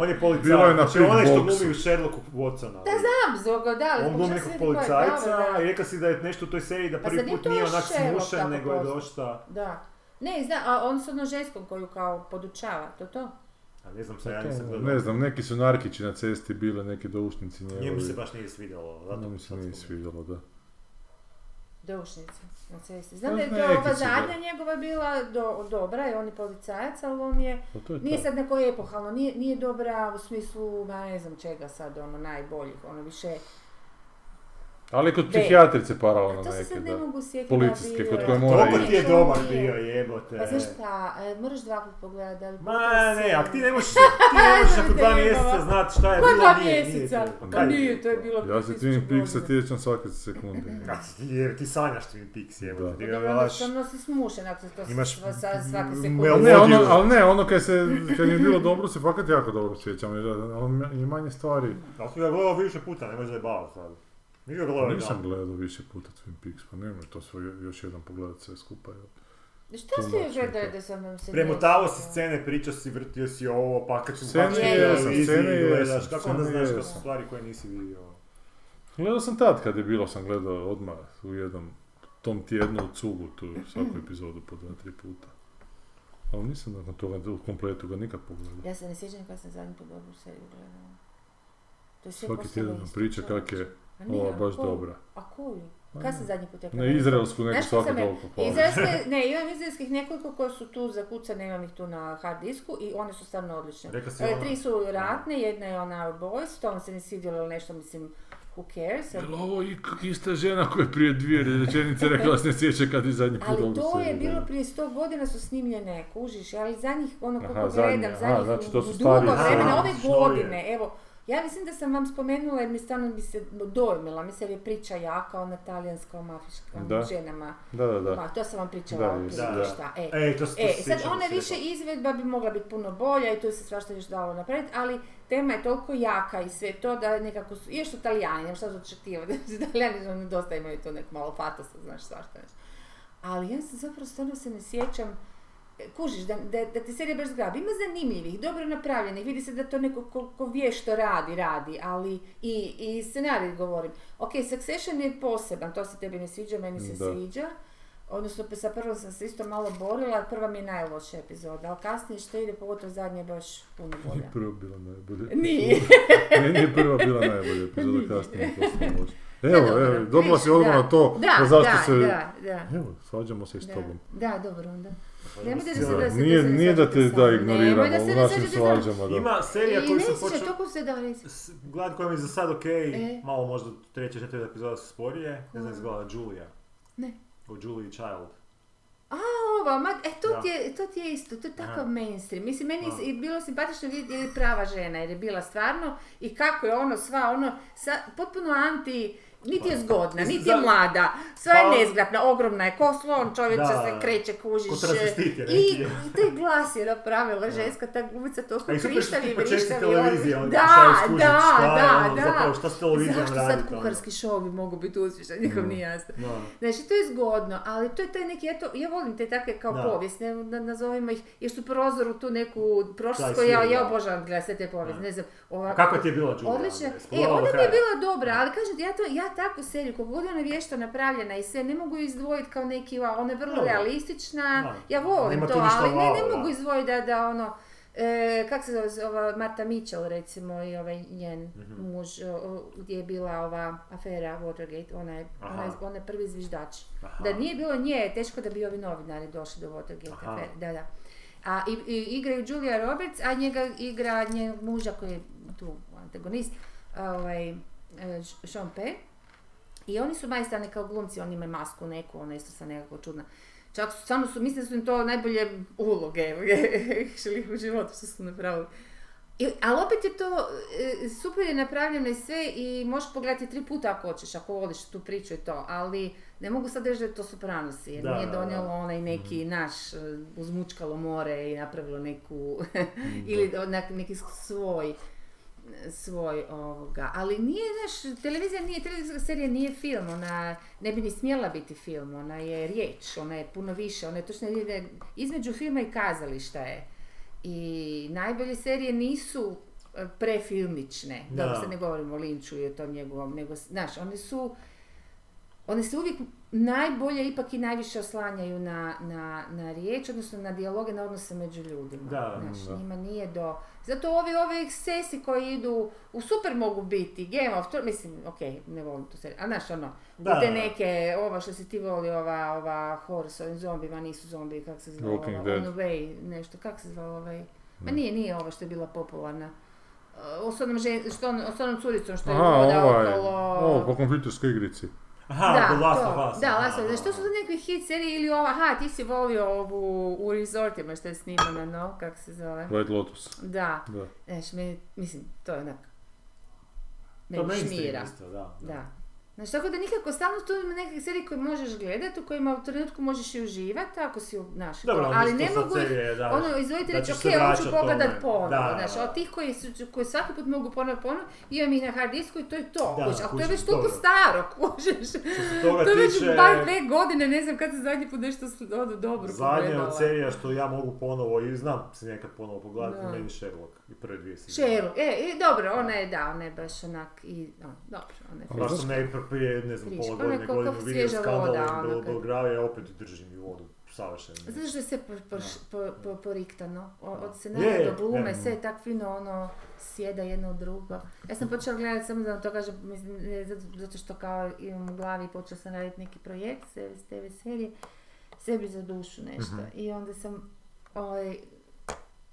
S3: On je policajac.
S1: Bilo je na
S3: znači, onaj što
S1: Pitboxu.
S3: glumi u Sherlocku Watsona. ali-
S2: Znam, zoga, da, ali
S3: On
S2: zbog
S3: glumi
S2: čega
S3: nekog
S2: se vidi ko je, dobro,
S3: policajca
S2: da.
S3: i rekla si da je nešto u toj seriji da
S2: Pa
S3: prvi
S2: sad nije
S3: put
S2: to
S3: nije onak
S2: Sherlock
S3: smušen,
S2: tako
S3: nego je
S2: poznat.
S3: došta...
S2: Da. Ne, zna, a on s onom ženskom koju kao podučava, to to?
S3: A ne znam, sad ja nisam gledao.
S1: Ne znam, neki su narkići na cesti bili, neki doušnici
S3: Njemu
S1: njegovi.
S3: se baš nije svidjelo, zato
S1: Njemu
S3: mi
S1: se nije svidjelo, da.
S2: Doušnica na cesti. Znam
S1: Pa
S2: da je
S1: zna
S2: to
S1: neki
S2: ova
S1: su, da.
S2: zadnja njegova bila do, dobra, je on je policajac, ali on je,
S1: Pa to je
S2: nije
S1: to.
S2: sad neko epohalno, nije, nije dobra u smislu, ma ne znam čega sad, ono, najboljih, ono više,
S1: Ali kod
S2: B.
S1: psihijatrice paralelno
S2: to se
S1: Ono neke,
S2: sad ne
S1: da.
S2: mogu sjetiti. da
S1: Policijske,
S2: li
S1: kod
S2: je-
S1: koje mora
S3: Toliko
S1: ići.
S3: ti je dobar
S2: Nije.
S3: bio, jebote.
S2: Pa znaš šta, e, moraš dva put pogledati da bi...
S3: Ma ne, ako ti ne možeš, ti ne
S2: [laughs] Pa
S3: možeš nakon dva mjeseca znati šta je
S2: Koja
S3: bilo,
S2: dva
S3: nije, nije
S2: mjeseca?
S3: to.
S2: Pa nije, to je bilo
S1: Ja se
S2: prije
S1: Twin
S2: 1000 godina.
S1: Peaksa tječam svake sekunde.
S2: [laughs]
S3: Kad si ti, jer ti sanjaš Twin Peaks,
S1: Da.
S3: jebote. Ti
S2: Pa dobro,
S3: gledaš-
S2: stvarno si smušen ako se to
S3: Imaš
S2: sva- sa, svake
S1: Ali
S2: sekunde.
S1: ne, ono,
S3: Melodiju.
S1: ali ne, ono kad, se, kad je bilo dobro se fakat jako dobro sjećam, jer, ali ima manje stvari.
S3: Ali si ga gledao više puta, nemoj zajebavati sad. Nisam gledao.
S1: Nisam
S3: da.
S1: gledao više puta Twin Peaks, pa nemoj to sve još jednom pogledat sve skupa. jel?
S2: Šta
S1: To
S2: ste još
S1: moćno
S2: gledali
S1: to.
S2: da sam vam se
S3: Premotavao si
S2: desilo?
S3: scene, pričao si, vrtio si ovo, pa kad su
S1: Scene
S3: baš na
S2: jesam,
S3: televiziji
S1: scene
S3: gledaš,
S1: jesam,
S3: kako onda
S1: scene
S3: znaš kako su
S1: jesam.
S3: stvari koje nisi vidio?
S1: Gledao sam tad kad je bilo, sam gledao odmah u jednom tom tjednu u cugu tu svaku epizodu po dva, tri puta. Ali nisam nakon toga u kompletu ga nikad pogledao.
S2: Ja se ne sjećam kada sam zadnji put dobru seriju gledala. To je sve
S1: Svaki
S2: postalo
S1: tjedan nam
S2: isto,
S1: priča
S2: čovječe.
S1: kak je
S2: A nije,
S1: ova
S2: a
S1: baš
S2: koju?
S1: dobra.
S2: A koju?
S1: Pa
S2: Kada
S1: ne.
S2: sam zadnji put je
S1: Na izraelsku neku
S2: Znaš šta
S1: svaki
S2: sam ja-
S1: toliko hvala.
S2: Izraelske, ne, imam izraelskih nekoliko koje su tu zakucane, imam ih tu na hard disku i one su stvarno odlične.
S3: Rekla si
S2: E,
S3: ono-
S2: tri su ratne, jedna je ona Our Boys, to vam se ne svidjelo ili nešto, mislim, who cares.
S1: Jel ovo i- ista žena koja je prije dvije rečenice rekla da se ne sjeća kad je zadnji put
S2: Ali
S1: dobila
S2: to je
S1: seriju
S2: bilo
S1: gledala?
S2: prije 100 godina su snimljene, kužiš, ali za njih, ono
S1: Aha,
S2: koliko
S1: zadnje,
S2: gledam, za
S1: aha,
S2: njih
S1: znači to su
S2: dugo
S1: starije
S2: vremena,
S1: serije.
S2: ove
S3: Što je?
S2: godine, evo, ja mislim da sam vam spomenula jer mi stvarno bi se dojmila, mislim jer je priča jaka, ona talijanska o mafiškim
S1: Da.
S2: ženama.
S1: Da, da, da.
S2: Ma, to sam vam pričala,
S1: Da, jesi,
S2: otprilike
S3: da.
S2: šta, e.
S3: E, to se
S2: E, sad ona više izvedba bi mogla biti puno bolja i tu se svašta još dalo napraviti, ali tema je toliko jaka i sve to da nekako su, još su talijani, nema šta su očekivati, [laughs] da su talijani oni dosta imaju to nek malo patosa, znaš svašta nešto. Ali ja se zapravo stvarno se ne sjećam, e, kužiš, da, da, da ti serija baš zgrabi. Ima zanimljivih, dobro napravljenih, vidi se da to neko ko, ko vješto radi, radi, ali i, i scenarij govorim. Ok, Succession je poseban, to se tebi ne sviđa, meni se
S1: Da.
S2: sviđa. Odnosno, pa sa prvom sam se isto malo borila, prva mi je najloša epizoda, ali kasnije što ide, pogotovo zadnje, je baš puno
S1: Meni
S2: bolja.
S1: je prva bila najbolja. [laughs]
S2: Nije.
S1: Meni je prva bila najbolja epizoda,
S2: Nije.
S1: kasnije je postala loša.
S2: Ne,
S1: Evo,
S2: dobro,
S1: evo, dobila si
S2: više,
S1: odgovor
S2: da.
S1: na to,
S2: Da,
S1: pa zašto
S2: da,
S1: se...
S2: da, da.
S1: Evo, svađamo se i s
S2: Da,
S1: tobom.
S2: da, dobro onda. Nemoj da se
S1: Da,
S2: da se
S1: nije,
S2: da se ne
S1: nije da
S2: svađate
S1: te
S2: sa
S1: da
S2: mnom.
S1: ignoriramo
S2: Nemoj da se
S1: u
S2: ne
S1: našim
S2: svađate sa mnom.
S1: svađama. Da.
S3: Ima serija
S2: I
S3: koju
S2: ne
S3: sam
S2: sjećaš,
S3: počeo...
S2: toliko se da nisam.
S3: s- Gledam koja mi je za sad ok,
S2: E. Mhm.
S3: malo možda treća, četvrta epizoda su sporije. Ne znam,
S2: Koja?
S3: izgleda Julia.
S2: Ne.
S3: O Julie Child.
S2: A, ova, ma, e, to,
S3: Da.
S2: ti je, to ti je isto, to je takav
S3: Aha.
S2: mainstream. Mislim, meni je
S3: Aha.
S2: i bilo simpatično vidjeti jer je prava žena, jer je bila stvarno i kako je ono sva, ono, sa, potpuno anti, niti je zgodna, niti je
S3: Pa, Za-
S2: mlada, sva je
S3: Pa-
S2: nezgrapna, ogromna je, ko slon, čovječe
S3: Da.
S2: se kreće, kužiš.
S3: Ko transvestit je
S2: e,
S3: neki.
S2: I, i taj glas je napravila ženska, ta glumica toliko
S3: A i super što
S2: vrištavi,
S3: ti počeš
S2: vrištavi.
S3: televizije,
S2: ono-
S3: on
S2: da,
S3: pokušava skužit
S2: da,
S3: šta je
S2: da,
S3: ono
S2: da.
S3: zapravo, šta s televizijom
S2: Zašto sad
S3: radit, ono.
S2: kuharski šovi mogu biti uspješni,
S3: Mm.
S2: nikom nije jasno.
S3: No.
S2: Znači, to je zgodno, ali to je taj neki, eto, ja volim te takve kao
S3: Da.
S2: povijesne, na- nazovimo ih, jer su prozor u tu neku prošlost
S3: Taj
S2: koju ja,
S3: svijet,
S2: ja
S3: da.
S2: obožavam gledati sve te povijesti, ne znam,
S3: A
S2: ovako.
S3: kako ti je bila Julia?
S2: Pa, Odlično.
S3: Andres?
S2: E,
S3: Pogledala
S2: ona
S3: do
S2: mi je
S3: kraja?
S2: bila dobra, ali kažem ti, ja, to, ja takvu seriju, koliko god je ona vješta napravljena i sve, ne mogu ju izdvojiti kao neki, a ona je vrlo
S3: Dobro.
S2: realistična,
S3: Da.
S2: ja volim
S3: Nema
S2: to,
S3: tu ništa
S2: ali ne,
S3: wow,
S2: ne
S3: da.
S2: mogu izdvojiti da, da ono, e, kak se zove ova Marta Mitchell recimo i ovaj njen
S3: Mhm.
S2: muž o, o, gdje je bila ova afera Watergate, ona je,
S3: Aha.
S2: ona je, ona je prvi zviždač.
S3: Aha.
S2: Da nije bilo nje, teško da bi ovi novinari došli do Watergate
S3: Aha.
S2: afere, da, da. A i, i igraju Julia Roberts, a njega igra njen muža koji je tu antagonist, ovaj, e, Š- Sean Penn. I oni su majstani kao glumci, oni imaju masku neku, ona je isto sa nekako čudna. Čak su, stvarno su, mislim da su im to najbolje uloge [laughs] actually, u životu što su napravili. I, ali opet je to, e, super je napravljeno i sve i možeš pogledati tri puta ako hoćeš, ako voliš tu priču i to, ali ne mogu sad reći da je to Sopranosi, jer
S3: Da,
S2: nije
S3: da, Mhm. da.
S2: donijelo onaj neki naš, e, uzmučkalo more i napravilo neku, [laughs]
S3: Mhm.
S2: ili onak neki svoj, svoj ovoga, ali nije, znaš, televizija nije, televizijska serija nije film, ona ne bi ni smjela biti film, ona je riječ, ona je puno više, ona je točno ide između filma i kazališta je. I najbolje serije nisu e, prefilmične,
S3: Da.
S2: dobro se ne govorimo o Linču i o tom njegovom, nego, znaš, one su, one se uvijek najbolje ipak i najviše oslanjaju na, na, na riječ, odnosno na dijaloge, na odnose među ljudima.
S3: Da,
S2: Znaš,
S1: da.
S2: njima nije do... Zato ovi, ovi ekscesi koji idu u super mogu biti, Game of Thrones, mislim, ok, ne volim tu seriju, ali znaš ono,
S3: Da,
S2: i te
S3: da.
S2: neke, ova što si ti voli, ova, ova horror s ovim zombima, nisu zombi, kak se zvala,
S1: Walking
S2: ova,
S1: Dead. Mm.
S2: On the Way, nešto, kak se zvala ovaj, ma
S1: Ne.
S2: nije, nije ova što je bila popularna, E, o s onom, žen, što on, s onom curicom što je
S1: Aha,
S2: voda
S1: ovaj,
S2: okolo...
S1: ovo po kompjuterskoj igrici.
S3: Aha,
S2: Da,
S3: The Last
S2: to,
S3: of Us.
S2: Da,
S3: aha,
S2: Да, Last of Us.
S3: aha,
S2: Što su to neke hit serije ili ova, aha, ti si volio ovu u resortima što je snimana, no, kako se zove.
S1: White Lotus.
S2: Da,
S1: Da.
S2: znaš, meni, mislim, to je onak,
S3: To je
S2: meni
S3: mainstream
S2: šmira.
S3: isto, da.
S2: Da. Znači, tako da nikako stalno tu ima nekih serija koje možeš gledati, u kojima u trenutku možeš i uživati, ako si u naš,
S3: Dobro, ali
S2: ali
S3: su
S2: ne
S3: to sad
S2: mogu ih,
S3: serije, da.
S2: ono, izvolite
S3: da
S2: reći,
S3: ćeš
S2: ok,
S3: se
S2: ovo
S3: vraćat
S2: ću pogledat
S3: tome."
S2: ponovo,
S3: Da, da,
S2: znaš,
S3: da.
S2: od tih koji, su, koji svaki put mogu ponovo, ponovo, imam ih na hard disku i to je to,
S3: Da,
S2: kužiš, ali to je
S3: kužiš,
S2: već toliko
S3: dobro.
S2: staro, [laughs] kužiš,
S3: Što se toga
S2: to je već
S3: tiče,
S2: bar dve godine, ne znam kad se zadnji put nešto s- ono dobro
S3: zadnje
S2: pogledala.
S3: od serija što ja mogu ponovo i znam se nekad ponovo pogledati,
S2: Da.
S3: meni Sherlock i prve dvije sezone.
S2: Sherlock, e, e, dobro, ona je, da, ona je baš onak i, no, dobro, ona je
S3: Pa Baš sam ne prije, ne znam,
S2: Friška,
S3: pola
S2: ono
S3: godine,
S2: je ko-
S3: godinu
S2: kako
S3: vidio
S2: svježa
S3: skandal
S2: voda, ono
S3: u Bel-
S2: kad-
S3: Belgravi, ja opet držim i vodu, savršeno.
S2: Zato što je sve por- por- po- po- poriktano, O- od
S3: Je, je,
S2: scenarija do glume,
S3: ne.
S2: sve je tak fino ono, sjeda jedno od drugo. Ja
S3: Mhm.
S2: sam počela gledati samo da vam to kažem, mislim, ne, zato, zato što kao imam u glavi, počela sam raditi neki projekt s s TV serije, sebi za dušu nešto.
S3: Mhm.
S2: I onda sam ovaj,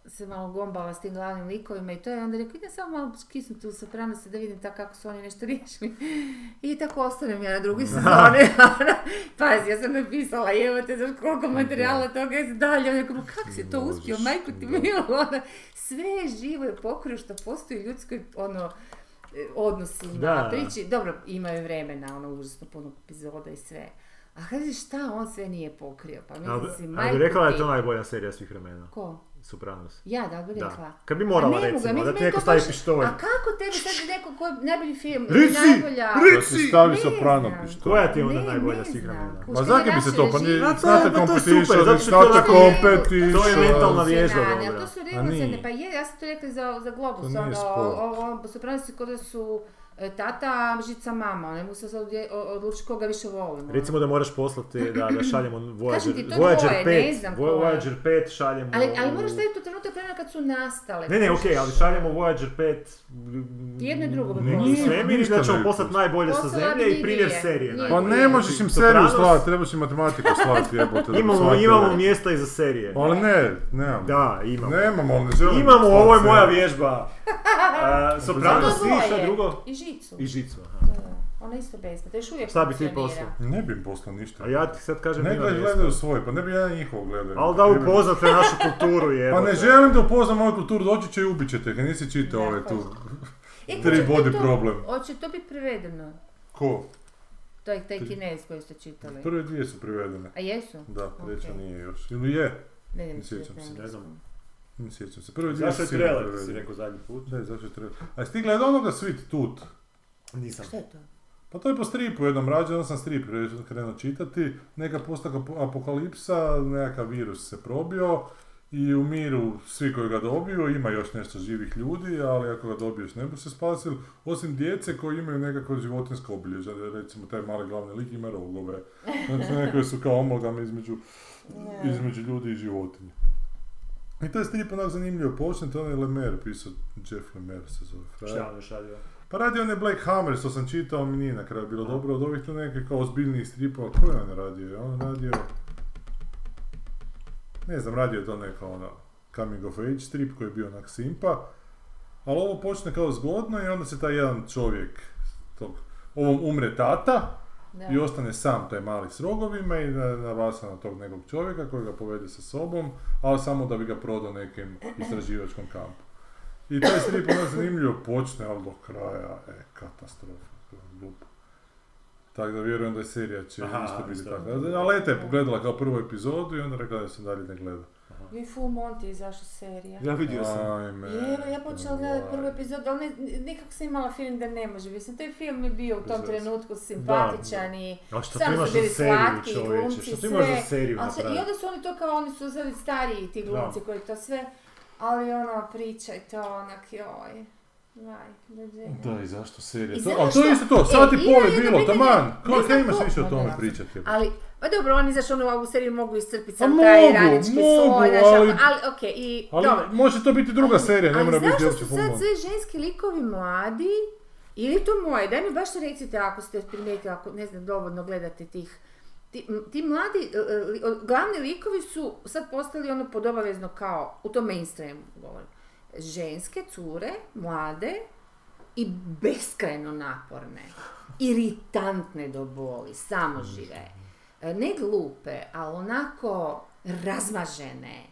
S2: se malo gombala s tim glavnim likovima i to je onda rekao, idem samo malo skisnuti u Sopranose da vidim tak kako su oni nešto riješili. I tako ostanem ja na
S3: [laughs]
S2: drugoj sezoni. ono. Pazi, ja sam napisala, evo te, znaš koliko materijala toga je dalje. Ono, kao, kak si to
S1: Možeš,
S2: uspio, majko ti
S1: da.
S2: milo, ono, sve je živo je pokriju što postoji u ljudskoj, ono, e, odnosima,
S3: Da.
S2: priči, dobro, imaju vremena, ono, užasno puno epizoda i sve. A kada šta on sve nije pokrio, pa mislim, majko
S3: bi rekla da je
S2: ti.
S3: to najbolja serija svih vremena,
S2: Ko?
S3: Sopranos.
S2: Ja, da bi rekla.
S3: Da. Kad bi
S2: A
S3: morala
S2: ne mogu,
S3: recimo,
S2: mislim,
S3: da ti
S2: meni
S3: neko
S2: to
S3: stavi
S2: baš-
S3: pištolj.
S2: A kako tebi sad bi rekao koji je najbolji film?
S3: Reci!
S2: Najbolja...
S3: Reci!
S1: Da si stavi
S2: Ne
S1: soprano
S2: znam.
S1: pištolj.
S3: Koja ti je onda
S2: Ne,
S3: najbolja
S2: ne
S3: svih
S2: znam.
S3: vremena?
S2: Kuš-
S1: Ma zaki bi se to, pa
S2: Kuške
S1: nije,
S2: reži.
S1: znate
S3: Pa to je
S1: competition,
S3: super, zato što
S1: znate
S3: to je-
S1: competition.
S3: to je mentalna vježba.
S2: Profesionalni, ali
S3: dobra.
S2: to su
S1: A nije.
S2: revolucionarne, pa je, ja sam to rekla za, za
S1: To
S2: Globus,
S1: nije
S2: ono,
S1: sport.
S2: ovo, Sopranovci kod da su e, tata, žica mama, ono, mu se sad odje- o- odluči koga više volim. ono.
S3: Recimo da moraš poslati da, da
S2: [clears throat]
S3: šaljemo Voyager,
S2: Kažem ti, to je
S3: Voyager
S2: dvoje,
S3: 5,
S2: ne znam
S3: Vo-
S2: ko je.
S3: Voyager 5 šaljemo...
S2: ali, ali moraš
S3: u-
S2: staviti u trenutak vremena kad su nastale.
S3: Ne, ne, okej,
S2: kužiš.
S3: ali šaljemo Voyager mm, 5...
S2: Jedno i drugo bi
S1: Ne,
S2: poslala.
S3: u
S1: nije.
S3: Svemir i
S1: Ništa
S3: da ćemo
S1: ne bi
S3: poslati najbolje sa
S2: Poslala bi
S3: zemlje i
S2: i
S3: primjer
S2: dvije.
S3: serije.
S2: Nije.
S1: Pa
S3: najbolje.
S1: ne možeš im seriju
S3: Sopranos,
S1: slati, trebaš im matematiku slati jebote. da bi
S3: Imamo,
S1: shvatili.
S3: imamo mjesta i za serije.
S1: Ali ne, nemamo.
S3: Da, imamo.
S1: Nemamo, ali ne želimo.
S3: Imamo,
S1: slati
S3: ovo je moja
S1: seriju.
S3: vježba. [laughs] Uh, Sopranos
S2: To
S3: i šta
S2: dvoje.
S3: drugo?
S2: I žicu. E,
S3: I žicu, aha.
S2: Ona isto besna, to još uvijek
S3: Šta bi ti
S2: funkcionira.
S3: poslao?
S1: Ne bi im poslao ništa.
S3: A ja ti sad kažem
S1: Ne
S3: nema
S1: gledaj,
S3: mjesta.
S1: gledaju svoj, pa ne bi ja njihov gledao.
S3: Ali da upoznate našu kulturu, je.
S1: Pa ne želim da upoznam moju kulturu, doći će i ubit ćete ga, nisi čitao ove tu.
S2: E,
S1: Tri
S2: hoće to-
S1: body problem.
S2: Hoće to biti prevedeno,
S1: Ko?
S2: to je taj
S1: Tri-
S2: kinez koji ste čitali.
S1: Prve dvije su privedene.
S2: A jesu?
S1: Da, treća
S2: Ok.
S1: nije još. Ili je?
S2: Ne, ne,
S1: sjećam se,
S3: ne znam.
S1: Ne sjećam se. Prve dvije
S3: Zašto
S1: su
S3: je
S1: sigurno
S3: trailer, ti si
S1: privedene.
S3: rekao zadnji put?
S1: Da, zašto je trailer? A stigla je do onoga Sweet Tooth.
S3: Nisam.
S2: Šta je to?
S1: Pa to je po stripu jednom rađeno, onda sam strip re- krenuo čitati, neka postaka apokalipsa, nekakav virus se probio i u miru svi koji ga dobiju, ima još nešto živih ljudi, ali ako ga dobiješ ne bi se spasili, osim djece koji imaju nekako životinsko obilježje, recimo taj mali glavni lik ima rogove, znači nekakve su kao amalgame između,
S2: Ne.
S1: između ljudi i životinja. I to je strip onak zanimljivo počne, to je onaj Lemaire pisao, Jeff Lemaire se zove. frajer.
S3: Šta je on još radio?
S1: Pa radi on je Black Hammer, što sam čitao, mi nije na kraju bilo dobro, od ovih tu neke kao ozbiljnijih stripova, ko je on radio? On radio... Ne znam, radio je to neka ono coming of age strip koji je bio onak simpa, ali ovo počne kao zgodno i onda se taj jedan čovjek, tog, ovom umre tata,
S2: Da.
S1: i ostane sam taj mali s rogovima i na- navasa na tog nekog čovjeka koji ga povede sa sobom, ali samo da bi ga prodao nekem istraživačkom kampu. I taj strip ono zanimljivo počne, ali do kraja, e, katastrofa, glupo. Tako da vjerujem da je serija će
S3: Aha,
S1: isto biti
S3: isto.
S1: tako. A Leta je pogledala kao prvu epizodu i onda rekla da se dalje ne gleda.
S2: Vi Full Monty je izašla serija.
S3: Ja vidio sam.
S1: Ajme,
S2: Evo, ja počela gledati prvu
S1: ovaj.
S2: epizodu, ali ne- nekako sam imala film da ne može. Mislim, taj film je bio u
S1: Bez
S2: tom
S1: veze.
S2: trenutku simpatičan i...
S3: A šta ti
S2: Stvarno
S3: imaš
S2: su
S3: za
S2: bili
S3: seriju,
S2: slatki,
S3: čovječe?
S2: glumci,
S3: Šta ti imaš za
S2: sve.
S3: seriju
S2: ali se- I
S3: napraviti?
S2: onda su oni to kao, oni su uzeli stariji ti glumci koji to sve... Ali ono, priča i to onak, joj... Vaj, dođenja.
S1: Da, i zašto serija?
S2: I
S1: To,
S2: zato
S1: ali to je
S2: što-
S1: isto to,
S2: e,
S1: sat i
S2: ima
S1: pol je
S2: jedno
S1: bilo,
S2: pitanje,
S1: taman!
S2: ne
S1: Kako
S2: znam
S1: imaš
S2: ko-
S1: više o
S2: Ma
S1: tome
S2: da.
S1: pričati? jebote?
S2: Ali, pa dobro, oni znaš ono ovu seriju mogu iscrpiti
S1: Pa
S2: sam taj
S1: mogu,
S2: radnički
S1: mogu,
S2: sloj, znaš, ono,
S1: ali-
S2: ali, ali okej, i
S1: Ali
S2: dobro.
S1: može to biti druga serija, ne
S2: Ali
S1: mora
S2: znaš
S1: biti
S2: da
S1: uopće
S2: su
S1: Full
S2: sad
S1: Monty.
S2: sve ženski likovi mladi, ili je to moje, daj mi baš recite ako ste primijetili, ako ne znam, dovoljno gledate tih ti, m, ti mladi, e, e, li- o- glavni likovi su sad postali ono podobavezno kao, u tom mainstreamu govorim, ženske cure, mlade i beskrajno naporne, iritantne do boli, samožive, E, ne glupe, ali onako razmažene,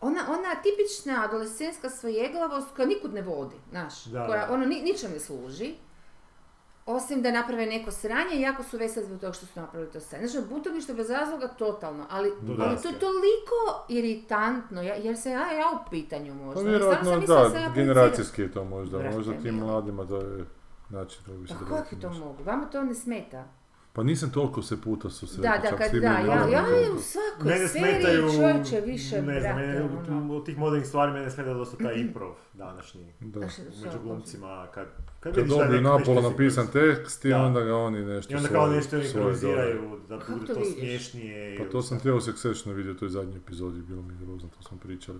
S2: ona, ona tipična adolescenska svojeglavost koja nikud ne vodi, znaš,
S3: Da,
S2: koja
S3: da.
S2: ono ni, ničem ne služi, osim da naprave neko sranje, jako su veseli zbog toga što su napravili to sranje. Znači, butovništvo bez razloga totalno, ali,
S3: Da.
S2: ali to je toliko iritantno, ja, jer se ja, ja u pitanju možda.
S1: Pa
S2: Stvarno sam
S1: vjerojatno
S2: mislila sam
S1: da,
S2: ja projiciram.
S1: generacijski je to možda,
S2: Brate
S1: možda tim
S2: mili.
S1: mladima to je način drugi
S2: Pa kako je to mogu? Vama to ne smeta?
S1: Pa nisam toliko se puta su se
S2: Da,
S1: rekao,
S2: da,
S1: čak
S2: kad
S1: svi
S2: da,
S1: mi
S2: ja,
S1: mladi
S2: ja
S1: toliko.
S2: u svakoj
S3: Mene smetaju,
S2: seriji čovječe više,
S3: ne znam,
S2: brate,
S3: mene,
S2: ono.
S3: od tih modernih stvari mene smeta da su taj improv današnji.
S1: Da.
S2: Znaš, sve
S3: Među
S2: ono.
S3: glumcima, kad, kad,
S1: Kad
S3: vidiš da je
S1: dobiju
S3: neko
S1: napola
S3: nešto
S1: napisan tekst i
S3: Da.
S1: onda ga oni nešto
S3: I onda
S1: svoje-
S3: kao nešto
S1: svoje dodaju.
S3: improviziraju, da
S2: Kako
S3: bude
S2: to
S3: to
S2: vidiš?
S3: smješnije.
S1: Pa to sam htio u Successionu vidio, to je zadnji epizodi, bilo mi je grozno, to smo pričali.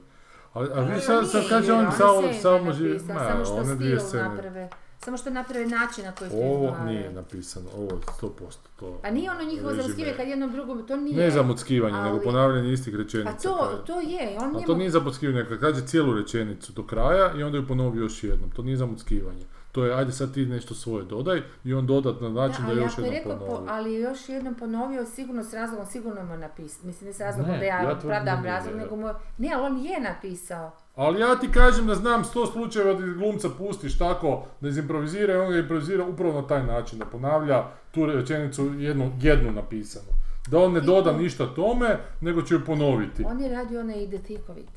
S1: Ali, a
S2: Pa
S1: vi
S2: evo,
S1: E, sad,
S2: nije,
S1: sad kaže
S2: jer
S1: on
S2: ona
S1: samo,
S2: scene
S1: samo
S2: napisala,
S1: živi,
S2: samo što
S1: one
S2: stil
S1: dvije scene.
S2: naprave. Samo što naprave način na koji ste
S1: Ovo
S2: izgovarali.
S1: nije napisano, ovo je 100% to.
S2: Pa nije ono njihovo
S1: rezime.
S2: zamuckivanje kad jednom drugom, to nije.
S1: Ne za muckivanje, nego
S2: ali-
S1: ponavljanje istih
S2: Pa
S1: rečenica.
S2: to,
S1: kao-
S2: to je, on
S1: A
S2: njemu...
S1: to nije zamuckivanje, kad kaže cijelu rečenicu do kraja i onda ju ponovi još jednom. To nije zamuckivanje. To je, ajde sad ti nešto svoje dodaj i on dodat na
S2: Da,
S1: način da,
S2: ali
S1: još
S2: ako je
S1: jednom
S2: rekao po-
S1: ponovi.
S2: ali još jednom ponovio, sigurno s razlogom, sigurno mu je napisao. Mislim, ne s razlogom
S1: Ne,
S2: da ja,
S1: ja tvrdim da
S2: opravdam
S1: nije,
S2: razlog,
S1: da.
S2: nego mu je... Ne, ali on je napisao.
S1: Ali ja ti kažem da znam sto slučajeva da glumca pustiš tako da izimprovizira i on ga improvizira upravo na taj način, da ponavlja tu rečenicu jednu, jednu napisanu. Da on ne doda ništa tome, nego će ju ponoviti.
S2: On je radio onaj Idetikovit.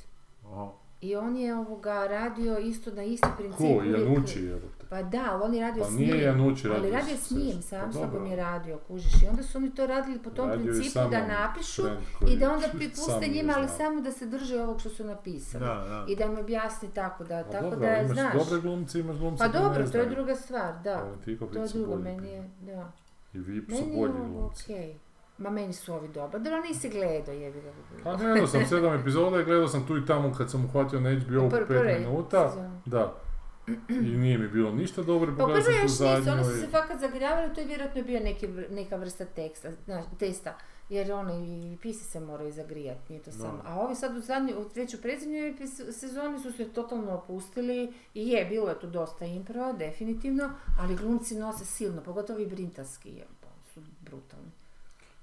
S3: Aha.
S2: I on je ovoga radio isto na isti princip.
S1: Ko?
S2: uvijek je-
S1: Januči, jebote.
S2: Pa da, ali on je radio
S1: Pa
S2: s
S1: nije
S2: njim.
S1: Janucci radio
S2: ali radio
S1: s-
S2: s njim,
S1: s-
S2: sam
S1: pa
S2: s
S1: dobro.
S2: tobom je radio, kužiš. I onda su oni to radili po tom
S1: Radio je samo
S2: principu da napišu
S1: trend koji
S2: i da onda
S1: [laughs] sam
S2: pripuste
S1: nije
S2: njima, ali
S1: znao.
S2: samo da se drže ovog što su napisali.
S3: Da, da.
S2: I da im objasni tako da,
S1: Pa
S2: tako
S1: dobro,
S2: da,
S1: imaš
S2: znaš.
S1: dobre glumce, imaš glumce
S2: Pa
S1: koji ne
S2: dobro, to je
S1: znaju.
S2: druga stvar, da.
S1: Ali ti kao
S2: To je
S1: vici
S2: drugo,
S1: bolji
S2: meni
S1: bio.
S2: je, da.
S1: I vi su
S2: Meni je
S1: bolji
S2: ovo
S1: glumci.
S2: okej. Ma meni su ovi dobro. Dobro, nisi gledao, jebi ga.
S1: Pa gledao sam sedam epizoda i gledao sam tu i tamo kad sam uhvatio na HBO
S2: Prve-
S1: 5
S2: prve
S1: minuta.
S2: sezone.
S1: Da. I nije mi bilo ništa dobro,
S2: Pa
S1: pogledao
S2: prvo
S1: sam tu
S2: još nisu,
S1: zadnju
S2: oni su
S1: i-
S2: se fakat zagrijavali, to je vjerojatno bio neki, vr- neka vrsta teksta, znaš, testa. Jer ono, i pisi se moraju zagrijati, nije to samo. A ovi sad u zadnju, u treću predzadnjoj epis- sezoni su se totalno opustili i je, bilo je tu dosta improva, definitivno, ali glumci nose silno, pogotovo i brintanski, jer oni pa su brutalni.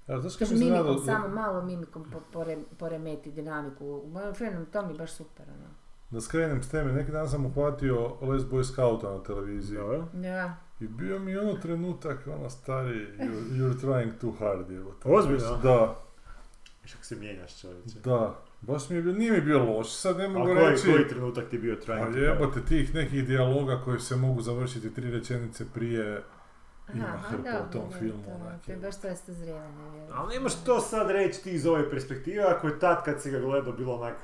S1: Ja, znaš kaj
S2: Kaže,
S1: mi se
S2: mimikom,
S1: nadao-
S2: samo malo mimikom po, pore, poremeti dinamiku. U mojem frenom to mi je baš super, ono.
S1: Da skrenem s teme, neki dan sam uhvatio Les Boy Scouta na televiziji.
S2: Da.
S1: I bio mi ono trenutak, ono stari, you're, you're trying too hard, je.
S3: Ozbiljno?
S1: Da,
S3: Viš kako se mijenjaš čovječe.
S1: da. Baš mi je bilo, nije mi bilo loše, sad ne
S3: A
S1: mogu
S3: koji,
S1: reći.
S3: koji trenutak ti je bio trying
S1: Ali jebote tih nekih dijaloga koji se mogu završiti tri rečenice prije ima
S2: Aha,
S1: hrpa
S2: da,
S1: u tom
S2: da,
S1: filmu.
S2: da,
S1: onak,
S2: to je
S1: jebote.
S2: baš to jeste zrijevanje, vjerujem.
S3: Ali ne možeš to sad reći ti iz ove perspektive, ako je tad kad si ga gledao bilo onako...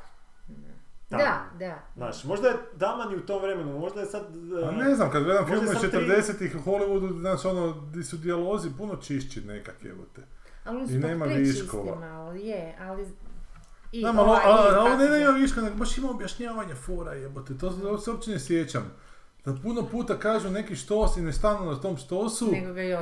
S2: Da, da.
S3: Znaš, možda je Daman i u tom vremenu, možda je sad... eh,
S1: A ne znam, kad gledam
S3: Možda
S1: filme
S3: sam tri-
S1: 40-ih u Hollywoodu, znaš ono, di su dijalozi puno čišći nekak, jebote.
S2: Ali oni
S1: I
S2: su pak
S1: nema
S2: prečisti
S1: viškova.
S2: malo, je, ali... I
S1: Znam, ali,
S2: ovaj,
S1: ali,
S2: i
S1: ali
S2: kako
S1: ne da
S2: se-
S1: ima viška, nego baš ima objašnjavanje fora jebote, to, to se uopće ne sjećam. Da puno puta kažu neki štos i ne stanu na tom štosu, nego,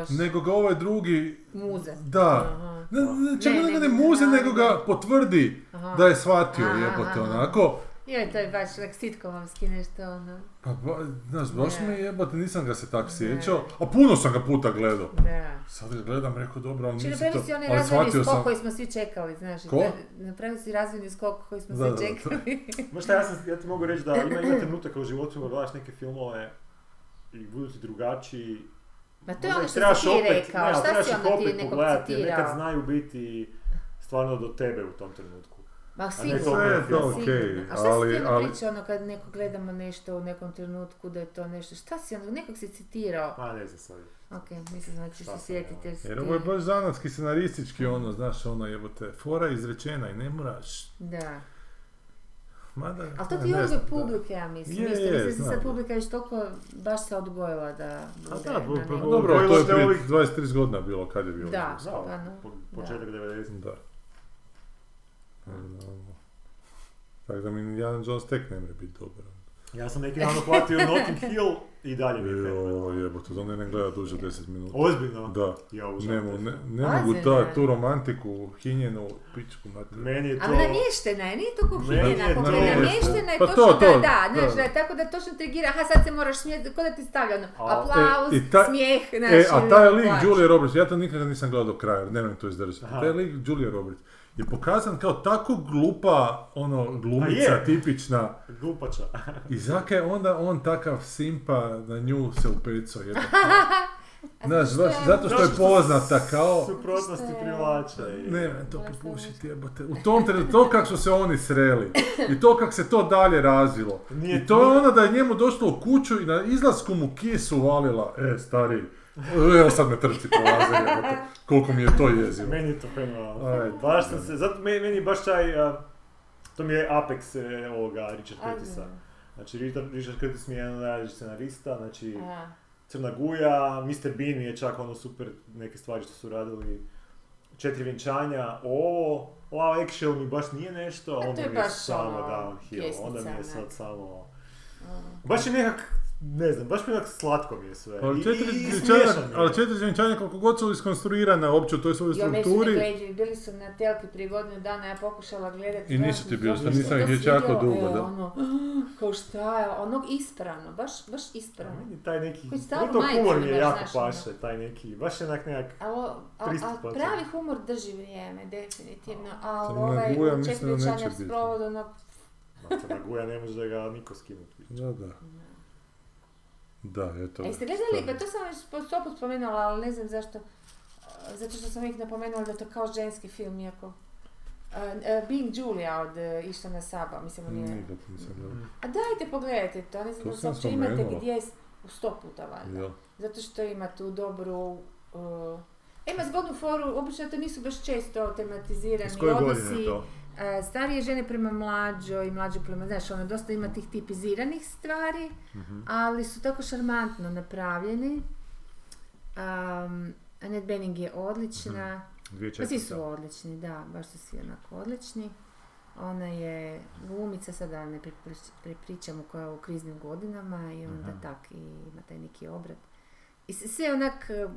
S2: Nego ga još
S1: ga ovaj drugi,
S2: muze.
S1: da,
S2: Aha.
S1: ne, ne, čak
S2: Ne,
S1: onda ga ne
S2: nego-
S1: muze,
S2: da,
S1: nego ga
S2: da.
S1: potvrdi
S2: Aha.
S1: da je shvatio
S2: Aha,
S1: jebote,
S2: aha.
S1: onako.
S2: Joj, to je baš like sitcomavski nešto, ono.
S1: Pa, ba, znaš, baš
S2: Ne.
S1: me jebote, nisam ga se tak sjećao, a puno sam ga puta gledao.
S2: Da.
S1: Sad ga gledam, rekao dobro, ali
S2: Znači,
S1: nisi to,
S2: napravili si onaj
S1: ali
S2: razvojni
S1: shvatio
S2: skok
S1: sam.
S2: koji smo svi čekali, znaš.
S1: Ko?
S2: da- Napravili si razvojni skok koji smo
S1: Da, da, da,
S2: svi
S1: to-
S2: čekali.
S3: Možda ja, sam, ja ti mogu
S1: [clears throat]
S3: reći da ima, ima trenutaka u životu kad gledaš neke filmove i budu ti drugačiji.
S2: Ma to je
S3: Možda
S2: ono
S3: ih
S2: što
S3: trebaš
S2: si ti
S3: opet-
S2: rekao,
S3: ne, ali
S2: šta
S3: trebaš
S2: si
S3: ih
S2: onda ti
S3: opet
S2: nekog
S3: pogledati, jer Nekad
S2: citirao?
S3: znaju biti stvarno do tebe u tom trenutku.
S2: Ma
S3: A ne,
S2: sigurno,
S3: to je to
S2: sigurno.
S1: okej,
S2: A šta
S1: ali-
S2: si ti
S1: ali-
S2: ono pričao ono kad neko gledamo nešto u nekom trenutku da je to nešto, šta si ono, nekog si citirao?
S3: Ma ne znam sad.
S2: Ok, mislim da ćeš
S3: Šta
S2: se
S3: sam
S2: sjetiti.
S3: ja?
S2: si
S1: Jer
S2: ti-
S1: ovo je baš zanatski scenaristički ono, znaš, ono jebote, fora izrečena i ne moraš,
S2: Da.
S1: mada...
S2: Ali to
S1: ne
S2: ti je
S1: znam,
S2: odgoj
S1: da.
S2: publike, ja mislim.
S1: Je,
S2: Je,
S1: je,
S2: mislim, mislim da se
S1: znam.
S2: sad publika još toliko baš se odgojila da
S3: A
S2: bude
S3: da,
S2: na
S3: pa- pa-
S1: Pa
S2: nekom-
S1: Dobro,
S3: Odgojilo
S1: to je
S3: se
S1: prije
S3: ovih-
S1: 23 godina bilo, kad je bilo.
S2: Da.
S3: Znao,
S2: Pa no,
S3: po,
S2: da.
S3: početak 90.
S1: Da. Ono, Tako da mi Indiana Jones tek ne mre biti dobar. ono.
S3: Ja sam neki dan uhvatio Notting Hill i dalje mi je fenomenalno.
S1: Jo, jebote, to ne ne gleda duže od 10 minuta.
S3: Ozbiljno.
S1: Da.
S3: Ja užasno.
S1: Ne, mo- ne, ne
S2: Pazi,
S1: mogu ta,
S2: ne.
S1: tu romantiku, hinjenu, pičku mater.
S3: Meni je to...
S2: Ali namještena je, nije toliko
S3: Ne,
S2: hinjena,
S3: ne,
S2: ako
S3: ne,
S2: je
S3: ne,
S2: namještena je
S1: pa
S2: točno
S1: to, to,
S2: da, da, znaš,
S1: da.
S2: da je tako da točno trigira, aha sad se moraš smijeti, ko da ti stavlja ono,
S3: A, e,
S2: aplauz,
S1: i ta-
S2: smijeh, znaš,
S1: E, a
S2: ili
S1: taj lik
S2: znači, plač.
S1: Julia Roberts, ja to nikada nisam gledao do kraja, jer nemam to izdržati.
S3: Aha.
S1: Taj lik Julia Roberts je pokazan kao tako glupa, ono,
S3: A
S1: glumica
S3: je.
S1: tipična.
S3: Glupača.
S2: [laughs]
S1: I zaka je onda on takav simpa na nju se upeco jedan.
S2: A
S1: Znaš,
S2: zato što
S1: baš zato što je
S3: Zato što-
S1: poznata kao...
S3: Suprotnosti
S2: Što je-
S3: privlače. i-
S1: Ne, me to
S2: Baš sam
S1: popušiti jebote. U tom trenutku, to kako su se oni sreli i to kako se to dalje razvilo.
S3: Nije-
S1: I to je
S3: nije-
S1: ono da je njemu došlo u kuću i na izlasku mu kisu valila, e stari, evo sad me trči prolaze jebote, koliko mi je to jezivo.
S3: Meni je to fenomenalno.
S1: Aj,
S3: Baš sam se, zato me- meni je baš taj, a, to mi je apex e, ovoga Richard Curtisa. Znači Richard, Richard Curtis mi je jedan od najdražih scenarista, znači
S2: A,
S3: Crna Guja, Mr. Bean je čak ono super neke stvari što su radili, Četiri vjenčanja, ovo, Love Actual mi baš nije nešto,
S2: A
S3: a
S2: to
S3: onda
S2: je
S3: mi je
S2: baš
S3: samo
S2: ono,
S3: downhill,
S2: pjesnica, Mm.
S3: onda mi je sad
S2: onak.
S3: samo...
S2: a.
S3: Baš je nekak, ne znam, baš mi je nekak slatko mi je sve. I-
S1: Ali
S3: i-
S1: četiri
S3: i
S1: djenčanja,
S3: smiješan mi je.
S1: ali četiri djenčanja koliko god su iskonstruirane uopće u toj svojoj
S2: Ja nisu
S1: strukturi,
S2: negleđivi, bili su na telki prije godinu dana, ja pokušala gledati.
S1: I
S2: baš
S1: nisu ti
S2: mi
S1: bili,
S2: došlo,
S1: što nisam
S2: to
S1: ih već jako
S2: svidjelo,
S1: dugo,
S2: e,
S1: da.
S2: ono, kao šta je, onog ispravno, baš, baš ispravno.
S3: Meni taj neki,
S2: Koji stalno
S3: gotovo
S2: majicu
S3: humor mi je
S2: imaš,
S3: jako
S2: znaš, ono.
S3: paše, taj neki, baš onak nekak,
S2: A, o- a,
S3: Pristup,
S2: a pravi humor drži vrijeme, definitivno. A
S1: Crna
S2: ovaj
S1: guja mislim da neće
S2: četvrčanja
S1: biti.
S2: s provodom na...
S3: ma Crna Guja ne može da ga niko skinuti.
S1: da, da. Da, eto.
S2: A jeste gledali,
S1: Šta
S2: pa
S1: je?
S2: to sam već po- sto put spomenula, ali ne znam zašto. e, Zato što sam ih napomenula da je to kao ženski film, iako... E, e, Being Julia od e, Ištvana Saba, mislim on je...
S1: Nikad nisam
S4: Mm.
S1: gledao.
S2: A dajte pogledajte to, ne znam da
S1: To
S2: li se
S1: sam
S2: uopće imate
S1: spomenula.
S2: gdje s- u sto puta valjda.
S1: Jel?
S2: Zato što ima tu dobru... Uh, ima zgodnu foru, obično to nisu baš često tematizirani
S3: Iz koje godine
S2: odnosi.
S3: je to?
S2: e, starije žene prema mlađoj, mlađe prema, znaš, ono, dosta ima tih tipiziranih stvari,
S1: Mhm,
S2: ali su tako šarmantno napravljeni. Um, Annette Bening je odlična.
S3: Dvije
S2: Pa svi su odlični, da, baš su svi onako odlični. Ona je glumica, sada ne preprič- prepričamo koja je u kriznim godinama i onda
S3: Aha.
S2: tak i ima taj neki obrat. I s- sve onak, eh,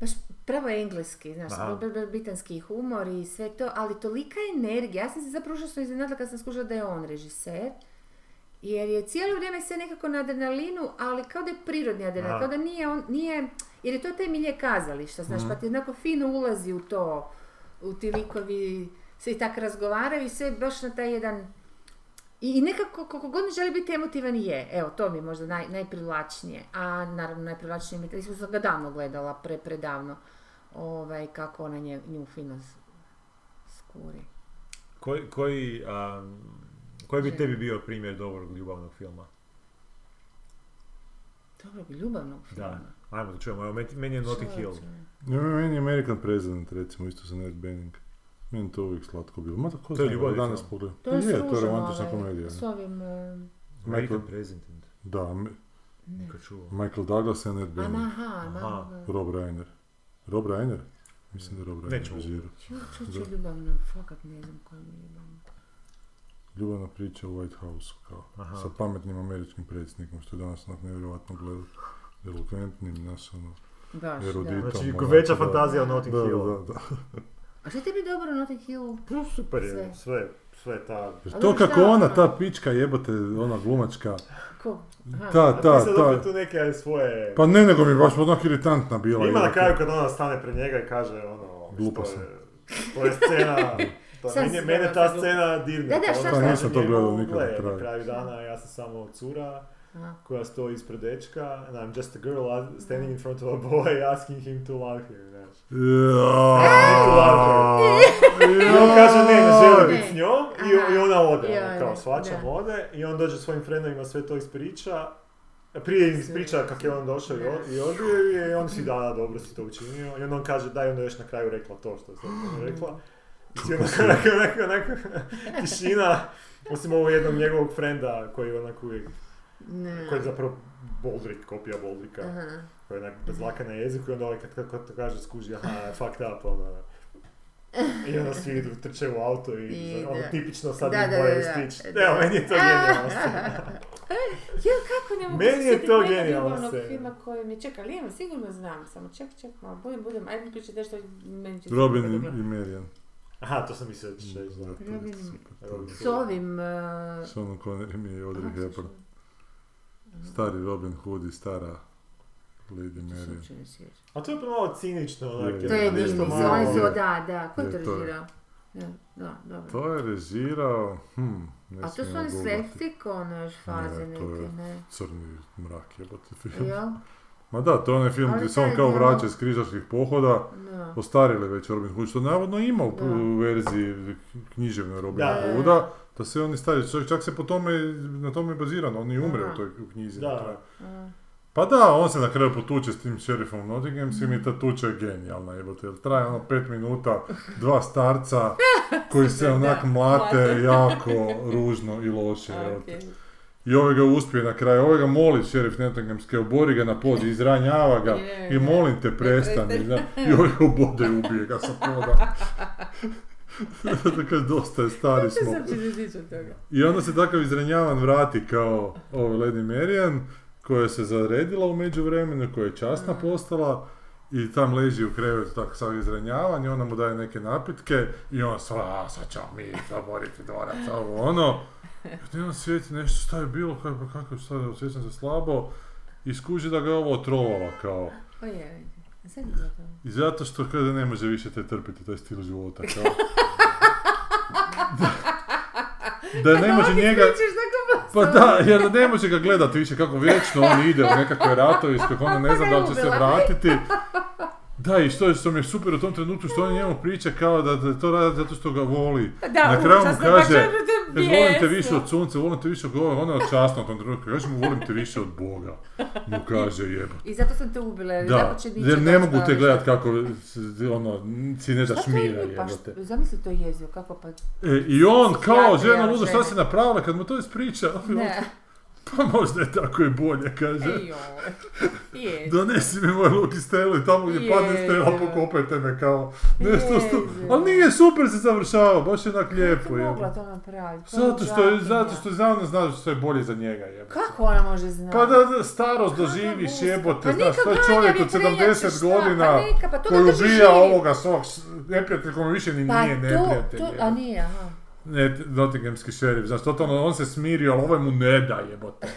S2: baš pravo je engleski, znaš,
S3: Aha.
S2: br- br- britanski humor i sve to, ali tolika energija. Ja sam se zapravo užasno iznenadila kad sam skužila da je on režiser. Jer je cijelo vrijeme sve nekako na adrenalinu, ali kao da je prirodni adrenalin,
S3: Aha.
S2: kao da nije, on, nije, jer je to taj milje kazališta, znaš,
S3: Mhm.
S2: pa ti onako fino ulazi u to, u ti likovi se i tak razgovaraju i sve baš na taj jedan, i, i nekako koliko god ne želi biti emotivan je, evo to mi je možda naj, najprivlačnije, a naravno najprivlačnije mi je, mislim sam ga davno gledala, pre, predavno, ovaj, kako ona nje, nju fino s- skuri.
S4: Koji, koji, um, koji bi
S2: Žena.
S4: tebi bio primjer dobrog ljubavnog filma?
S2: Dobro, ljubavnog filma.
S4: Ajmo da čujemo, evo, meni- meni je Notting Hill.
S1: Ne, meni je American President recimo isto sa Ned Bening. Meni je to uvijek slatko bilo. Ma da ko
S4: To je
S1: zna,
S4: ljubavni
S1: danas
S4: film.
S1: pogledam.
S2: To je,
S1: Pa to je
S2: služeno,
S1: romantična
S2: ovaj,
S1: komedija.
S2: S ovim... eh,
S4: American
S1: Michael-
S4: President,
S1: Da, M-
S2: ne.
S4: kad čuo.
S1: Michael Douglas i Ned
S2: Ana,
S1: Bening.
S2: aha,
S4: Aha.
S2: mama ga...
S1: Rob Reiner. Rob Reiner? Mislim da je Rob Reiner
S4: Neću.
S1: režirao.
S2: Ču, ču, ču,
S1: Da.
S2: ljubavno, fakat ne znam koja mi je ljubavno.
S1: Ljubavna priča u White House kao.
S4: Aha.
S1: Sa pametnim američkim predsjednikom što je danas onak nevjerojatno gledat. Elokventnim, znaš ono.
S2: Baš,
S1: Erudito.
S2: da.
S1: Tom,
S4: Znači,
S1: ono,
S4: veća
S1: da.
S4: fantazija o
S1: Da,
S4: Notting Hillu.
S1: da, da.
S2: A što je tebi dobro u Notting Hillu?
S3: Pa super je,
S2: Sve.
S3: sve, sve ta...
S1: Jer
S2: A
S1: to
S2: dobro,
S1: kako
S2: šta
S1: ona,
S2: ono?
S1: ta pička jebote, ona glumačka.
S2: Ko? Aha.
S1: Ta,
S3: A ti
S1: ta,
S3: sad opet
S1: ta.
S3: tu neke svoje...
S1: Pa ne, nego mi je baš onak iritantna bila.
S3: Ima na
S1: jebote.
S3: kraju kad ona stane pred njega i kaže ono...
S1: Glupa
S3: to je-
S1: sam.
S3: To je scena... To,
S2: Sad
S3: mene,
S2: si
S3: mene
S2: gledala
S3: ta
S2: za glup-
S3: scena dirne.
S2: Da, da, šta
S1: sam-
S3: Pa
S1: Nisam to gledao nikad do kraja.
S3: Na kraju dana ja sam samo cura
S2: Aha.
S3: koja stoji ispred dečka and I'm just a girl a- standing in front of a boy asking him to love him, znaš.
S1: Jaaaaaa.
S3: I on kaže ne, ne želi
S2: Ne.
S3: biti s njom i, i ona ode,
S2: Aha.
S3: ono, kao svačam
S2: Da.
S3: ode i on dođe svojim frendovima sve to ispriča. Prije im ispriča kako je on došao i od- i odbio ju je i on si da, da, dobro si to učinio. I onda on kaže da je onda još na kraju rekla to što je sad
S2: [gasps]
S3: rekla. I si onako, onako, onako, onako, tišina, osim ovog jednog njegovog frenda koji onako uvijek,
S2: Ne.
S3: koji je zapravo Boldrik, kopija Boldrika
S2: Aha.
S3: koji je onak bez dlaka na jeziku i onda ovaj kad, kad, kad to kaže skuži, aha, fucked up, ono. I onda svi idu, trče u auto i,
S2: I
S3: ono,
S2: da.
S3: tipično sad
S2: Da,
S3: da,
S2: da,
S3: boje
S2: da, da. Ah!
S3: stići. Evo, meni je to
S2: [laughs]
S3: genijalno.
S2: Jel, kako ne mogu
S3: Meni
S2: se
S3: je
S2: sjetiti
S3: to
S2: nekog
S3: genijalna
S2: ljubavnog
S3: scena.
S2: filma koji mi čeka, ali imam, sigurno znam, samo ček, ček, malo, budem, budem, ajde mi pričati nešto, meni će se
S1: Robin
S2: nekako
S1: i
S2: gledati.
S1: i Marian.
S3: Aha, to sam mislio da ćeš reći, da.
S1: Da, to je
S2: Robin-
S1: super, to je
S3: Robin.
S1: super.
S2: S ovim... eh,
S1: S onom Connerim i
S2: aha,
S1: Audrey Hepburn.
S2: slušaj,
S1: Stari Robin Hood i stara Lady
S2: to se
S1: Marian.
S2: uopće ne sjećam.
S3: A to je pa malo cinično, onak,
S1: Je,
S2: To je
S1: Nešto
S2: Disney,
S1: malo
S2: oni su,
S1: je.
S2: da, da, ko je
S1: Je,
S2: to
S1: to je.
S2: režirao? Da, Da, dobro.
S1: To je režirao, hm, ne
S2: A to su
S1: smijemo
S2: one
S1: googlati.
S2: slapstick, ono još faze
S1: [laughs] Ne, to je-
S2: neke, ne?
S1: Crni mrak jebote film.
S2: Jel?
S1: Ma da, to je onaj film
S2: Ja. Ali
S1: gdje se
S2: taj
S1: on kao
S2: dio-
S1: vraća iz križaških pohoda,
S2: No.
S1: ostarili već Robin Hood, što navodno ima u,
S2: Da.
S1: u verziji književnoj Robin
S3: Da.
S1: Hooda, da se oni stari, čak, čak se po tome, na tome je bazirano, on i umre
S2: Aha.
S1: u toj u knjizi.
S3: Da.
S1: na kraju.
S2: A,
S1: Pa da, on se na kraju potuče s tim šerifom u Nottinghamskim i ta tuča je genijalna jebote, jer traje ono pet minuta, dva starca koji se
S2: [laughs]
S1: onak
S2: Da,
S1: mlate
S2: mlate.
S1: jako ružno i loše. jebote.
S2: okej.
S1: I ovaj ga uspije na kraju, ovaj ga moli šerif Nottinghamske, obori ga na pod, izranjava ga
S2: Je,
S1: i
S2: je.
S1: molim te prestani.
S2: prestani.
S1: zna. I ovaj ga obode i ubije ga sa
S2: [laughs]
S1: poda. [laughs] Dakle, dosta je stari
S2: Što
S1: smo.
S2: se uopće ne sjećam toga?
S1: I onda se takav izranjavan vrati kao ovaj Lady Marian, koja se zaredila u međuvremenu, koja je časna postala i tam leži u krevetu tako sav izranjavan i ona mu daje neke napitke i on sva, "A, sad ćemo mi zaboriti dvorac, ovo ono. I onda svijeti nešto, šta je bilo, kako, kako, šta je, osjećam se slabo i skuži da ga je ovo otrovala kao.
S2: O je, a sad je gotovo.
S1: I zato što kada ne može više te trpiti, taj stil života kao. Da, da ne može njega,
S2: Pričaš tako
S1: pa da, jer ne može ga gledati više kako vječno on ide u nekakve ratove iz kojih ona
S2: Pa
S1: ne zna da li će se
S2: Ubila.
S1: vratiti. Da, i što, je, što mi je super u tom trenutku što on njemu priča kao da, da to radi zato što ga voli.
S2: Pa da,
S1: Na kraju mu
S2: užasno, baš
S1: kaže,
S2: ono da je
S1: "E, volim te
S2: bijesno."
S1: više od sunca, volim te više od govora, ona je časna u tom trenutku, kaže mu volim te više od Boga, mu kaže jebo.
S2: I zato sam te ubila, jer
S1: Da,
S2: tako će
S1: jer ne mogu te gledat
S2: gledati
S1: kako s- ono, si ne daš mira
S2: Pa
S1: jebote.
S2: što- zamisli to jezio, kako
S1: [laughs]
S2: pa...
S1: E, I on kao
S2: Psihijatrija
S1: žena luda, šta
S2: žene.
S1: si napravila kad mu to ispriča?
S2: Ne,
S1: [laughs] Pa možda je tako i bolje, kaže.
S2: ej joj, je.
S1: Donesi mi moj luk i stelu i tamo gdje padne stela
S2: Jezivo.
S1: pokopajte me kao nešto što...
S2: Jezivo.
S1: Ali nije super se završava, baš je onak lijepo
S2: Kako je mogla
S1: je.
S2: to napraviti? To je
S1: Zato što je,
S2: užasno.
S1: zato što je za ono ona zna što je bolje za njega je.
S2: Kako ona može znati?
S1: Pa da, da starost doživiš
S2: guska.
S1: jebote,
S2: Pa
S1: znaš,
S2: neka
S1: to je
S2: ganja
S1: čovjek od
S2: vjetrenjača, šta?
S1: 70
S2: Pa
S1: godina
S2: neka, pa to
S1: koji
S2: ga drži
S1: ubija
S2: živi.
S1: ovoga svog s- neprijatelja koji mu više ni
S2: Pa
S1: nije
S2: to-
S1: neprijatelj.
S2: to-
S1: je.
S2: a nije, aha.
S1: Ne, Nottinghamski šerif, znaš, totalno on se smirio, ali ovaj mu ne da jebote.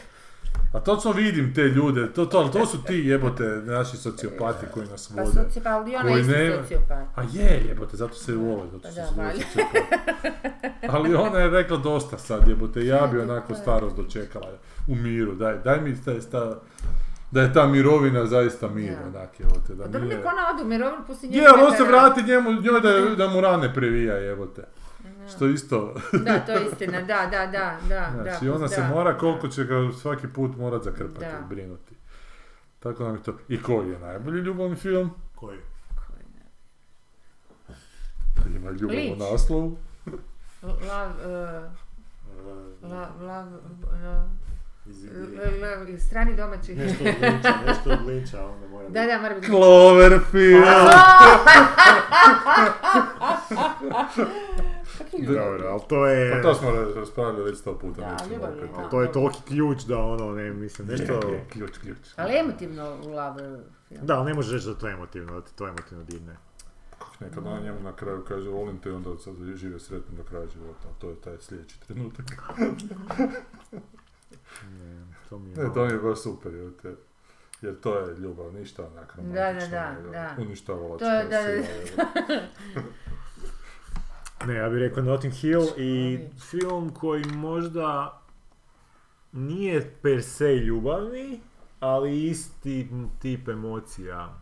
S1: A točno vidim te ljude, to, to, ali to su ti jebote naši sociopati koji nas
S2: Pa
S1: vode.
S2: sociopat, ali ona
S1: Koji
S2: je isto
S1: nema-
S2: sociopat.
S1: A je jebote, zato se i vole, zato
S2: Pa
S1: što
S2: da,
S1: se vole
S2: valjda.
S1: sociopati. Ali ona je rekla dosta sad jebote, ja bi
S2: Ajde,
S1: onako
S2: to je.
S1: starost dočekala u miru, daj, daj mi taj sta, da je ta mirovina zaista mir,
S2: Da.
S1: onak jebote,
S2: Pa
S1: da
S2: dobro
S1: nije...
S2: nek ona ode u mirovinu, pusti njegu
S1: Je, ali on
S2: neka radi.
S1: se vrati njemu, njoj
S2: [laughs]
S1: da, da mu rane previja jebote. Što isto,
S2: Da, to je istina, da, da, da, da. da,
S1: Znači, i ona se
S2: da.
S1: mora koliko će ga svaki put morat zakrpati
S2: Da.
S1: i brinuti. Tako nam je to. I koji je najbolji ljubavni film?
S3: Koji?
S2: Koji ne.
S1: Ima ljubav
S2: Lynch.
S1: u naslovu.
S2: Love, uh,
S3: Uh,
S2: La, la, la,
S3: iz Indije.
S2: la, la, eh, strani domaći.
S3: Nešto od Linča, nešto od Linča, ono, onda mora
S2: Da, da, mora biti.
S1: Cloverfield!
S2: Kakvi ljudi?
S3: Dobro, ali to je...
S1: Pa to smo ra- raspravljali već sto puta.
S2: Da,
S1: nećemo
S2: ljubav je,
S1: opet.
S2: da.
S3: To je toliki ključ da ono, ne, mislim,
S1: Je,
S3: nešto...
S1: je, ključ, ključ.
S2: Ali emotivno u love film. [laughs]
S3: Da, ali ne možeš reći da je to emotivno, da ti to emotivno dirne.
S1: Nekad ona njemu na kraju kaže volim te i onda sad žive sretno do kraja života. To je taj sljedeći trenutak.
S3: Ne, to mi je...
S1: Ne,
S3: malo-
S1: E, to mi je baš super. Jer, te, jer to je ljubav, ništa onak
S2: da,
S1: romantično,
S2: da,
S1: nego
S2: da.
S1: Uništavalačka
S2: To je, da, da,
S1: sila,
S2: da.
S1: jebote.
S2: [laughs]
S3: Ne, ja bih rekao Notting Hill i
S2: Školi.
S3: film koji možda nije per se ljubavni, ali isti tip emocija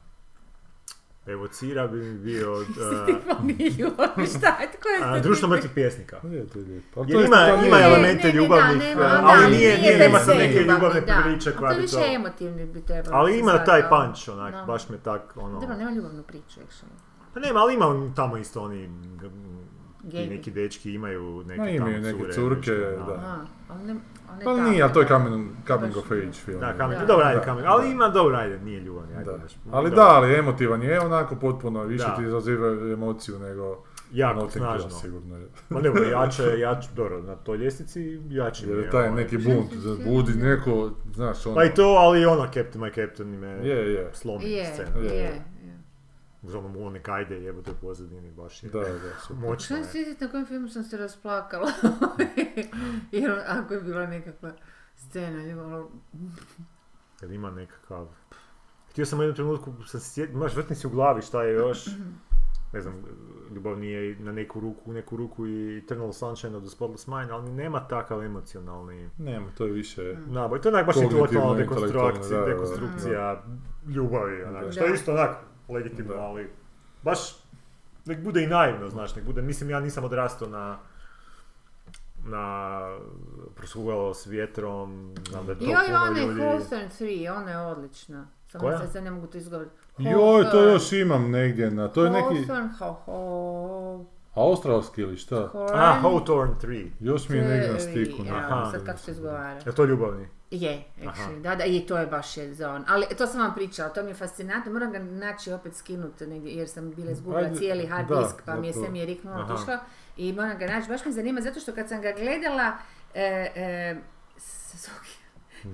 S3: evocira bi mi bio od, eh,
S2: Familiju, pa šta je, tko je
S3: a,
S2: to?
S3: društvo mrtvih pjesnika.
S1: Je, Pa, to je lijepo. Ali to
S3: Jer
S1: je
S3: ima,
S1: stvarno
S3: ima
S1: lijepo.
S2: Ne,
S3: elemente
S2: ne, ne,
S3: ljubavnih,
S2: da, nema,
S3: eh,
S2: da,
S3: ali
S1: ali
S3: nije, nije,
S1: nije
S3: nema
S1: per
S3: sad
S1: se
S3: neke ljubavne
S2: da.
S3: priče koja
S2: A to
S3: bi
S2: više
S3: to...
S2: emotivni bi trebalo.
S3: Ali
S2: se
S3: ima
S2: sad,
S3: taj
S2: da.
S3: punch, onak,
S2: Da.
S3: baš me tak, ono...
S2: Dobro, nema ljubavnu priču, actually.
S3: Pa nema, ali ima tamo isto oni... mm, I
S2: Gay
S3: neki
S2: bi.
S3: dečki imaju neke
S1: Ma,
S3: tamo
S1: imaju neke curke,
S3: nešto, ono.
S1: da.
S2: Aha, ali ne, ali ne
S1: Pa
S2: E tako,
S1: nije, ali to je
S2: da.
S1: coming, coming
S2: Baš
S1: of age
S2: ne.
S1: film.
S3: Da,
S1: je.
S3: kamen,
S2: Da.
S3: dobro, ajde
S1: Da.
S3: kamen, ali ima, dobro, ajde, nije ljubavni, ajde.
S1: Da.
S3: baš-
S1: Ali
S3: dobro.
S1: da, ali emotivan je onako potpuno, više
S3: Da.
S1: ti izaziva emociju nego
S3: Jako,
S1: Notting Hill
S3: snažno.
S1: sigurno je.
S3: Ma ne, ono, jače, jače, dobro, na toj ljestvici jači
S1: Jer
S3: mi
S1: je taj
S3: ovaj.
S1: neki bunt, da budi neko, znaš ono...
S3: Pa i to, ali ono, Captain my Captain me
S1: Je, je,
S3: slomi
S2: Je,
S3: scena.
S1: Je,
S2: je,
S1: je.
S2: je.
S3: Uz ono mu one kajde jebote u pozadini, baš je
S1: da, da, super.
S3: moćno.
S2: Što
S3: je.
S2: je sjetiti na kojem filmu sam se rasplakala? [laughs] Jer on- ako je bila nekakva scena, ljubav,
S3: Kad ima
S2: [clears throat]
S3: nekakav... Htio sam u jednom trenutku, sam se sjet... maš vrtni si u glavi šta je još. ne znam, ljubav nije i na neku ruku, u neku ruku i Eternal Sunshine of the Spotless Mind, ali nema takav emocionalni
S1: Nema, to je više...
S2: Mm.
S3: naboj. To je onak baš
S1: Kognitivno,
S3: intelektualna dekonstrukcija,
S1: intelektualna, da, da,
S3: dekonstrukcija ljubavi, onak,
S1: Da.
S3: što je isto onak legitimno,
S1: Da.
S3: ali baš nek bude i naivno, znaš, nek bude, mislim ja nisam odrastao na na proskugalo s vjetrom, znam da je to
S2: Joj, ona
S3: puno
S2: je
S3: ljudi.
S2: Hawthorne 3, ona je odlična. Samo
S3: Koja?
S2: se sad ne mogu to izgovoriti.
S1: Joj, to
S2: Hawthorne.
S1: još imam negdje na... To je neki
S2: Hawthorne, ho, ho,
S1: australski ili šta?
S2: Hawthorne,
S3: A, Hawthorne 3.
S1: Još mi je negdje na stiku.
S2: Three,
S1: na-
S2: evo,
S3: Aha.
S2: sad kako se izgovara.
S3: Je to ljubavni?
S2: Je, actually, da, da, i to je baš je za on. Ali to sam vam pričala, to mi je fascinantno, moram ga naći i opet skinuti negdje, jer sam bila izgubila
S1: Ajde,
S2: cijeli hard
S1: da,
S2: disk, pa mi je
S1: zapravo.
S2: sve mi je riknula
S3: Aha.
S2: otišla i moram ga naći, baš me zanima, zato što kad sam ga gledala, e, e, s- [laughs] s-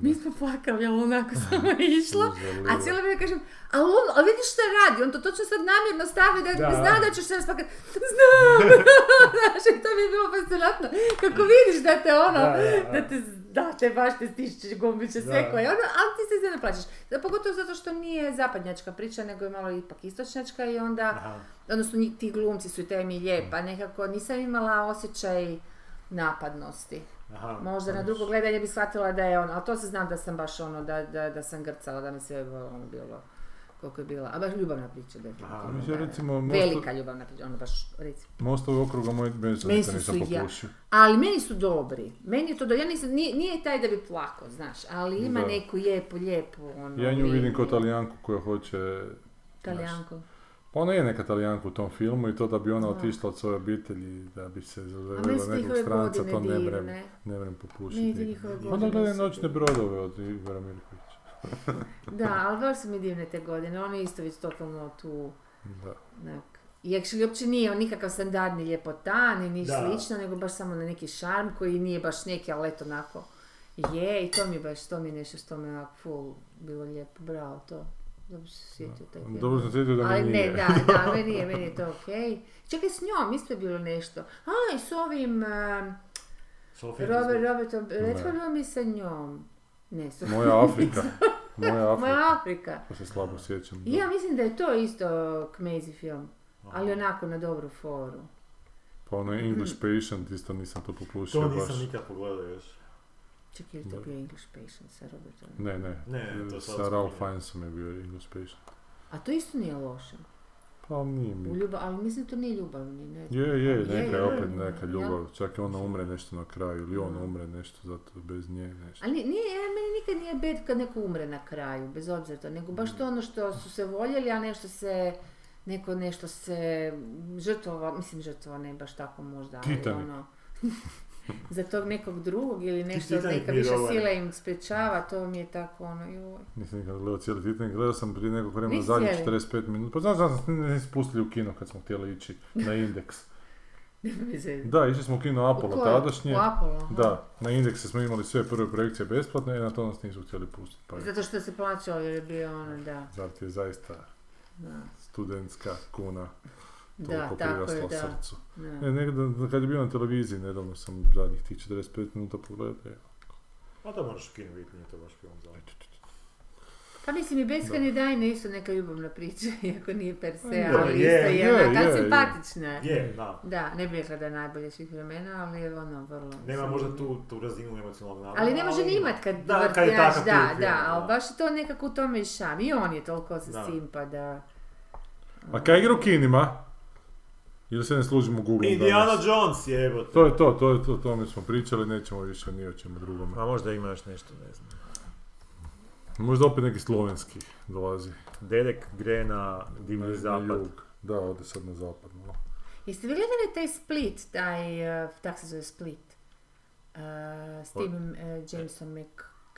S2: mi smo plakali, ali onako samo
S1: [laughs]
S2: je išlo. A
S1: Uzalilo.
S2: cijelo vrijeme kažem, ali on, ali vidiš šta radi, on to točno sad namjerno stavi da,
S3: Da.
S2: zna da ćeš se raspakat. Znam! [laughs] Znaš, i to mi je bilo fascinantno. Kako vidiš da te ono,
S3: Da, da, da.
S2: da, te, da te baš te stišće gumbiće, sve
S3: Da.
S2: koje ono, ali ti se sve ne plaćaš. Pogotovo zato što nije zapadnjačka priča, nego je malo ipak istočnjačka i onda
S3: Aha.
S2: odnosno nji- ti glumci su i te mi lijepa, nekako nisam imala osjećaj napadnosti.
S3: Aha.
S2: Možda na drugo gledanje bi shvatila da je ono, ali to se znam da sam baš ono, da, da, da sam grcala, da mi sve ono bilo koliko je bila, a baš ljubavna priča
S3: Aha.
S2: definitivno.
S1: Mislim,
S2: da je.
S1: recimo, možda-
S2: Velika ljubavna priča, ono baš reci.
S1: Mostovi okruga moj meni se
S2: Meni
S1: nikad
S2: su
S1: nisam
S2: su i ja.
S1: popušio.
S2: Ali meni su dobri, meni je to do... ja nisam, nije, nije taj da bi plako, znaš, ali ima
S1: Da.
S2: neku lijepu, lijepu ono...
S1: Ja nju vidim
S2: liniju.
S1: kao talijanku koja hoće...
S2: Talijanku.
S1: Pa ona je neka talijanka u tom filmu i to da bi ona
S2: Da.
S1: otišla od svoje obitelji, da bi se
S2: A meni
S1: zavedela
S2: su
S1: nekog
S2: njihove
S1: stranca,
S2: godine
S1: to ne mrem,
S2: divne.
S1: ne mrem
S2: Meni su
S1: popušiti.
S2: njihove godine
S1: Onda gledaj
S2: su
S1: noćne
S2: divne.
S1: brodove od Ivara Mirkovića.
S2: Da, ali baš su mi divne te godine, on je isto već totalno tu,
S1: Da.
S2: onak. I actually uopće nije on nikakav standardni ljepota, ni niš
S3: Da.
S2: slično, nego baš samo na neki šarm koji nije baš neki, ali eto onako je i to mi je baš, to mi je nešto što me onako full bilo lijepo, bravo to. Dobro si se sjetio taj film.
S1: Dobro sam sjetio da mi
S2: Ali
S1: nije.
S2: ne, da,
S1: [laughs]
S2: da, meni je, meni je to okej. Čekaj, s njom isto je bilo nešto. A, i s ovim um,
S3: Sophie
S2: Robert,
S3: Gisborne.
S2: Robertom, Redfordom mi sa njom. Ne, s-
S1: Moja
S2: [laughs]
S1: Afrika. Moja Afrika.
S2: Moja Afrika.
S1: To se slabo sjećam. da.
S2: Ja mislim da je to isto kmezi film,
S3: Aha.
S2: ali onako na dobru foru.
S1: Pa ono
S2: Mhm.
S1: English Patient isto nisam to popušio
S3: To
S1: baš.
S3: nisam nikad pogledao još.
S2: Čekaj, je li to
S1: Da.
S2: bio English Patient sa Robertom?
S1: Ne, ne.
S3: Ne, to sad
S1: Sa Ralph
S3: spominjem.
S1: Fiennesom je bio English Patient.
S2: A to isto nije loše.
S1: Pa nije mi.
S2: U ljubav, ali mislim da to nije ljubavni, ne znam.
S1: Je, je, neka
S2: Je,
S1: je,
S2: je,
S1: opet
S2: je,
S1: neka
S2: je.
S1: ljubav. Čak i ona umre nešto na kraju ili on
S2: Mhm.
S1: umre nešto zato bez nje nešto.
S2: Ali nije, ja, meni nikad nije bed kad neko umre na kraju, bez obzira to, nego baš
S1: Mm.
S2: to ono što su se voljeli, a nešto se, neko nešto se žrtvova, mislim žrtvova ne baš tako možda, ali
S1: Titanic.
S2: ono, [laughs] za tog nekog drugog ili nešto,
S3: Titanic
S2: neka
S3: mi je
S2: viša
S3: dobar.
S2: sila im sprečava, to mi je tako ono, joj. [laughs]
S1: Nisam nikad gledao cijeli Titanic, gledao sam prije nekog vremena
S2: Nisi
S1: zadnjih
S2: cijeli?
S1: 45 minuta. Pa znam, znam, sam ne nismo pustili u kino kad smo htjeli ići
S2: [laughs]
S1: na indeks.
S2: Nema veze.
S1: Da, išli smo u kino Apollo
S2: U koje?
S1: tadašnje.
S2: U Apollo, aha.
S1: Da, na indekse smo imali sve prve projekcije besplatne i na to nas nisu htjeli pustiti. Pa je-
S2: Zato što se plaćao jer je bio ono, da.
S1: zato je zaista
S2: Da,
S1: studentska kuna
S2: da
S1: toliko
S2: tako je,
S1: prirasla
S2: da.
S1: srcu.
S2: da.
S3: E.
S1: Ne, nekada, kad je bio na televiziji, nedavno sam zadnjih tih 45 minuta pogledao. evo.
S3: A Pa to moraš u kinu vidjeti, nije to baš film za...
S2: Pa mislim i Beskreni dajne isto neka ljubavna priča, [laughs] iako nije per se,
S1: Da,
S2: ali
S3: Pa je,
S2: isto je,
S1: je,
S2: onako, ali
S1: je, je.
S2: simpatična. je.
S3: Je, da.
S2: Da, ne bih rekla da je najbolje svih vremena, ali je ono vrlo...
S3: Nema
S2: samo-
S3: možda tu, tu razinu emocionalnog napada.
S2: Ali ne može ni imat kad
S3: Da, kad je
S2: vrtnaš,
S3: takav
S2: da,
S3: tip, je,
S2: da, ali
S3: da.
S2: baš je to nekako u tome i šam. I on je toliko se
S3: Da.
S2: simpa da...
S1: A kaj igra u kinima? Ili se ne služimo Google
S3: Indiana Jones jebote.
S1: To je to, to je to, to mi smo pričali, nećemo više ni o čemu drugome.
S4: A Pa možda ima još nešto, ne znam.
S1: Možda opet neki slovenski dolazi.
S4: Dedek gre na
S1: Na- na
S4: divlji zapad.
S1: jug. Da, ode sad na zapad. malo.
S2: Jeste vi gledali taj Split, taj, eh, tak se zove Split? Eh, s
S4: Od-
S2: tim eh, Jamesom Mc...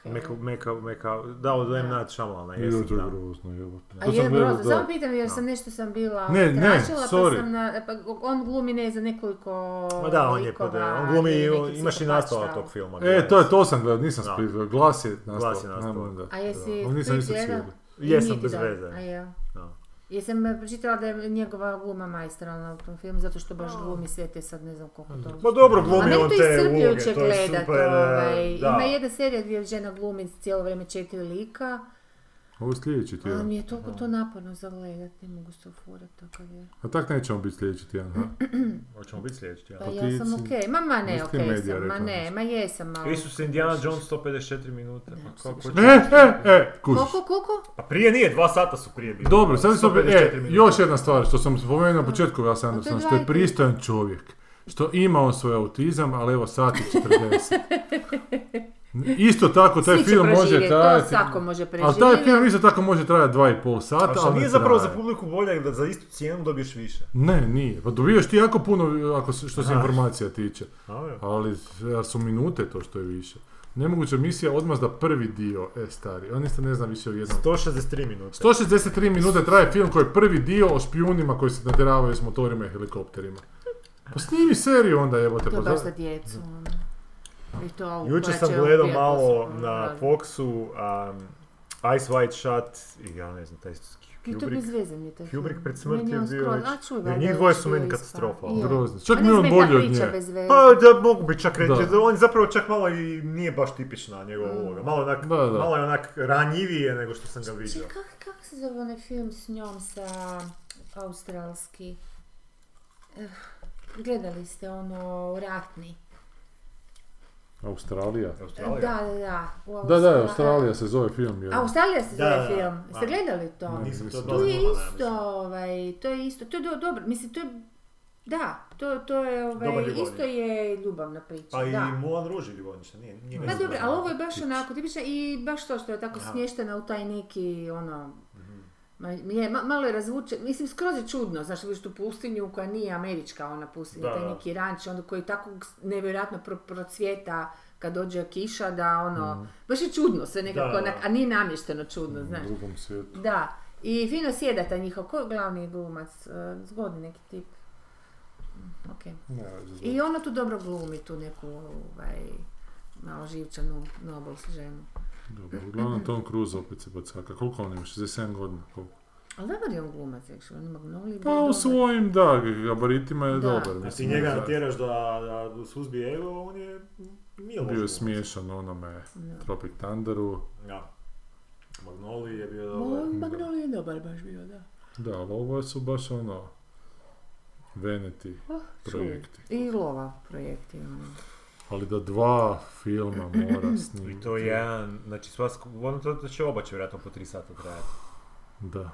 S4: Meka, meka, meka, da, od M.
S2: Da.
S4: Night Shyamalana,
S1: Joj,
S4: jesam,
S1: to je
S4: da.
S1: grozno, jebote.
S2: A
S1: To
S2: je
S1: sam gledao,
S2: grozno, samo
S1: da.
S2: pitam jer
S4: Da.
S2: sam nešto sam bila
S1: Ne, ne,
S2: tražila
S1: sorry.
S2: pa sam na, pa on glumi ne znam nekoliko
S4: Ma da, on je pod,
S2: likova
S4: on glumi,
S2: ili nekih
S4: imaš i
S2: psihopačka.
S4: nastavak tog filma.
S1: E, to je, to sam gledao, nisam
S4: Da.
S1: split, glas je nastao.
S4: Glas je nastao.
S1: nemoj da,
S2: A jesi
S1: da. Ali
S2: Split
S1: nisam isto
S2: gledao?
S1: cijeli.
S4: Jesam,
S2: Nije ti
S4: bez
S2: dobro.
S4: veze.
S2: A ja.
S4: Da.
S2: Jesam eh, pročitala da je njegova gluma majstoralna u tom filmu, zato što baš glumi sve te sad ne znam koliko to...
S4: Ma Pa dobro,
S2: A
S4: glumi
S2: meni
S4: on
S2: to
S4: te uloge,
S2: iscrpljujuće
S4: to je
S2: gledat,
S4: super, e,
S2: ovaj.
S4: da.
S2: Ima jedna serija gdje žena glumi cijelo vrijeme četiri lika.
S1: Ovo je sljedeći
S2: Ali
S1: tjedan.
S2: mi je toliko to naporno za gledat, ne mogu se ufurati takav je.
S1: A tak nećemo biti sljedeći tjedan, ha?
S3: Hoćemo biti sljedeći
S2: Pa
S3: tjedan.
S1: Pa
S2: ja
S1: ti
S2: sam
S1: si-
S2: okej, ma, ma ne
S1: nisi ti
S2: okej
S1: medija
S2: sam, ma
S1: rekla
S2: ne,
S1: ništa.
S2: ma jesam malo.
S3: Isus Indiana Jones 154 minuta. Pa kako hoće-
S1: E, e, e, kužiš.
S2: Koliko, koliko?
S3: Pa prije nije, dva sata su prije bilo.
S1: Dobro, sad sam,
S3: 154
S1: e,
S3: minuta.
S1: još jedna stvar što sam spomenuo na početku ja
S2: A to je
S1: Andersona,
S2: dva
S1: što
S2: i
S1: je
S2: tri.
S1: pristojan čovjek. Što ima on svoj autizam, ali evo sat i
S2: [laughs]
S1: 40. N- Isto tako, taj
S2: Svi će
S1: film može
S2: preživjeti,
S1: trajati...
S2: to svako može preživjeti.
S1: Ali taj film isto tako može trajati dva i pol sata,
S3: A što
S1: ali ne
S3: nije zapravo za
S1: traje.
S3: publiku bolje da za istu cijenu dobiješ više.
S1: Ne, nije. Pa dobijaš ti jako puno ako se, što se
S3: Aha.
S1: informacija tiče.
S3: Dobro.
S1: Ali a su minute to što je više. Nemoguća misija odmazda prvi dio, e stari, on isto ne zna više o jednom.
S3: 163 minuta.
S1: 163 minute traje film koji je prvi dio o špijunima koji se nadjeravaju s motorima i helikopterima. Pa snimi seriju onda jebote.
S2: To je
S1: Pa
S2: baš
S1: za-
S2: za djecu, ono. I to ovu
S3: Jučer
S2: koja
S3: sam
S2: će
S3: gledao
S2: opijat
S3: malo
S2: posao,
S3: na
S2: ono.
S3: Foxu um, Ice White Shut i ja ne znam, taj
S2: I to
S3: Kubrick.
S2: bez veze mi je taj
S3: Kubrick
S2: film.
S3: pred smrti
S2: Meni
S3: je
S2: on
S3: bio
S2: skroz-
S3: već-
S2: a čuj,
S3: jer
S2: valjda
S3: njih
S2: je
S3: dvoje
S2: već
S3: su meni
S2: bio
S3: katastrofa,
S2: ispao.
S3: ono.
S2: Je.
S1: Grozni.
S2: Ma
S1: Čak
S2: Pa ne
S1: mi on
S2: smeta
S1: bolji od
S2: priča
S1: nje.
S2: bez veze.
S3: Pa da mogu bi čak reći,
S1: Da.
S3: da. on zapravo čak malo i nije baš tipična njegova
S2: Mm.
S3: uloga. Malo, onak,
S1: Da, da.
S3: malo je onak ranjivije nego što sam ga vidio.
S2: Čekaj, kak, kak se zove onaj film s njom sa australski? Eh, Gledali ste ono ratni.
S1: Australija.
S2: Da,
S3: Australija?
S2: da, da. u
S1: Da, da,
S2: Austra-
S1: Australija se zove film. Je.
S2: A, Australija
S5: Da,
S2: se zove
S5: da, da.
S2: film. Ste
S5: A.
S2: gledali to?
S1: Ne.
S5: Nisam to
S1: Tu
S2: To
S5: dobro
S2: je
S5: znala, ja mislim.
S2: isto, ovaj, to je isto, to je do- dobro, mislim, to je, da, to, to je,
S3: Dobar
S2: ovaj,
S3: ljubavni.
S2: isto je ljubavna priča,
S3: Pa i
S2: da.
S3: Mulan Ruži ljubavnična, nije, nije
S2: Ma
S3: nešto
S2: dobro,
S3: baš
S2: ali ovo je baš
S3: tipično.
S2: onako tipično i baš to što je tako
S5: Aha.
S2: smještena u taj neki ono...
S3: Mhm.
S2: ma- Je, ma- malo je razvuče, mislim skroz je čudno, znaš, vidiš tu pustinju koja nije američka ona pustinja,
S3: Da,
S2: taj
S3: da.
S2: neki ranč, onda koji tako nevjerojatno pro, procvjeta kad dođe kiša, da ono, baš je čudno sve nekako,
S3: Mhm. da. Mhm.
S2: onak, a nije namješteno čudno,
S1: U
S2: znaš.
S1: drugom svijetu.
S2: Da, i fino sjeda taj njihov, ko je glavni glumac, E, zgodni neki tip. Ok.
S1: Ne, ne znam.
S2: I ona tu dobro glumi, tu neku ovaj, malo živčanu, nobel ženu.
S1: Dobro, uglavnom Tom Cruise opet se bacaka. Koliko on ima? 67 godina? Koliko?
S2: Ali dobar je on glumac, actually, on ima mnogo
S1: Pa u svojim, da, gabaritima je
S2: Da.
S1: dobar.
S5: A ti
S1: mislim,
S5: njega
S1: da.
S5: natjeraš da, da suzbije ego, on je milo.
S1: Bio je smiješan u onome Tropic Thunderu.
S5: Ja. Magnoli je bio
S1: Ovaj,
S5: dobar.
S2: Magnoli Pa, je dobar baš bio, da.
S1: Da, ali ovo su baš ono... Veneti
S2: Oh,
S1: projekti.
S2: I lova projekti, ono.
S1: Ali da dva
S3: [clears throat]
S1: filma mora snimiti.
S3: I to je jedan, znači sva sku- ono to, to će oba će vjerojatno po 3 sata trajati.
S1: Da.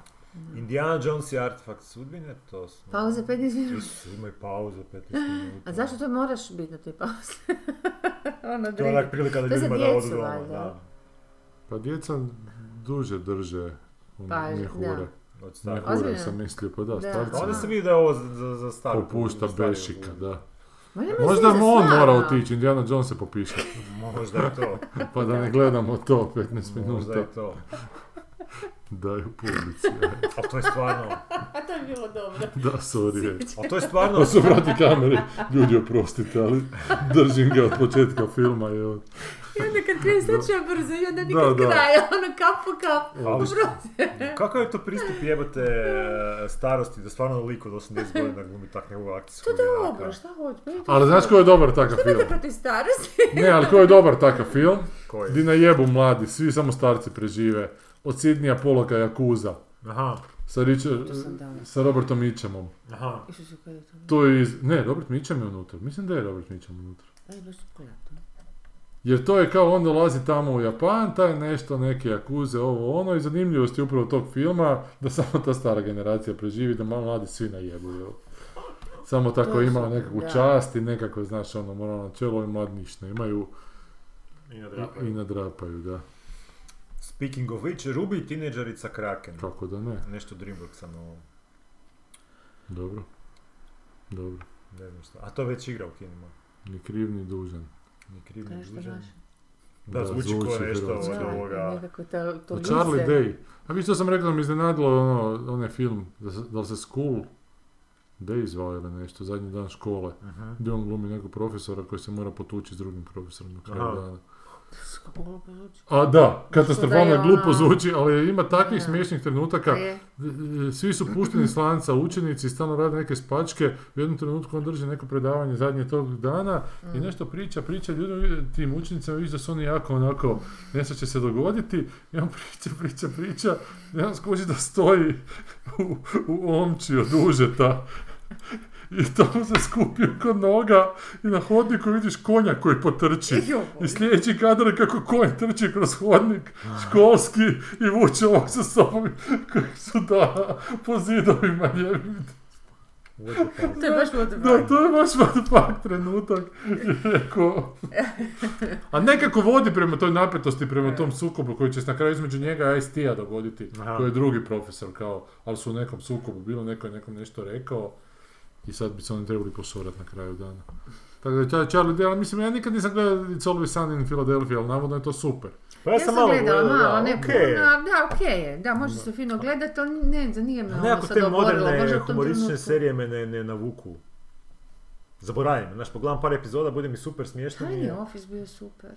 S3: Indiana Jones i Artefakt sudbine, to smo...
S2: Pauza 15 minuta.
S3: Isuse, Imaj pauzu 15
S2: [gasps]
S3: minuta.
S2: A zašto to moraš biti na toj pauzi? [laughs] ono,
S3: To je
S2: drugi.
S3: onak prilika da
S2: To je za
S3: ljudima da
S2: djecu
S3: odu doma,
S2: valjda.
S3: da.
S1: Pa djeca duže drže u
S2: Pa,
S1: ne
S2: da.
S1: hure.
S3: Od
S1: Ne
S3: starih.
S1: hure
S2: Ozbiljno?
S1: sam mislio, pa da,
S2: Da.
S1: starci
S3: A Onda
S1: ne.
S3: se vidi da je ovo za, za, za staru.
S1: Popušta
S3: stariju
S1: Bešika,
S3: publiku.
S1: da.
S2: Ma nema
S1: Možda
S2: veze,
S1: mu on mora
S2: stvarno.
S1: otići, Indiana Jones se popiše,
S3: Možda je
S5: [laughs]
S3: to.
S1: [laughs] pa da ne gledamo to 15
S3: Možda
S1: minuta.
S3: je to.
S1: Da je u publici, aj. [laughs]
S3: Ali to je stvarno...
S2: A to je bilo dobro.
S1: da, sorry. ej.
S3: Ali to je stvarno...
S5: [laughs]
S1: Pa se vrati kameri, ljudi oprostite, ali držim ga od početka filma i od...
S2: I onda kad krene sve će brzo i onda nikad
S1: da.
S2: kraja, ono kap po kap.
S3: Ali-
S2: Oprosti.
S3: Kako je to pristup jebote e, starosti da stvarno liku od 80 godina glumi tak neku akciju?
S2: To dobro, šta hoćeš? Pa je to
S1: Ali znaš ko je dobar takav film?
S2: Imate protiv starosti?
S1: Ne, ali ko je dobar takav film?
S3: Koji?
S1: Di na jebu mladi, svi samo starci prežive. Od Sidnija Poloka Jakuza.
S3: Aha,
S1: Sa, Richard,
S2: To sam dala.
S1: sa Robertom Mitchumom.
S3: aha.
S2: Isuse, kada je to?
S1: To je iz... Ne, Robert Mitchum je unutra. Mislim da je Robert Mitchum unutra.
S2: Aj, baš čokoladu.
S1: Jer to je kao on dolazi tamo u Japan, taj nešto, neke jakuze, ovo ono, i zanimljivost je upravo tog filma da [laughs] samo ta stara generacija preživi, da malo mladi svi najebu. jel? Samo tako
S2: To je
S1: ima
S2: super,
S1: nekakvu
S2: da.
S1: čast i nekako, znaš, ono, moralno načelo, ovi mladi ništa imaju
S5: I na
S1: i, i nadrapaju, da.
S3: Speaking of which, Ruby tineđerica Kraken.
S1: Kako da ne,
S3: Nešto Dreamworks sam ono, ovo,
S1: dobro. Dobro,
S3: ne znam što. A to već igra u kinima.
S1: ni kriv ni dužan.
S3: Ni kriv,
S2: To
S3: ni
S2: je što
S3: dužan.
S2: baš.
S3: Da, zvuči ko nešto ono,
S1: hrvatski.
S3: od ovoga.
S2: Nekako to, to
S1: A Pa Charlie
S2: lise.
S1: Day. A vi što sam rekao, da me iznenadilo ono, onaj film, da, se- da li se School Day zvao ili nešto, zadnji dan škole,
S3: Aha.
S1: [laughs] gdje on glumi nekog profesora koji se mora potući s drugim profesorom na kraju
S3: Aha.
S1: dana.
S2: Kako glupo zvuči.
S1: A
S2: Što
S1: da,
S2: da je
S1: katastrofalno
S2: ona-
S1: glupo zvuči, ali ima takvih
S2: Da.
S1: smiješnih trenutaka. E,
S2: Je.
S1: Svi su pušteni s lanca, učenici stalno rade neke spačke, u jednom trenutku on drži neko predavanje zadnje tog dana
S2: Mm.
S1: i nešto priča, priča ljudima, tim učenicima, vidiš da su oni jako onako, nešto će se dogoditi i on priča, priča, priča i on skuži da stoji u, u omči od užeta i to mu se skupi oko noga i na hodniku vidiš konja koji potrči.
S2: Jo.
S1: I sljedeći kadar je kako konj trči kroz hodnik školski i vuče ovog sa sobom koji su da po zidovima jebi.
S3: pa.
S2: To je baš
S1: Da,
S2: glupo.
S1: to je baš pak trenutak. I rekao- A nekako vodi prema toj napetosti, prema tom sukobu koji će se na kraju između njega i ST-a dogoditi,
S3: Aha.
S1: koji je drugi profesor kao, ali su u nekom sukobu bilo, neko je nekom nešto rekao i sad bi se oni trebali posorati na kraju dana. Tako da Char- Charlie Day, ali mislim, ja nikad nisam gledao It's Always Sunny in Philadelphia, ali navodno je to super.
S3: Pa
S2: Ja
S3: ja sam
S2: sam
S3: malo
S2: gledala, ono,
S3: gledao,
S2: malo,
S3: da,
S2: ne
S3: okej.
S2: puno, da, okej je, da, može se fino gledat, ali ne znam, nije me ono
S3: Nekako
S2: sad
S3: te
S2: oborilo,
S3: moderne
S2: možda u tom
S3: humoristične
S2: trenutku.
S3: serije me ne, ne navuku. Zaboravim, znaš, pogledam par epizoda, bude mi super smiješno.
S2: Tiny
S3: nije.
S2: Office bio super.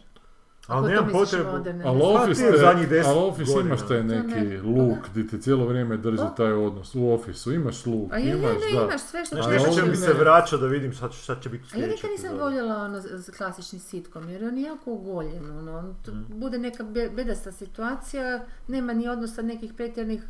S3: Ali nemam potrebu.
S1: Ali
S3: znam,
S1: Office,
S3: ti je
S1: te-
S3: zadnjih deset
S1: ali Office
S3: godina. Pa-
S1: imaš taj neki
S2: ne, pa
S1: luk di ti cijelo vrijeme drži taj odnos. U Officeu imaš luk,
S2: A je, je,
S1: imaš,
S2: ne,
S1: da.
S2: imaš sve što
S3: Znaš,
S1: Ali
S2: trebaš
S3: nešto
S1: ovo
S3: će mi
S1: je-
S2: imati.
S3: se vraća da vidim šta, će- šta će biti
S2: A
S3: u
S2: ja
S3: sljedećoj
S2: nikad nisam
S3: epizodi.
S2: voljela ono z- z- klasični sitcom, jer on je jako ugoljen, ono, on t- bude neka be- bedasta situacija, nema ni odnosa nekih pretjernih,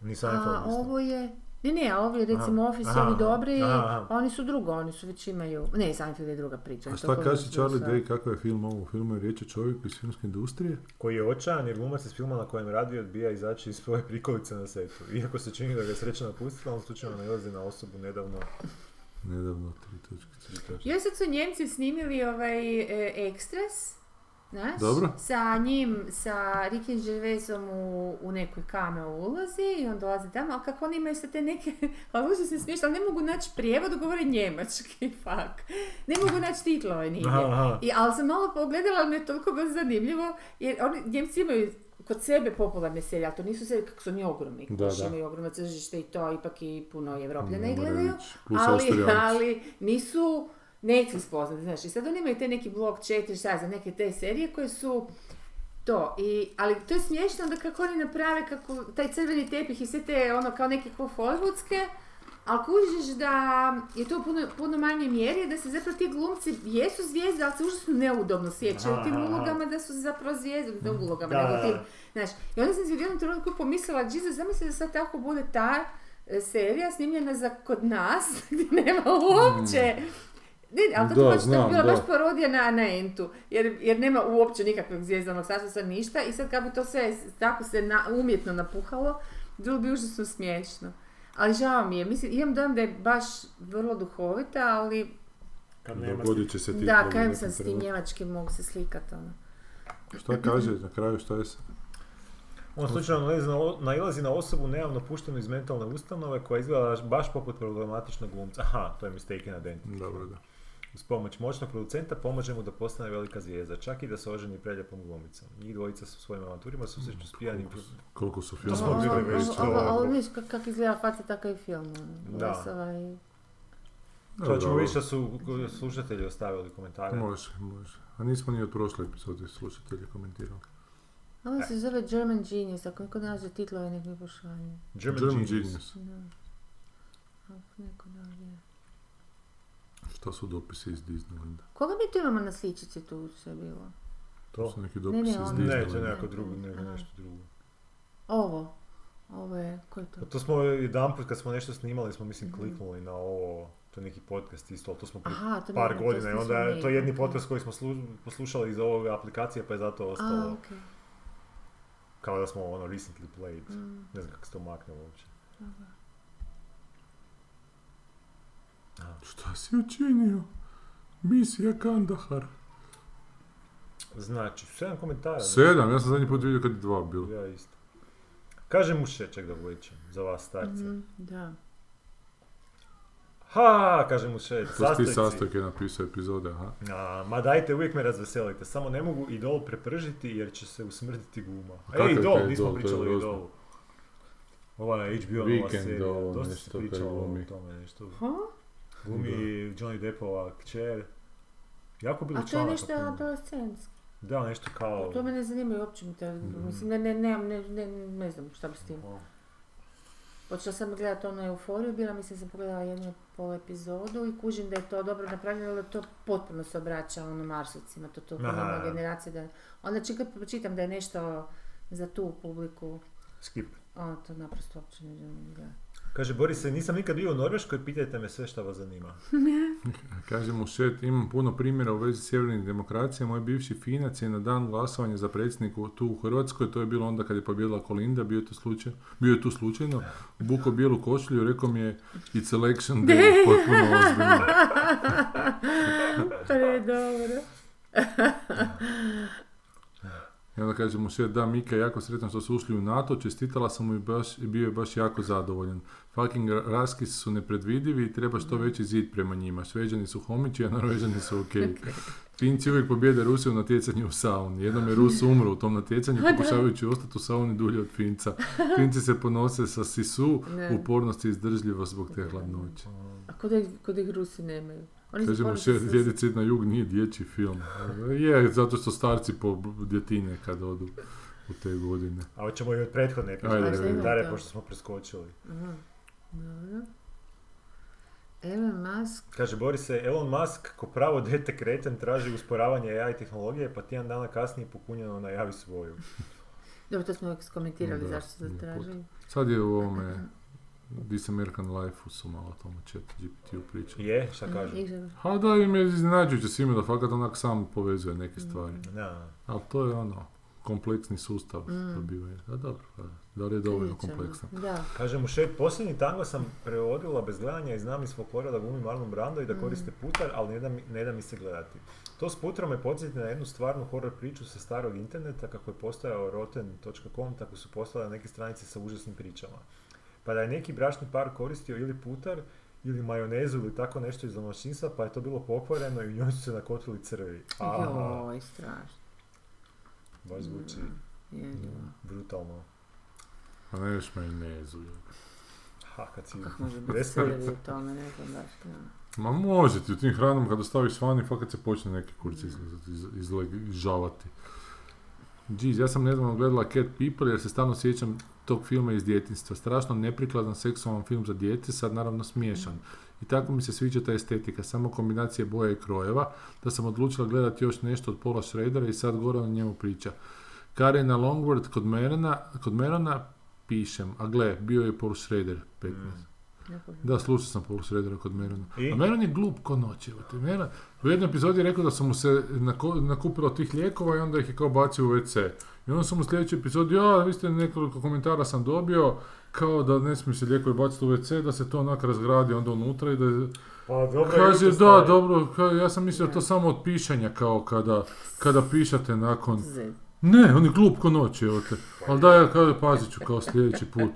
S3: Ni
S2: a
S3: Seinfeld nisam.
S2: ovo je... Ne, ne, a ovi recimo
S3: Aha,
S2: Office,
S3: aha,
S2: ovi dobri,
S3: aha, aha.
S2: oni su drugo, oni su već imaju... Ne, Seinfeld je druga priča. to
S1: A Pa šta
S2: kod
S1: kaže
S2: nas
S1: Charlie
S2: sa-
S1: Day, kakav je film ovo? U filmu je riječ o čovjeku iz filmske industrije?
S3: Koji je očajan jer glumac iz filma na kojem radi odbija izaći iz svoje prikolice na setu. Iako se čini da ga je srećno napustila, on slučajno nailazi na osobu nedavno.
S1: Nedavno, tri točke.
S2: Još sad su Njemci snimili ovaj e, Extras, znaš?
S1: Dobro.
S2: Sa njim, sa Ricky Gervaisom u, u nekoj kame ulazi i on dolazi tamo, ali kako oni imaju sad te neke, [laughs] ali užasno se smiješno, ali ne mogu naći prijevod, govore njemački, [laughs] fuck. Ne mogu naći titlove nigdje.
S3: Aha, aha.
S2: I, ali sam malo pogledala, ali mi je toliko bilo zanimljivo, jer oni, Njemci imaju kod sebe popularne serije, ali to nisu serije kako su oni ogromni,
S1: Da,
S2: baš
S1: da.
S2: imaju ogromno tržište i to ipak i puno Evropljana i
S1: Moram
S2: gledaju,
S1: reći, plus
S2: ali,
S1: Austrijanac.
S2: ali nisu Netflix poznati, znaš, i sad oni imaju te neki blog 4, šta ja znam, neke te serije koje su to, i, ali to je smiješno da kako oni naprave, kako taj crveni tepih i sve te, ono, kao neke ko hollywoodske, ali kužiš da je to u puno, puno manje mjeri, da se zapravo ti glumci jesu zvijezde, ali se užasno neudobno sjećaju u tim
S6: Aha.
S2: ulogama da su zapravo zvijezde, ne
S1: Mm,
S2: ulogama,
S6: Da,
S2: nego
S6: da,
S2: tim,
S6: da.
S2: znaš. I onda sam si u jednom trenutku pomislila, Jesus, zamisli da sad tako bude ta e, serija snimljena za kod nas, [laughs] gdje nema uopće ne, ali to ti
S1: Mm. Da,
S2: baš, to bi
S1: znam,
S2: bila
S1: da.
S2: baš parodija na, na Entu, jer, jer nema uopće nikakvog zvijezdanog sastava, ništa i sad kad bi to sve s- tako se na, umjetno napuhalo, bilo bi užasno smiješno. Ali žao mi je, mislim, imam dojam da je baš vrlo duhovita, ali
S3: Pa
S6: Kad nema
S1: Dogodit će se ti
S2: da, kajem sam s tim njemačkim, mogu se slikat, ono.
S1: Šta kaže na kraju, šta je sa...
S3: On slučajno nailazi na, o- nailazi na osobu nejavno puštenu iz mentalne ustanove koja izgleda baš poput problematičnog glumca. Aha, to je Mistaken Identity.
S1: Dobro, da.
S3: Uz pomoć moćnog producenta pomaže mu da postane velika zvijezda, čak i da se oženi preljepom glumicom. Njih dvojica su u svojim avanturima susreću s pijanim...
S1: Koliko su
S3: To smo
S2: Ovo-
S1: filmova?
S3: vidjeli
S2: ovo-
S3: već,
S2: ovo-
S3: to
S2: ovo-
S3: je
S2: ovo
S3: dobro.
S2: ono, vidiš kak- kako izgleda faca, tako i film, ono.
S3: Da.
S2: Lesova i-
S3: Sad ćemo
S1: Dobro.
S3: vidjeti što su ko- slušatelji ostavili komentare.
S1: Može, može. A nismo ni od prošle epizode slušatelji komentirali.
S2: Ovo ono
S3: E.
S2: se zove German Genius, ako neko nađe titlove, nek mi pošalje. Znači,
S3: German,
S1: German
S3: Genius.
S1: Genius.
S2: Da. Ako neko nađe...
S1: Šta su dopisi iz Disneylanda?
S2: Koga mi tu imamo na sličici tu što je bilo?
S1: To
S3: To?
S1: su neki
S2: Ne,
S1: dopisi iz
S2: ne, ono-
S3: Ne, to je
S1: Disneylanda.
S3: neko drugo, ne,
S2: Aha.
S3: nešto drugo.
S2: Ovo. Ovo je, ko je to?
S3: Pa to smo jedan put kad smo nešto snimali, smo mislim
S2: Mhm.
S3: kliknuli na ovo, to je neki podcast isto, ali to smo prije
S2: Aha, to
S3: par
S2: ne,
S3: godina i
S2: nismo
S3: onda je to jedni
S2: mi.
S3: podcast koji smo slu- poslušali iz ove aplikacije pa je zato
S2: A,
S3: ostalo
S2: okej.
S3: kao da smo ono recently played.
S2: Mm.
S3: Ne znam kako se to maknulo uopće.
S1: Šta si učinio? Misija Kandahar.
S3: Znači, sedam komentara. ne?
S1: Sedam, ja sam zadnji put vidio kad je dva bilo.
S3: Ja isto. Kaže mušeček da vlečem, za vas starce.
S2: Mhm, da.
S3: Ha, kaže mušeček,
S1: To su ti
S3: sastojci.
S1: sastojk je napisao epizode, aha.
S3: A, ma dajte, uvijek me razveselite, samo ne mogu idol prepržiti jer će se usmrditi guma.
S1: kakav
S3: Ej,
S1: je
S3: idol,
S1: taj
S3: nismo
S1: Idol, to je
S3: pričali o
S1: grozno.
S3: idolu. Ova je HBO nova
S1: Weekend
S3: serija,
S1: ovo,
S3: dosta se
S1: nešto
S3: pričalo
S1: kaj
S3: o
S1: glumi.
S3: tome, nešto.
S2: Ha?
S3: Glumi Johnny Deppova kćer. Jako bilo
S2: A to je
S3: članaka
S2: nešto
S3: puno.
S2: adolescentski.
S3: Da, nešto kao...
S2: To me ne zanima uopće mi to,
S3: Mhm.
S2: mislim, ne, ne, ne, ne, ne, ne znam šta bi s tim.
S3: Wow.
S2: Počela sam gledat ono euforiju, bila mislim sam pogledala jednu pol epizodu i kužim da je to dobro napravljeno, ali da to potpuno se obraća ono Marsovcima, to to
S3: Aha.
S2: nema generacije da... Onda čim kad pročitam da je nešto za tu publiku,
S3: Skip.
S2: ono to naprosto uopće ne želim [laughs] gledati.
S3: Kaže, Boris, nisam nikad bio u Norveškoj, pitajte me sve šta vas zanima.
S1: Kaže mu šet, imam puno primjera u vezi s sjevernim demokracijama. Moj bivši Finac je na dan glasovanja za predsjedniku tu u Hrvatskoj, to je bilo onda kad je pobjedila Kolinda, bio je, to slučaj, bio je tu slučajno, buko bijelu košulju, rekao mi je it's election day, potpuno ozbiljno.
S2: Pa Predobro.
S1: I onda kaže mu šef, da Mika je jako sretan što su ušli u NATO, čestitala sam mu i, baš, i bio je baš jako zadovoljan. Fucking ra- raskisi su nepredvidivi i treba što veći zid prema njima. Šveđani su homići, a Norvežani su okej.
S2: [laughs]
S1: Finci uvijek pobjede Rusiju u natjecanju u sauni. Jednom je Rus umro u tom natjecanju pokušavajući ostati u sauni dulje od Finca. Finci se ponose sa sisu,
S2: Ne.
S1: upornost i izdržljivost zbog te hladnoće.
S2: A kod ih, kod ih Rusi nemaju? Oni
S1: Kaže mu
S2: ponosi
S1: šef,
S2: su-
S1: Djedi Cid na jug nije dječji film. Je, zato što starci po djetine kad odu u te godine.
S3: A hoćemo i od prethodne
S1: Ajde,
S3: epizode
S1: ajde.
S3: komentare,
S2: Da.
S3: pošto smo preskočili.
S2: Aha, dobro. Elon Musk,
S3: Kaže, Borise, Elon Musk, ko pravo dete kreten, traži usporavanje AI tehnologije, pa tjedan dana kasnije pokunjeno najavi svoju.
S2: dobro to smo uvijek skomentirali
S1: Da,
S2: zašto su
S1: da,
S2: zatražili.
S1: Sad je u ovome This American Life-u su malo o tomu chat GPT-u pričali.
S3: Je,
S2: Mm.
S3: šta kažu?
S2: Igra-
S1: Ha da im je iznenađujuće svime da fakat onak sam povezuje neke stvari.
S3: Da.
S1: Ali to je ono, kompleksni sustav
S2: Mm.
S1: dobivaju. E. A dobro, da, da li je dovoljno
S2: Vidjet ćemo.
S1: kompleksan?
S2: Da.
S3: Kaže mu šef, posljednji tango sam prevodila bez gledanja i znam iz folklora da glumim Marlon Brando
S2: Mm.
S3: i da koriste putar, ali ne da, mi, ne da mi se gledati. To s putarom me podsjeti na jednu stvarnu horror priču sa starog interneta, kako je postojao rotten.com, tako su postale neke stranice sa užasnim pričama. Pa da je neki bračni par koristio ili putar, ili majonezu ili tako nešto iz domaćinstva, pa je to bilo pokvareno i u njoj su se nakotili crvi. Aha,
S2: Joj, strašno.
S1: Pa
S3: baš zvuči
S2: Je, da.
S1: Mm.
S3: brutalno.
S1: A Pa ne još majonezu. je.
S3: Ha, kad si...
S2: Kako može biti
S3: Respekt.
S2: crvi u tome, ne znam baš. da.
S1: Ma može ti u tim hranom kad ostaviš vani, fakat se počne neke kurce izlazati, iz, izležavati. Jeez, ja sam nedavno gledala Cat People jer se stalno sjećam tog filma iz djetinjstva. Strašno neprikladan seksualan film za djece, sad naravno smiješan. I tako mi se sviđa ta estetika, samo kombinacije boja i krojeva, da sam odlučila gledati još nešto od Paula Schradera i sad Goran o njemu priča. Karina Longworth kod Merona, kod Merona pišem, a gle, bio je Paul Schrader 15.
S2: Jako je.
S1: Da, slušao sam Paul Schradera kod Merona.
S3: I?
S1: A Meron je glup ko noć, evo te. Meron, u jednoj epizodi je rekao da su mu se nako- nakupilo tih lijekova i onda ih je kao bacio u WC. I onda sam u sljedećoj epizodi, ja, vi ste nekoliko komentara sam dobio, kao da ne smiju se lijekovi baciti u WC, da se to onak razgradi onda unutra i da je
S3: Pa dobro,
S1: Kaže,
S3: jutro,
S1: da,
S3: stari.
S1: dobro, ka- ja sam mislio to samo od pišanja, kao kada, kada pišate nakon...
S2: Zez.
S1: Ne, on je glup ko noć, evo te. Ali da, ja kao, pazit ću kao sljedeći put.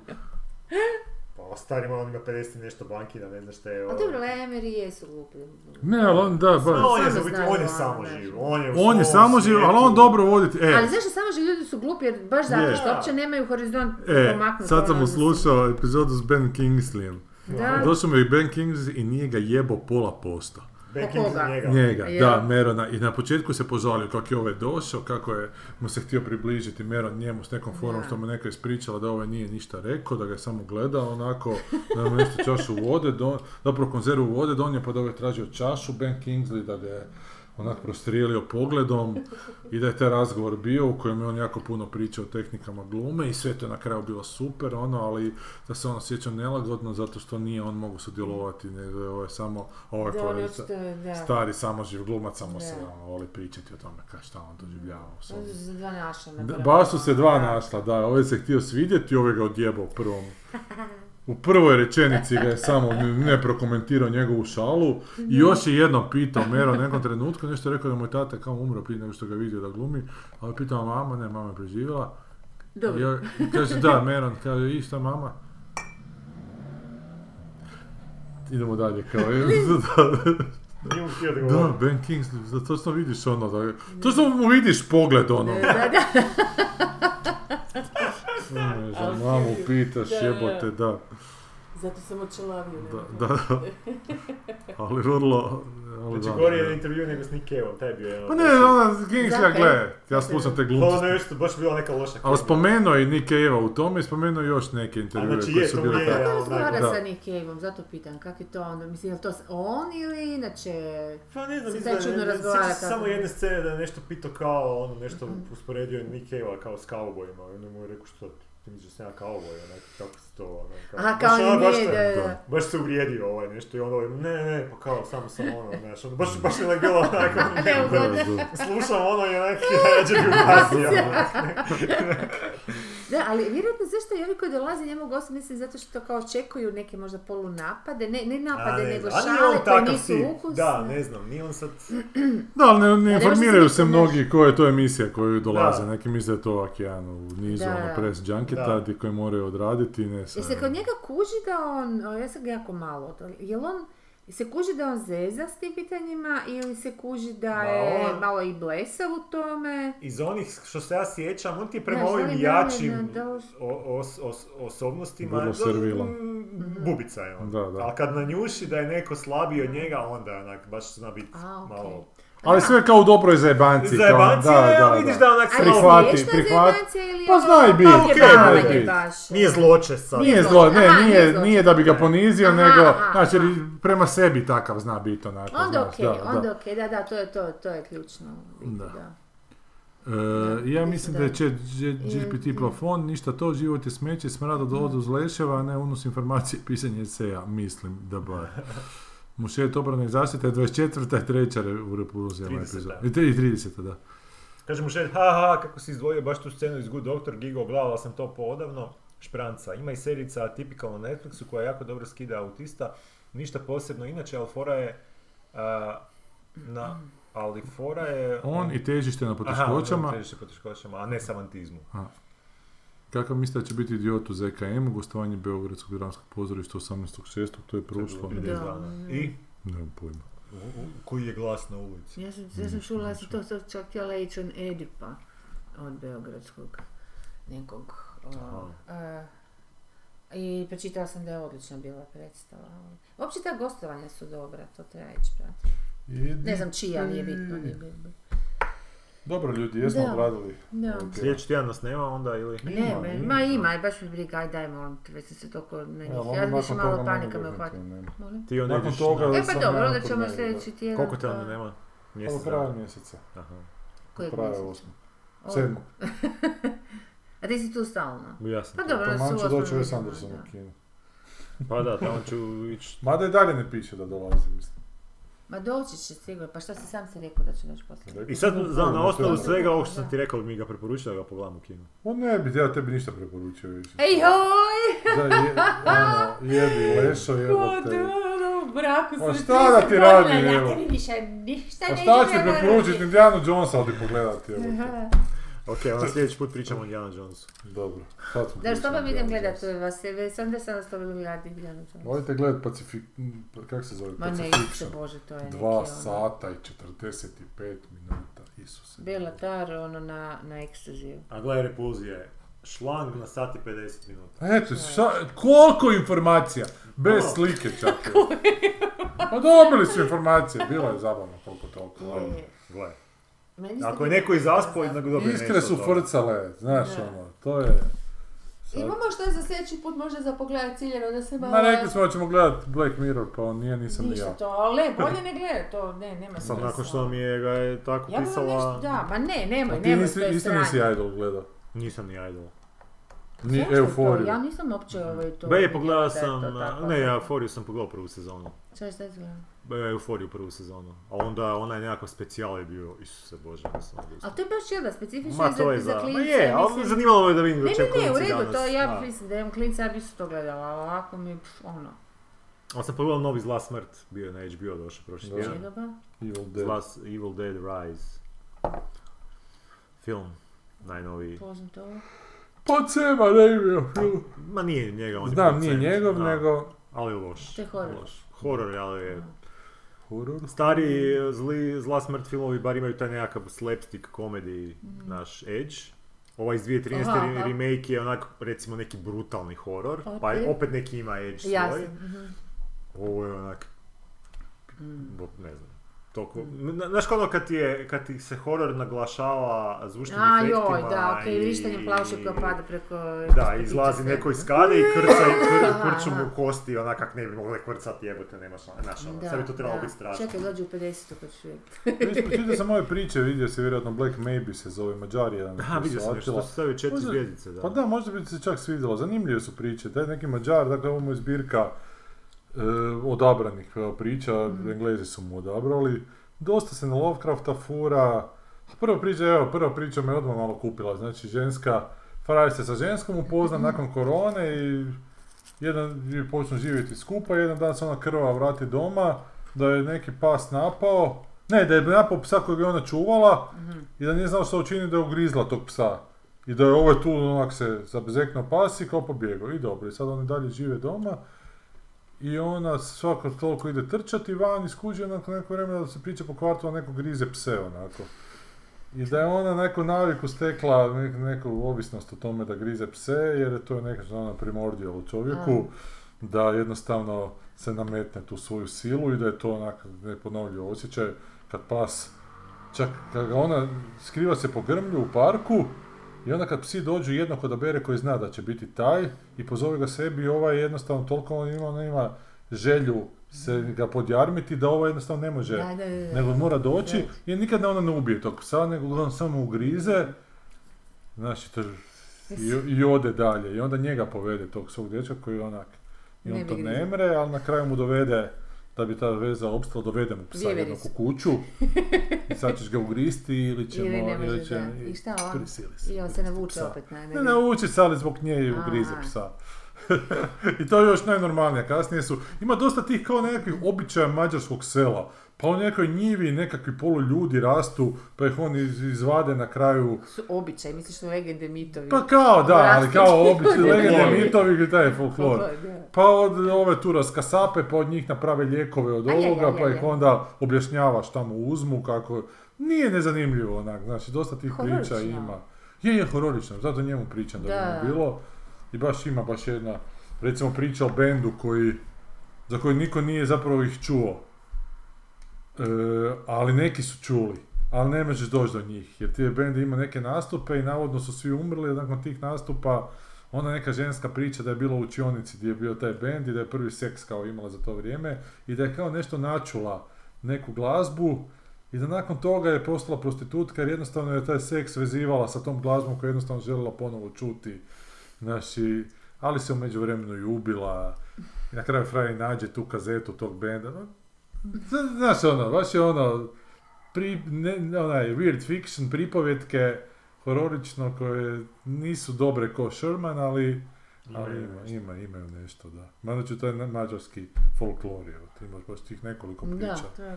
S3: Pa o starima on ima 50 i nešto bankina, ne znaš šta je
S2: A
S3: ovo.
S2: Pa dobro, Lemeri jesu glupi.
S1: Ne, ali on, da,
S3: No,
S1: baš.
S3: on je,
S2: Samo
S3: u biti-
S2: znaju,
S3: on je
S2: ono,
S3: samo
S2: znaš.
S3: živ, on je u
S1: On je
S3: svom
S1: samo živ, ali on
S3: svijetu.
S1: dobro voditi. E,
S2: Ali zašto samo že ljudi su glupi, jer baš zato
S1: Je.
S2: što uopće nemaju horizont
S1: E,
S2: pomaknut,
S1: sad
S2: ono,
S1: sam
S2: mislim.
S1: uslušao epizodu s Ben Kingsleyem.
S2: Da,
S1: Došao mi je Ben Kingsley i nije ga jebo pola posto.
S3: Back
S2: Oko
S3: in
S2: koga?
S3: njega.
S1: Njega,
S2: Je.
S1: da, Merona. I na početku se požalio kako je ovaj došao, kako je mu se htio približiti Meron njemu s nekom formom
S2: Da.
S1: što mu neka ispričala da ovaj nije ništa rekao, da ga je samo gledao onako, da mu nešto čašu vode, don, zapravo konzervu vode donio pa da ovaj tražio čašu Ben Kingsley da ga je onak prostrijelio pogledom i da je taj razgovor bio u kojem je on jako puno pričao o tehnikama glume i sve to je na kraju bilo super ono, ali da se on osjećao nelagodno zato što nije on mogao sudjelovati nego je ovaj samo ovaj
S2: da, ono
S1: polovica
S2: što je, da.
S1: stari samoživ glumac samo se
S2: Da.
S1: ono, voli pričati o tome ka šta on doživljava u svom.
S2: Ono su se dva naša.
S1: Da,
S2: napravili.
S1: Baš su se dva
S2: Da.
S1: našla, da, ovaj se htio svidjeti, ovaj ga odjebao u prvom. U prvoj rečenici ga je samo n- ne prokomentirao njegovu šalu
S2: Mhm.
S1: i još je jednom pitao Mero u nekom trenutku, nešto je rekao da mu je tata kao umro prije nego što ga je vidio da glumi, ali pitao mama, ne, mama je preživjela.
S2: Dobro.
S1: Ja, kaže, da, Meron, kaže, i šta mama? Idemo dalje,
S2: [laughs]
S1: kao, [laughs] da,
S3: Nije mu htio da
S1: da,
S3: govori.
S1: Ben Kingsley, za točno vidiš ono, da, točno mu vidiš pogled ono.
S2: Da, da,
S1: Ono, Ne znam, mamu pitaš,
S2: Da, da.
S1: jebote, da.
S7: Zato sam očela avio.
S1: Da, da. ali vrlo... Ali
S3: Znači,
S1: da,
S3: gori
S1: ne.
S3: je intervju nego s Nick Cave-om, taj je bio jedan
S1: Pa
S3: od-
S1: ne, ona, Kings ja
S2: Zato je-
S1: gle, ja slušam te glumce.
S3: Ono je nešto, baš bila neka loša
S1: Ali
S3: komedija.
S1: spomenuo je Nick Cave-a u tome i spomenuo je još neke intervjue
S3: znači
S1: koji
S3: je,
S1: su
S3: to
S1: bili
S3: je-
S1: tako.
S2: Kako
S3: ali
S2: Pa razgovara
S1: najbolje.
S2: sa Nick Cave-om? Zato pitam, kak je to onda? Mislim, je li to s- on ili inače?
S3: Pa ne znam,
S2: Se
S3: mislim
S2: taj čudno
S3: da ne-
S2: razgovara
S3: sjećam se
S2: kako.
S3: samo jedne scene da je nešto pitao kao, ono nešto usporedio Nick Cave-a kao s kaubojima, i onda mu je rekao što ti, ti misliš da sam ja kauboj, onak, kako se to, ono,
S1: Pa
S3: kao,
S2: Aha,
S3: baš
S2: kao
S3: ono,
S2: ni
S3: baš
S2: nije,
S3: to-
S2: da, da,
S1: da.
S2: da.
S3: Baš se uvrijedio ovaj nešto i onda ovaj, ne, ne, pa kao, samo sam ono, znaš, ono, baš, baš je onak bilo
S2: [laughs]
S3: onako,
S1: Da,
S2: Neugodno.
S1: da.
S3: slušam ono i onak, [laughs] ja ću
S2: [laughs]
S3: bi ugasio, ono.
S2: Da, ali vjerojatno zašto i ovi koji dolaze njemu gosti, mislim, zato što kao očekuju neke možda polunapade, ne, pa ne
S3: A,
S2: napade,
S3: ne
S2: nego
S3: znam, ali
S2: šale
S3: on
S2: koje
S3: takav
S2: nisu
S3: tip.
S2: ukusne.
S3: Da, ne znam, nije on sad...
S1: Da, ali ne, ne
S2: se
S1: informiraju
S2: nikad
S1: se
S2: ne-
S1: mnogi koja je to emisija koju dolaze.
S3: Da.
S1: Neki misle da je to ovak jedan u nizu
S2: Da,
S1: ono,
S2: da.
S1: press junketa
S3: Da.
S1: di koji moraju odraditi. Ne, sa,
S2: Jer se kod njega kuži da on, o, ja sam ga jako malo, od- ali jel on se kuži da on zeza s tim pitanjima ili se kuži da
S3: Ma,
S2: je
S3: on-
S2: malo i blesav u tome?
S3: Iz onih što se ja sjećam, on ti je prema
S2: Znaš,
S3: ovim
S2: da li
S3: jačim
S2: dovoljno da os-
S3: o- os- os- osobnostima...
S1: Vrlo
S3: da,
S1: servilan.
S3: mm,
S2: Mhm.
S3: Bubica je on.
S1: Da, da.
S3: Ali kad nanjuši da je neko slabiji od njega, onda je onak, baš zna biti
S2: A, okej.
S3: malo...
S1: Ali sve kao u dobroj zajebanci. kao-
S3: Zajebancija, ja vidiš da je onak
S2: Ali
S3: slabo.
S1: Prihvat- Prihvati,
S2: smiješna
S1: prihvati.
S2: zajebancija ili
S1: Pa
S2: ono,
S1: zna i bit,
S2: je
S3: okej, zna i
S2: bavanje
S1: bit.
S2: baš? ono.
S3: Nije zloče sad.
S1: Nije
S2: zlo-
S1: zlo, ne,
S2: aha,
S1: nije,
S2: nije zlo-
S1: nije da bi ga ponizio,
S2: Aha,
S1: nego,
S2: aha,
S1: znači,
S2: aha.
S1: prema sebi takav zna biti onako,
S2: Onda
S1: znaš,
S2: okej,
S1: da, da.
S2: onda okej, da, da, to je, to, to je ključno. u biti,
S1: Da.
S2: da.
S1: E,
S2: Da,
S1: ja
S2: mislim
S1: mislim
S2: da
S1: da je
S2: je.
S1: chat G- GPT plafon, ništa to, život je smeće, smrad od od leševa, a ne unos informacije, pisanje eseja, mislim da
S2: [laughs]
S1: bar. Mušet obrane i zaštite, 24. i 3. re- u Repulzijama
S3: 30.,
S1: epizoda. I tri- i 30. da.
S3: Kaže mu šef, ha, ha, kako si izdvojio baš tu scenu iz Good Doctor, gigo, gledala sam to poodavno, špranca. Ima i serijica tipika na Netflixu koja jako dobro skida autista, ništa posebno inače, ali fora je, a, na, ali fora je...
S1: On i težište na
S3: Aha,
S1: poteškoćama.
S3: on teži poteškoćama, a ne savantizmu.
S1: Kakav mislite da će biti idiot u ZKM, gostovanje Beogradskog dramskog pozorišta 18.6. To je prošlo.
S3: Ide
S1: Ne,
S2: Da.
S3: izvana. I
S1: nemam pojma.
S3: U- u- koji je glas na ulici.
S7: Ja sam, ja sam čula, ja sam to sad čak htjela ići on Edipa od Beogradskog nekog.
S3: Aha.
S2: E, I pročitala sam da je odlična bila predstava. Uopće ta gostovanja su dobra, to treba ići pratiti.
S1: Mm.
S2: Ne znam čija, nije bitno. Nije bitno.
S1: Dobro ljudi,
S2: jesmo Da.
S1: obradili.
S2: Da.
S3: Sljedeći tjedan nas nema onda ili...
S2: Ne, me- ma ima, i baš mi briga, aj daj molim te, već sam se toliko na njih. Ja više malo panika me uhvati. Molim?
S3: Ti onda
S1: Nakon
S3: ideš
S1: toga-
S3: na-
S2: E pa
S1: sam
S2: dobro,
S1: ja
S2: onda
S1: kod
S2: ćemo
S1: mene, da.
S2: sljedeći tjedan.
S3: Koliko te
S2: pa-
S3: onda nema? Mjesec
S1: Mjesec
S3: dana.
S1: kraja mjeseca.
S3: Aha.
S2: Kojeg
S1: Kraja
S2: mjeseca?
S1: osmog.
S2: Ovo.
S1: Sedmog.
S2: A ti si tu stalno?
S3: Ja sam
S2: Pa
S3: tu.
S2: dobro,
S1: Pa
S2: onda
S1: man
S2: su
S1: će doći
S2: osnovne
S1: Wes
S2: vidimo,
S1: Anderson
S2: da.
S1: u kino.
S3: Pa da, tamo ću ići
S1: Mada i dalje ne piše da dolazi, mislim.
S2: Ma doći će sigurno, pa šta si sam si rekao da će doći poslije?
S3: I sad za, na osnovu
S2: da.
S3: svega ovog što sam ti rekao mi ga preporučio da ga pogledam u kinu.
S1: On ne bi, ja tebi ništa preporučio više.
S2: Ej hoj! [laughs]
S1: Da, je, ono, jebi lešo, jebote.
S2: Kuduro, braku
S1: Pa
S2: ono, su
S1: šta da ti
S2: 30
S1: radi,
S2: godina, ja
S1: evo?
S2: tebi više ništa
S1: Pa
S2: neću
S1: šta će
S2: preporučiti.
S1: preporučiti Indiana Jonesa ali pogledati, jebote.
S3: Ok,
S2: [laughs]
S3: onda sljedeći put pričamo o Indiana Jonesu.
S1: Dobro, sad smo
S2: Da, što
S1: pričali
S2: vam idem
S1: Indiana
S2: gledat
S1: Jonesa.
S2: vas, već sam da sam nas to gledati Indiana Jonesa.
S1: Volite gledat Pacific... m, pa- Kak se zove?
S2: Ma ne, Isuse
S1: Pacifiction.
S2: Bože, to je neki
S1: Dva
S2: ono...
S1: sata i 45 minuta, Isuse.
S2: Bela tar, ono, na, na ekstaziju.
S3: A gledaj repulzije, šlang na sati 50 minuta.
S1: Eto, šta, koliko informacija? Bez
S3: Malo.
S1: slike
S2: [laughs]
S1: čak. Pa dobili su informacije, bilo je zabavno koliko toliko.
S2: Je.
S3: Gle,
S2: E, Meni se
S3: ako je
S2: bilo-
S3: neko i zaspao, onda ga dobije
S1: Iskre
S3: nešto
S1: su
S3: od toga.
S1: frcale, znaš
S2: Da.
S1: ono, to je... sad-
S7: Imamo što je za sljedeći put možda za pogledat ciljeno da se malo...
S1: Ma rekli smo da ćemo gledat Black Mirror, pa on nije, nisam ni
S2: Ništa
S1: ja.
S2: to, ali bolje ne gledat to, ne, nema
S3: Sad
S2: smisla.
S3: nakon što mi je ga je tako
S2: Ja bi vam nešto,
S3: pisala,
S2: da, ma ne, nemoj,
S1: A ti
S2: nemoj, to
S1: nisi,
S2: je
S1: isto
S2: sranje.
S1: nisi Idol gledao.
S3: nisam ni idol.
S1: Ni
S2: Zašto to? Ja
S1: Euforiju.
S2: nisam uopće ovaj to...
S3: Be,
S2: vidjela da
S3: pogledao
S2: je to
S3: sam,
S2: tako.
S3: ne, Euforiju sam pogledao prvu sezonu.
S2: Šta šta izgleda?
S3: Be, Euforiju prvu sezonu. A onda onaj nekakav specijal je bio, Isuse Bože, ja sam
S2: Ali
S3: odustao.
S2: to je baš jedna specifična
S3: Ma to je
S2: za,
S3: za...
S2: za klince.
S3: Ma je, ali
S2: mislim.
S3: zanimalo me da vidim
S2: Ne,
S3: do čega
S2: ne, ne, u
S3: klinci
S2: redu,
S3: danas.
S2: to ja
S3: Da.
S2: mislim da imam klinca, ja bi se to gledala, ali ovako mi, pff, ono,
S3: Ali sam pogledao novi Zla smrt, bio je na HBO došao prošli
S1: Dobro.
S3: tjedan.
S2: čedoba.
S1: Evil Dead.
S3: Zla, Evil Dead Rise. Film. Najnoviji.
S2: Poznam to.
S1: Pod seba, Pa ne bi bio film.
S3: Ma nije njega, on je
S1: Znam, nije
S3: producent,
S1: njegov,
S3: da.
S1: nego...
S3: Ali loš.
S2: To je horor.
S3: Loš. Horor, ali je...
S1: Horor.
S3: Stari zli, Zla smrt filmovi bar imaju taj nekakav slapstick komedi naš edge. Ovaj iz 2013.
S2: Mhm. Aha,
S3: re-
S2: aha.
S3: remake je onak, recimo, neki brutalni horor, pa
S2: Ok.
S3: je opet neki ima edge
S2: Jasno.
S3: svoj.
S2: mhm.
S3: Ovo je onak,
S2: Mm.
S3: bo- ne znam, toliko... Na- Znaš kao ono kad ti, je, kad ti se horor naglašava zvučnim
S2: A
S3: efektima
S2: joj, da, ok,
S3: i-
S2: vrištanje plavuše koja pada preko...
S3: Da, izlazi neko iz skade i krca i kr,
S2: [laughs]
S3: krču mu kosti, onak kak ne bi mogli krcati, jebote, nema šta, znaš, ono, sve bi to trebalo
S2: da.
S3: biti strašno.
S8: Čekaj, dođi u 50 kad ću vidjeti.
S1: Čitao pa sam ove priče, vidio si vjerojatno Black Maybe se zove Mađar jedan.
S3: Aha,
S1: koji
S3: vidio
S1: se
S3: sam nešto, to
S1: latila.
S3: su stavili četiri
S1: Možda-
S3: zvijezdice, da.
S1: Pa da, možda bi se čak svidjelo. Zanimljive su priče. Taj neki Mađar, dakle ovo mu je zbirka e, odabranih e, priča, Englezi su mu odabrali. Dosta se na Lovecrafta fura. Prva priča, evo, prva priča me odmah malo kupila. Znači, ženska, frajer se sa ženskom upozna nakon korone i jedan i počnu živjeti skupa, jedan dan se ona krva vrati doma, da je neki pas napao, ne, da je napao psa kojeg je ona čuvala, i da nije znao što učini da je ugrizla tog psa. I da je ovaj tu onak se zabezekno pas i kao pobjegao. I dobro, i sad oni dalje žive doma. I ona svako toliko ide trčati van i skuđe nakon neko vremena da se priča po kvartu, a neko grize pse onako. I da je ona neku naviku stekla, nek- neku ovisnost o tome da grize pse, jer je to je neka ona primordial u čovjeku, da jednostavno se nametne tu svoju silu i da je to onak neponovljiv osjećaj kad pas Čak kad ga ona skriva se po grmlju u parku i onda kad psi dođu jednog odabere koji zna da će biti taj i pozove ga sebi ovaj jednostavno toliko on ima, on ima želju se ga podjarmiti da ovaj jednostavno ne može.
S8: Da, da, da.
S1: Nego mora doći jer nikada ona ne ubije tog psa, nego ga on samo ugrize. Znači, to, i, i ode dalje. I onda njega povede tog svog dječka koji je onak... I on
S2: Ne bi
S1: to
S2: grizao.
S1: ne mre, ali na kraju mu dovede da bi ta veza opstala, dovede mu psa
S2: Vjevericu.
S1: jednog u kuću. I sad ćeš ga ugristi ili ćemo...
S8: Ili ne
S1: ili
S8: možeš,
S1: će-
S8: da. I šta on?
S1: Prisili se.
S8: I on se navuče
S1: Psa.
S8: opet na
S1: Ne nauči se, ali zbog nje i ugrize
S8: Aha.
S1: psa. [laughs] I to je još najnormalnije, kasnije su, ima dosta tih kao nekakvih običaja mađarskog sela, pa u nekoj njivi nekakvi polu ljudi rastu, pa ih oni iz- izvade na kraju
S2: Su običaj, misliš su legende, mitovi.
S1: pa kao, da, ali kao obični legende
S2: Folklor.
S1: mitovi i taj folklor.
S2: Folklor, da.
S1: Pa od ove tu raskasape, pa od njih naprave lijekove od
S2: A je, je,
S1: ovoga,
S2: je,
S1: pa
S2: je.
S1: ih onda objašnjava šta mu uzmu, kako... Nije nezanimljivo onak, znači dosta tih priča
S2: Hororično.
S1: ima. Je, je hororično, zato njemu pričam da,
S2: Da.
S1: bi mu bilo. I baš ima baš jedna, recimo priča o bendu koji, za koji niko nije zapravo ih čuo. E, ali neki su čuli, ali ne možeš doći do njih, jer ti bend ima neke nastupe i navodno su svi umrli, a nakon tih nastupa ona neka ženska priča da je bila u učionici gdje je bio taj bend i da je prvi seks kao imala za to vrijeme i da je kao nešto načula neku glazbu i da nakon toga je postala prostitutka jer jednostavno je taj seks vezivala sa tom glazbom koju je jednostavno željela ponovo čuti. Znači, ali se u međuvremenu i ubila i na kraju frajer nađe tu kazetu tog benda. Ma, zna- Znaš ono, baš je ono, pri, ne, ne, onaj, weird fiction, pripovjetke, hororično koje nisu dobre ko Sherman, ali, ali
S3: Imaju
S1: ima,
S3: nešto.
S1: ima, imaju nešto, da. Mada ću taj na- mađarski folklor, evo, ti imaš baš tih nekoliko priča.
S2: Да,
S8: Da, to je.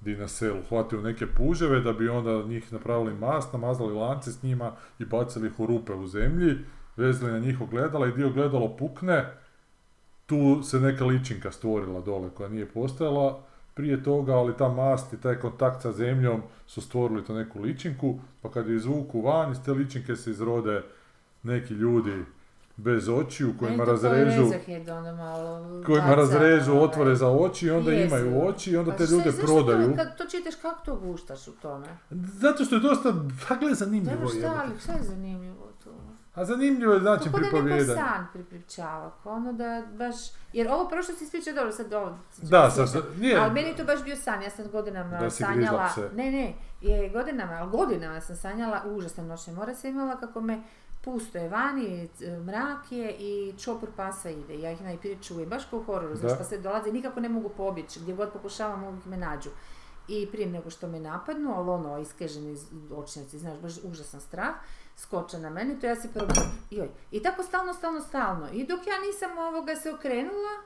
S1: Di na selu hvatio neke puževe da bi onda od njih napravili mast, namazali lance s njima i bacili ih u rupe u zemlji, vezali na njih ogledala i dio gledalo pukne, tu se neka ličinka stvorila dole koja nije postojala prije toga, ali ta mast i taj kontakt sa zemljom su stvorili tu neku ličinku, pa kad je izvuku van, iz te ličinke se izrode neki ljudi bez očiju kojima razrežu
S2: Razrezu, ono malo
S1: kojima
S2: baca,
S1: razrežu
S2: ovaj.
S1: otvore za oči i onda
S2: Jesu.
S1: imaju oči i onda
S2: Pa
S1: te
S2: šta-
S1: ljude
S2: zašto
S1: prodaju.
S2: To, kad to čitaš, kako to guštaš u tome?
S1: Zato što je dosta, dakle, zanimljivo
S2: Dobro
S1: je.
S2: šta, ali šta je zanimljivo tu?
S1: A zanimljivo je
S2: To
S1: način
S2: ko da neko
S1: pripovijedanja.
S2: san pripričava, ko ono da baš... Jer ovo prvo što si ispričao, dobro, sad ovo...
S1: Da,
S2: sad
S1: sa, sa, nije,
S2: Ali meni je to baš bio san, ja sam godinama
S1: Da si
S2: sanjala,
S1: grizla pse.
S2: ne, ne, je godinama, ali godinama sam sanjala užasne noćne more sam imala kako me pusto je vani, c- mrak je i čopor pasa ide, ja ih najprije čujem, baš kao u hororu, znaš,
S1: Da.
S2: pa se dolaze, nikako ne mogu pobjeći, gdje god pokušavam, uvijek me nađu. I prije nego što me napadnu, ali ono, iskeženi z- očnjaci, znaš, baš užasan strah, skoče na mene, to ja se probudim, joj. I tako stalno, stalno, stalno. I dok ja nisam ovoga se okrenula,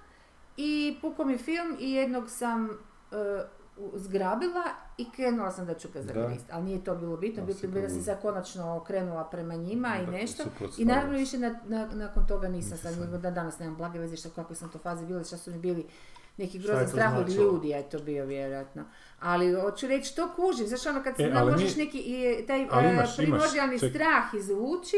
S2: i pukao mi film i jednog sam e, u- zgrabila i krenula sam da ću ga
S1: Da.
S2: zagrist. Ali nije to bilo bitno,
S1: Da,
S2: bitno je bilo da sam
S1: sigurno.
S2: se konačno okrenula prema njima i
S1: Da, dakle,
S2: nešto. I
S1: suprotstavila
S2: naravno
S1: se.
S2: više na- na- nakon toga nisam
S1: Nisi
S2: sad,
S1: sad.
S2: nego da danas nemam blage veze što kako sam to fazi bila, što su mi bili neki
S3: Šta je
S2: grozan
S3: to
S2: strah od
S3: značilo?
S2: ljudi, je to bio vjerojatno. Ali hoću reći, to kužim, znaš ono kad se
S1: E, ali
S2: možeš
S1: mi-
S2: neki, i, taj
S1: ali
S2: e,
S1: imaš- imaš,
S2: primordijalni
S1: ček.
S2: strah izvuči,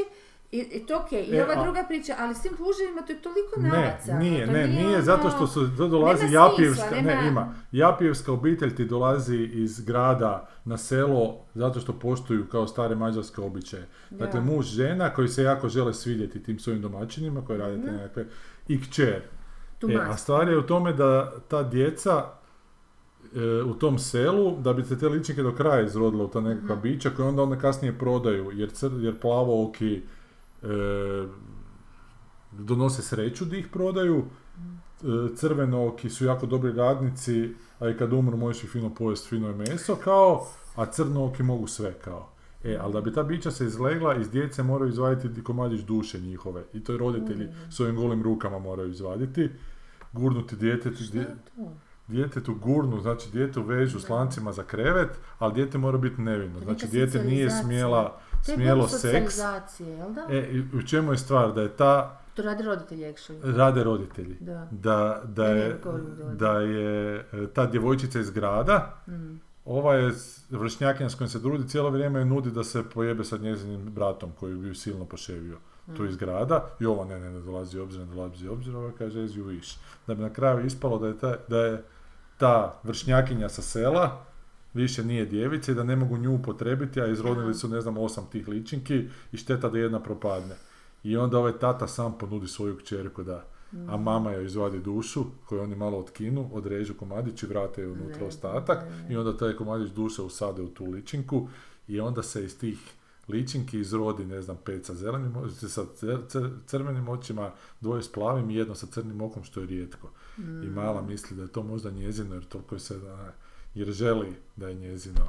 S2: i, i to okej. I
S1: E,
S2: ova
S1: a-
S2: druga priča, ali s tim puževima to je toliko
S1: Ne,
S2: navaca.
S1: nije,
S2: ono, to
S1: ne, nije zato
S2: ono-
S1: što su, to dolazi
S2: nema smisla,
S1: Japijevska,
S2: nema-
S1: ne, ima. Japijevska obitelj ti dolazi iz grada na selo zato što poštuju kao stare mađarske običaje. Dakle,
S2: Da.
S1: muž, žena koji se jako žele svidjeti tim svojim domaćinima koji rade
S2: Mhm.
S1: te nekakve, i kćer.
S2: Tu
S1: E,
S2: mas-
S1: a stvar je u tome da ta djeca e, u tom selu, da bi se te ličnike do kraja izrodila u ta nekakva bića koje onda onda kasnije prodaju, jer, cr, jer plavo oki donose sreću da ih prodaju, crveno oki E, su jako dobri radnici, a i kad umru možeš ih fino pojest, fino je meso, kao, a crno oki mogu sve kao. E, ali da bi ta bića se izlegla, iz djece moraju izvaditi komadić duše njihove. I to je roditelji
S2: Mm.
S1: svojim golim rukama moraju izvaditi. Gurnuti djetetu, dje- djetetu gurnu, znači djetu vežu s lancima za krevet, ali dijete mora biti nevino.
S2: To je
S1: Znači
S2: neka
S1: dijete nije
S2: socijalizacija.
S1: smjela,
S2: To je
S1: smjelo
S2: bilo
S1: seks.
S2: socijalizacije, jel da?
S1: E, i u čemu je stvar? Da je ta,
S2: To rade roditelji, actually.
S1: rade roditelji.
S2: Da.
S1: Da, da,
S2: Ne, ne,
S1: je,
S2: govorim roditelji.
S1: da je e, ta djevojčica iz grada,
S2: Mm.
S1: ova je s- vršnjakinja s kojom se drudi cijelo vrijeme joj nudi da se pojebe sa njezinim bratom koji bi ju silno poševio tu
S2: mm,
S1: iz grada i ova ne, ne, ne dolazi u obzir, ne dolazi u obzir, ova kaže as you wish. Da bi na kraju ispalo da je ta, da je ta vršnjakinja sa sela više nije djevica i da ne mogu nju upotrebiti, a izrodili su ne znam osam tih ličinki i šteta da jedna propadne. I onda ovaj tata sam ponudi svoju kćerku da
S2: mm.
S1: a mama joj izvadi dušu koju oni malo otkinu, odrežu komadić i vrate joj unutra
S2: Ne,
S1: ostatak i onda taj komadić duše usade u tu ličinku i onda se iz tih ličinki izrodi, ne znam, pet sa zelenim, o- sa cr- cr- crvenim očima, dvoje s plavim i jedno sa crnim okom, što je rijetko.
S2: Mm.
S1: I mala misli da je to možda njezino, jer toliko je se, da- jer želi da je njezino,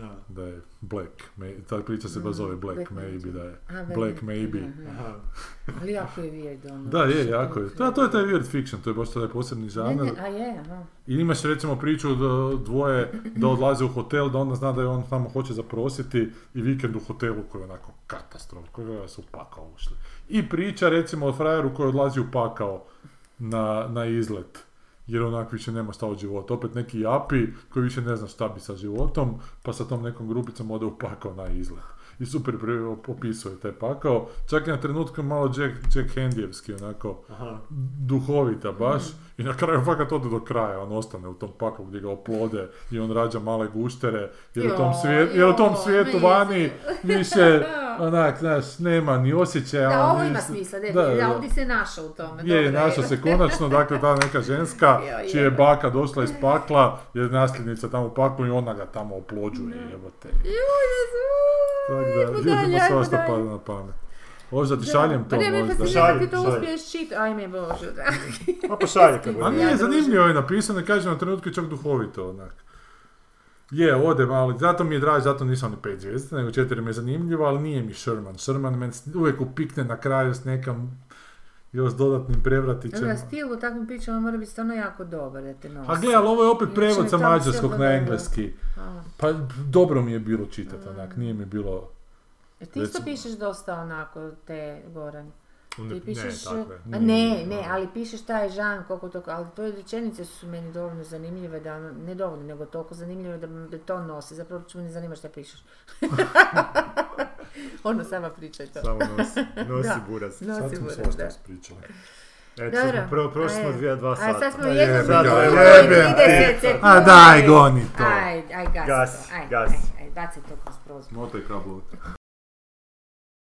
S3: Da.
S1: da je black, May- ta priča se baš zove Mm. black,
S2: Black
S1: maybe, da je
S2: A,
S1: black
S2: veliki,
S1: maybe.
S2: aha.
S3: Aha.
S2: Ali jako je weird ono.
S1: Da, je,
S2: što
S1: jako je. Da, to je taj weird fiction, to je baš taj posebni
S2: Ne,
S1: žanr.
S2: ne, a je, ono. aha.
S1: I imaš recimo priču da dvoje da odlaze u hotel, da onda zna da je on tamo hoće zaprositi i vikend u hotelu koji je onako katastrof, koji su u pakao ušli. I priča recimo o frajeru koji odlazi u pakao na, na izlet jer onak više nema šta od života. Opet neki japi koji više ne zna šta bi sa životom, pa sa tom nekom grupicom ode u pakao na izlet. I super pre- opisuje taj pakao. Čak i na trenutku malo Jack, Jack Handyevski onako
S3: Aha.
S1: duhovita baš i na kraju fakat ode do kraja, on ostane u tom paklu gdje ga oplode i on rađa male guštere jer u tom
S2: Joj,
S1: svijetu, jer u tom
S2: joj,
S1: svijetu
S2: ne
S1: vani
S2: [laughs]
S1: više onak, znaš, nema ni osjećaja.
S2: Da, ovo
S1: ni
S2: ima
S1: s-
S2: smisla,
S1: da,
S2: da, da,
S1: da.
S2: ovdje se našao u tome.
S1: Je,
S2: dobro
S1: našla se konačno, dakle, ta neka ženska
S2: [laughs] Joj,
S1: čija je
S2: jebote.
S1: baka došla iz pakla, jer je nasljednica tamo u paklu i ona ga tamo oplođuje, jebote.
S2: Joj, Jezu,
S1: Tako
S2: ajmo
S1: da,
S2: dalje,
S1: ljudima
S2: ajmo
S1: svašta
S2: dalje.
S1: pada na pamet. Možda ti
S2: Da.
S1: šaljem
S2: Pa
S1: to
S2: ne, me
S1: možda.
S2: fascinira
S3: Šaljem,
S2: ti to
S3: šaljem.
S2: uspiješ čit, ajme Bože, da.
S3: Pa pošalji kad
S1: A
S3: bude.
S1: nije,
S2: Ja
S1: zanimljivo je napisano, i kažem na trenutku je čak duhovito onak. Je, ode malo, zato mi je draž, zato nisam ni pet zvijezda, nego četiri mi je zanimljivo, ali nije mi Sherman. Sherman men s- uvijek upikne na kraju s nekam još dodatnim prevratićem.
S2: Da, stil u takvim pričama mora biti stvarno jako dobar da te nosi.
S1: A gle, ali ovo je opet
S2: Inače mi
S1: prevod sa
S2: tamo sve
S1: mađarskog na
S2: odlazi.
S1: engleski.
S2: A.
S1: Pa dobro mi je bilo čitati onak, nije mi bilo...
S2: E, ti isto
S1: recimo-
S2: pišeš dosta onako te, Goran.
S4: Ne,
S2: Ti pišeš...
S4: tako je.
S2: A ne, ne, ali pišeš taj žan, koliko toliko, ali tvoje rečenice su meni dovoljno zanimljive, da, ono- ne dovoljno, nego toliko zanimljive da me to nosi, zapravo uopće me ne zanima šta pišeš. [laughs] ono, sama priča je to.
S4: Samo nosi, nosi
S2: Da.
S4: buraz.
S1: Sad
S2: Nosi
S1: smo
S2: buraz,
S1: svašta
S2: da.
S1: ispričali.
S4: Eto,
S2: Dobro.
S4: prvo, prošli smo
S2: E,
S4: dvije, dva
S2: A
S4: sata.
S2: sad smo
S1: A
S2: jednu
S1: jebe
S2: minutu
S4: ga,
S2: i
S4: jebe ti.
S2: 30 sekundi.
S1: A daj, goni to.
S2: Aj, aj, gasi
S4: Gasi,
S2: to, aj,
S4: gasi.
S2: aj, aj, baci to kroz prozor.
S1: Motaj kablove.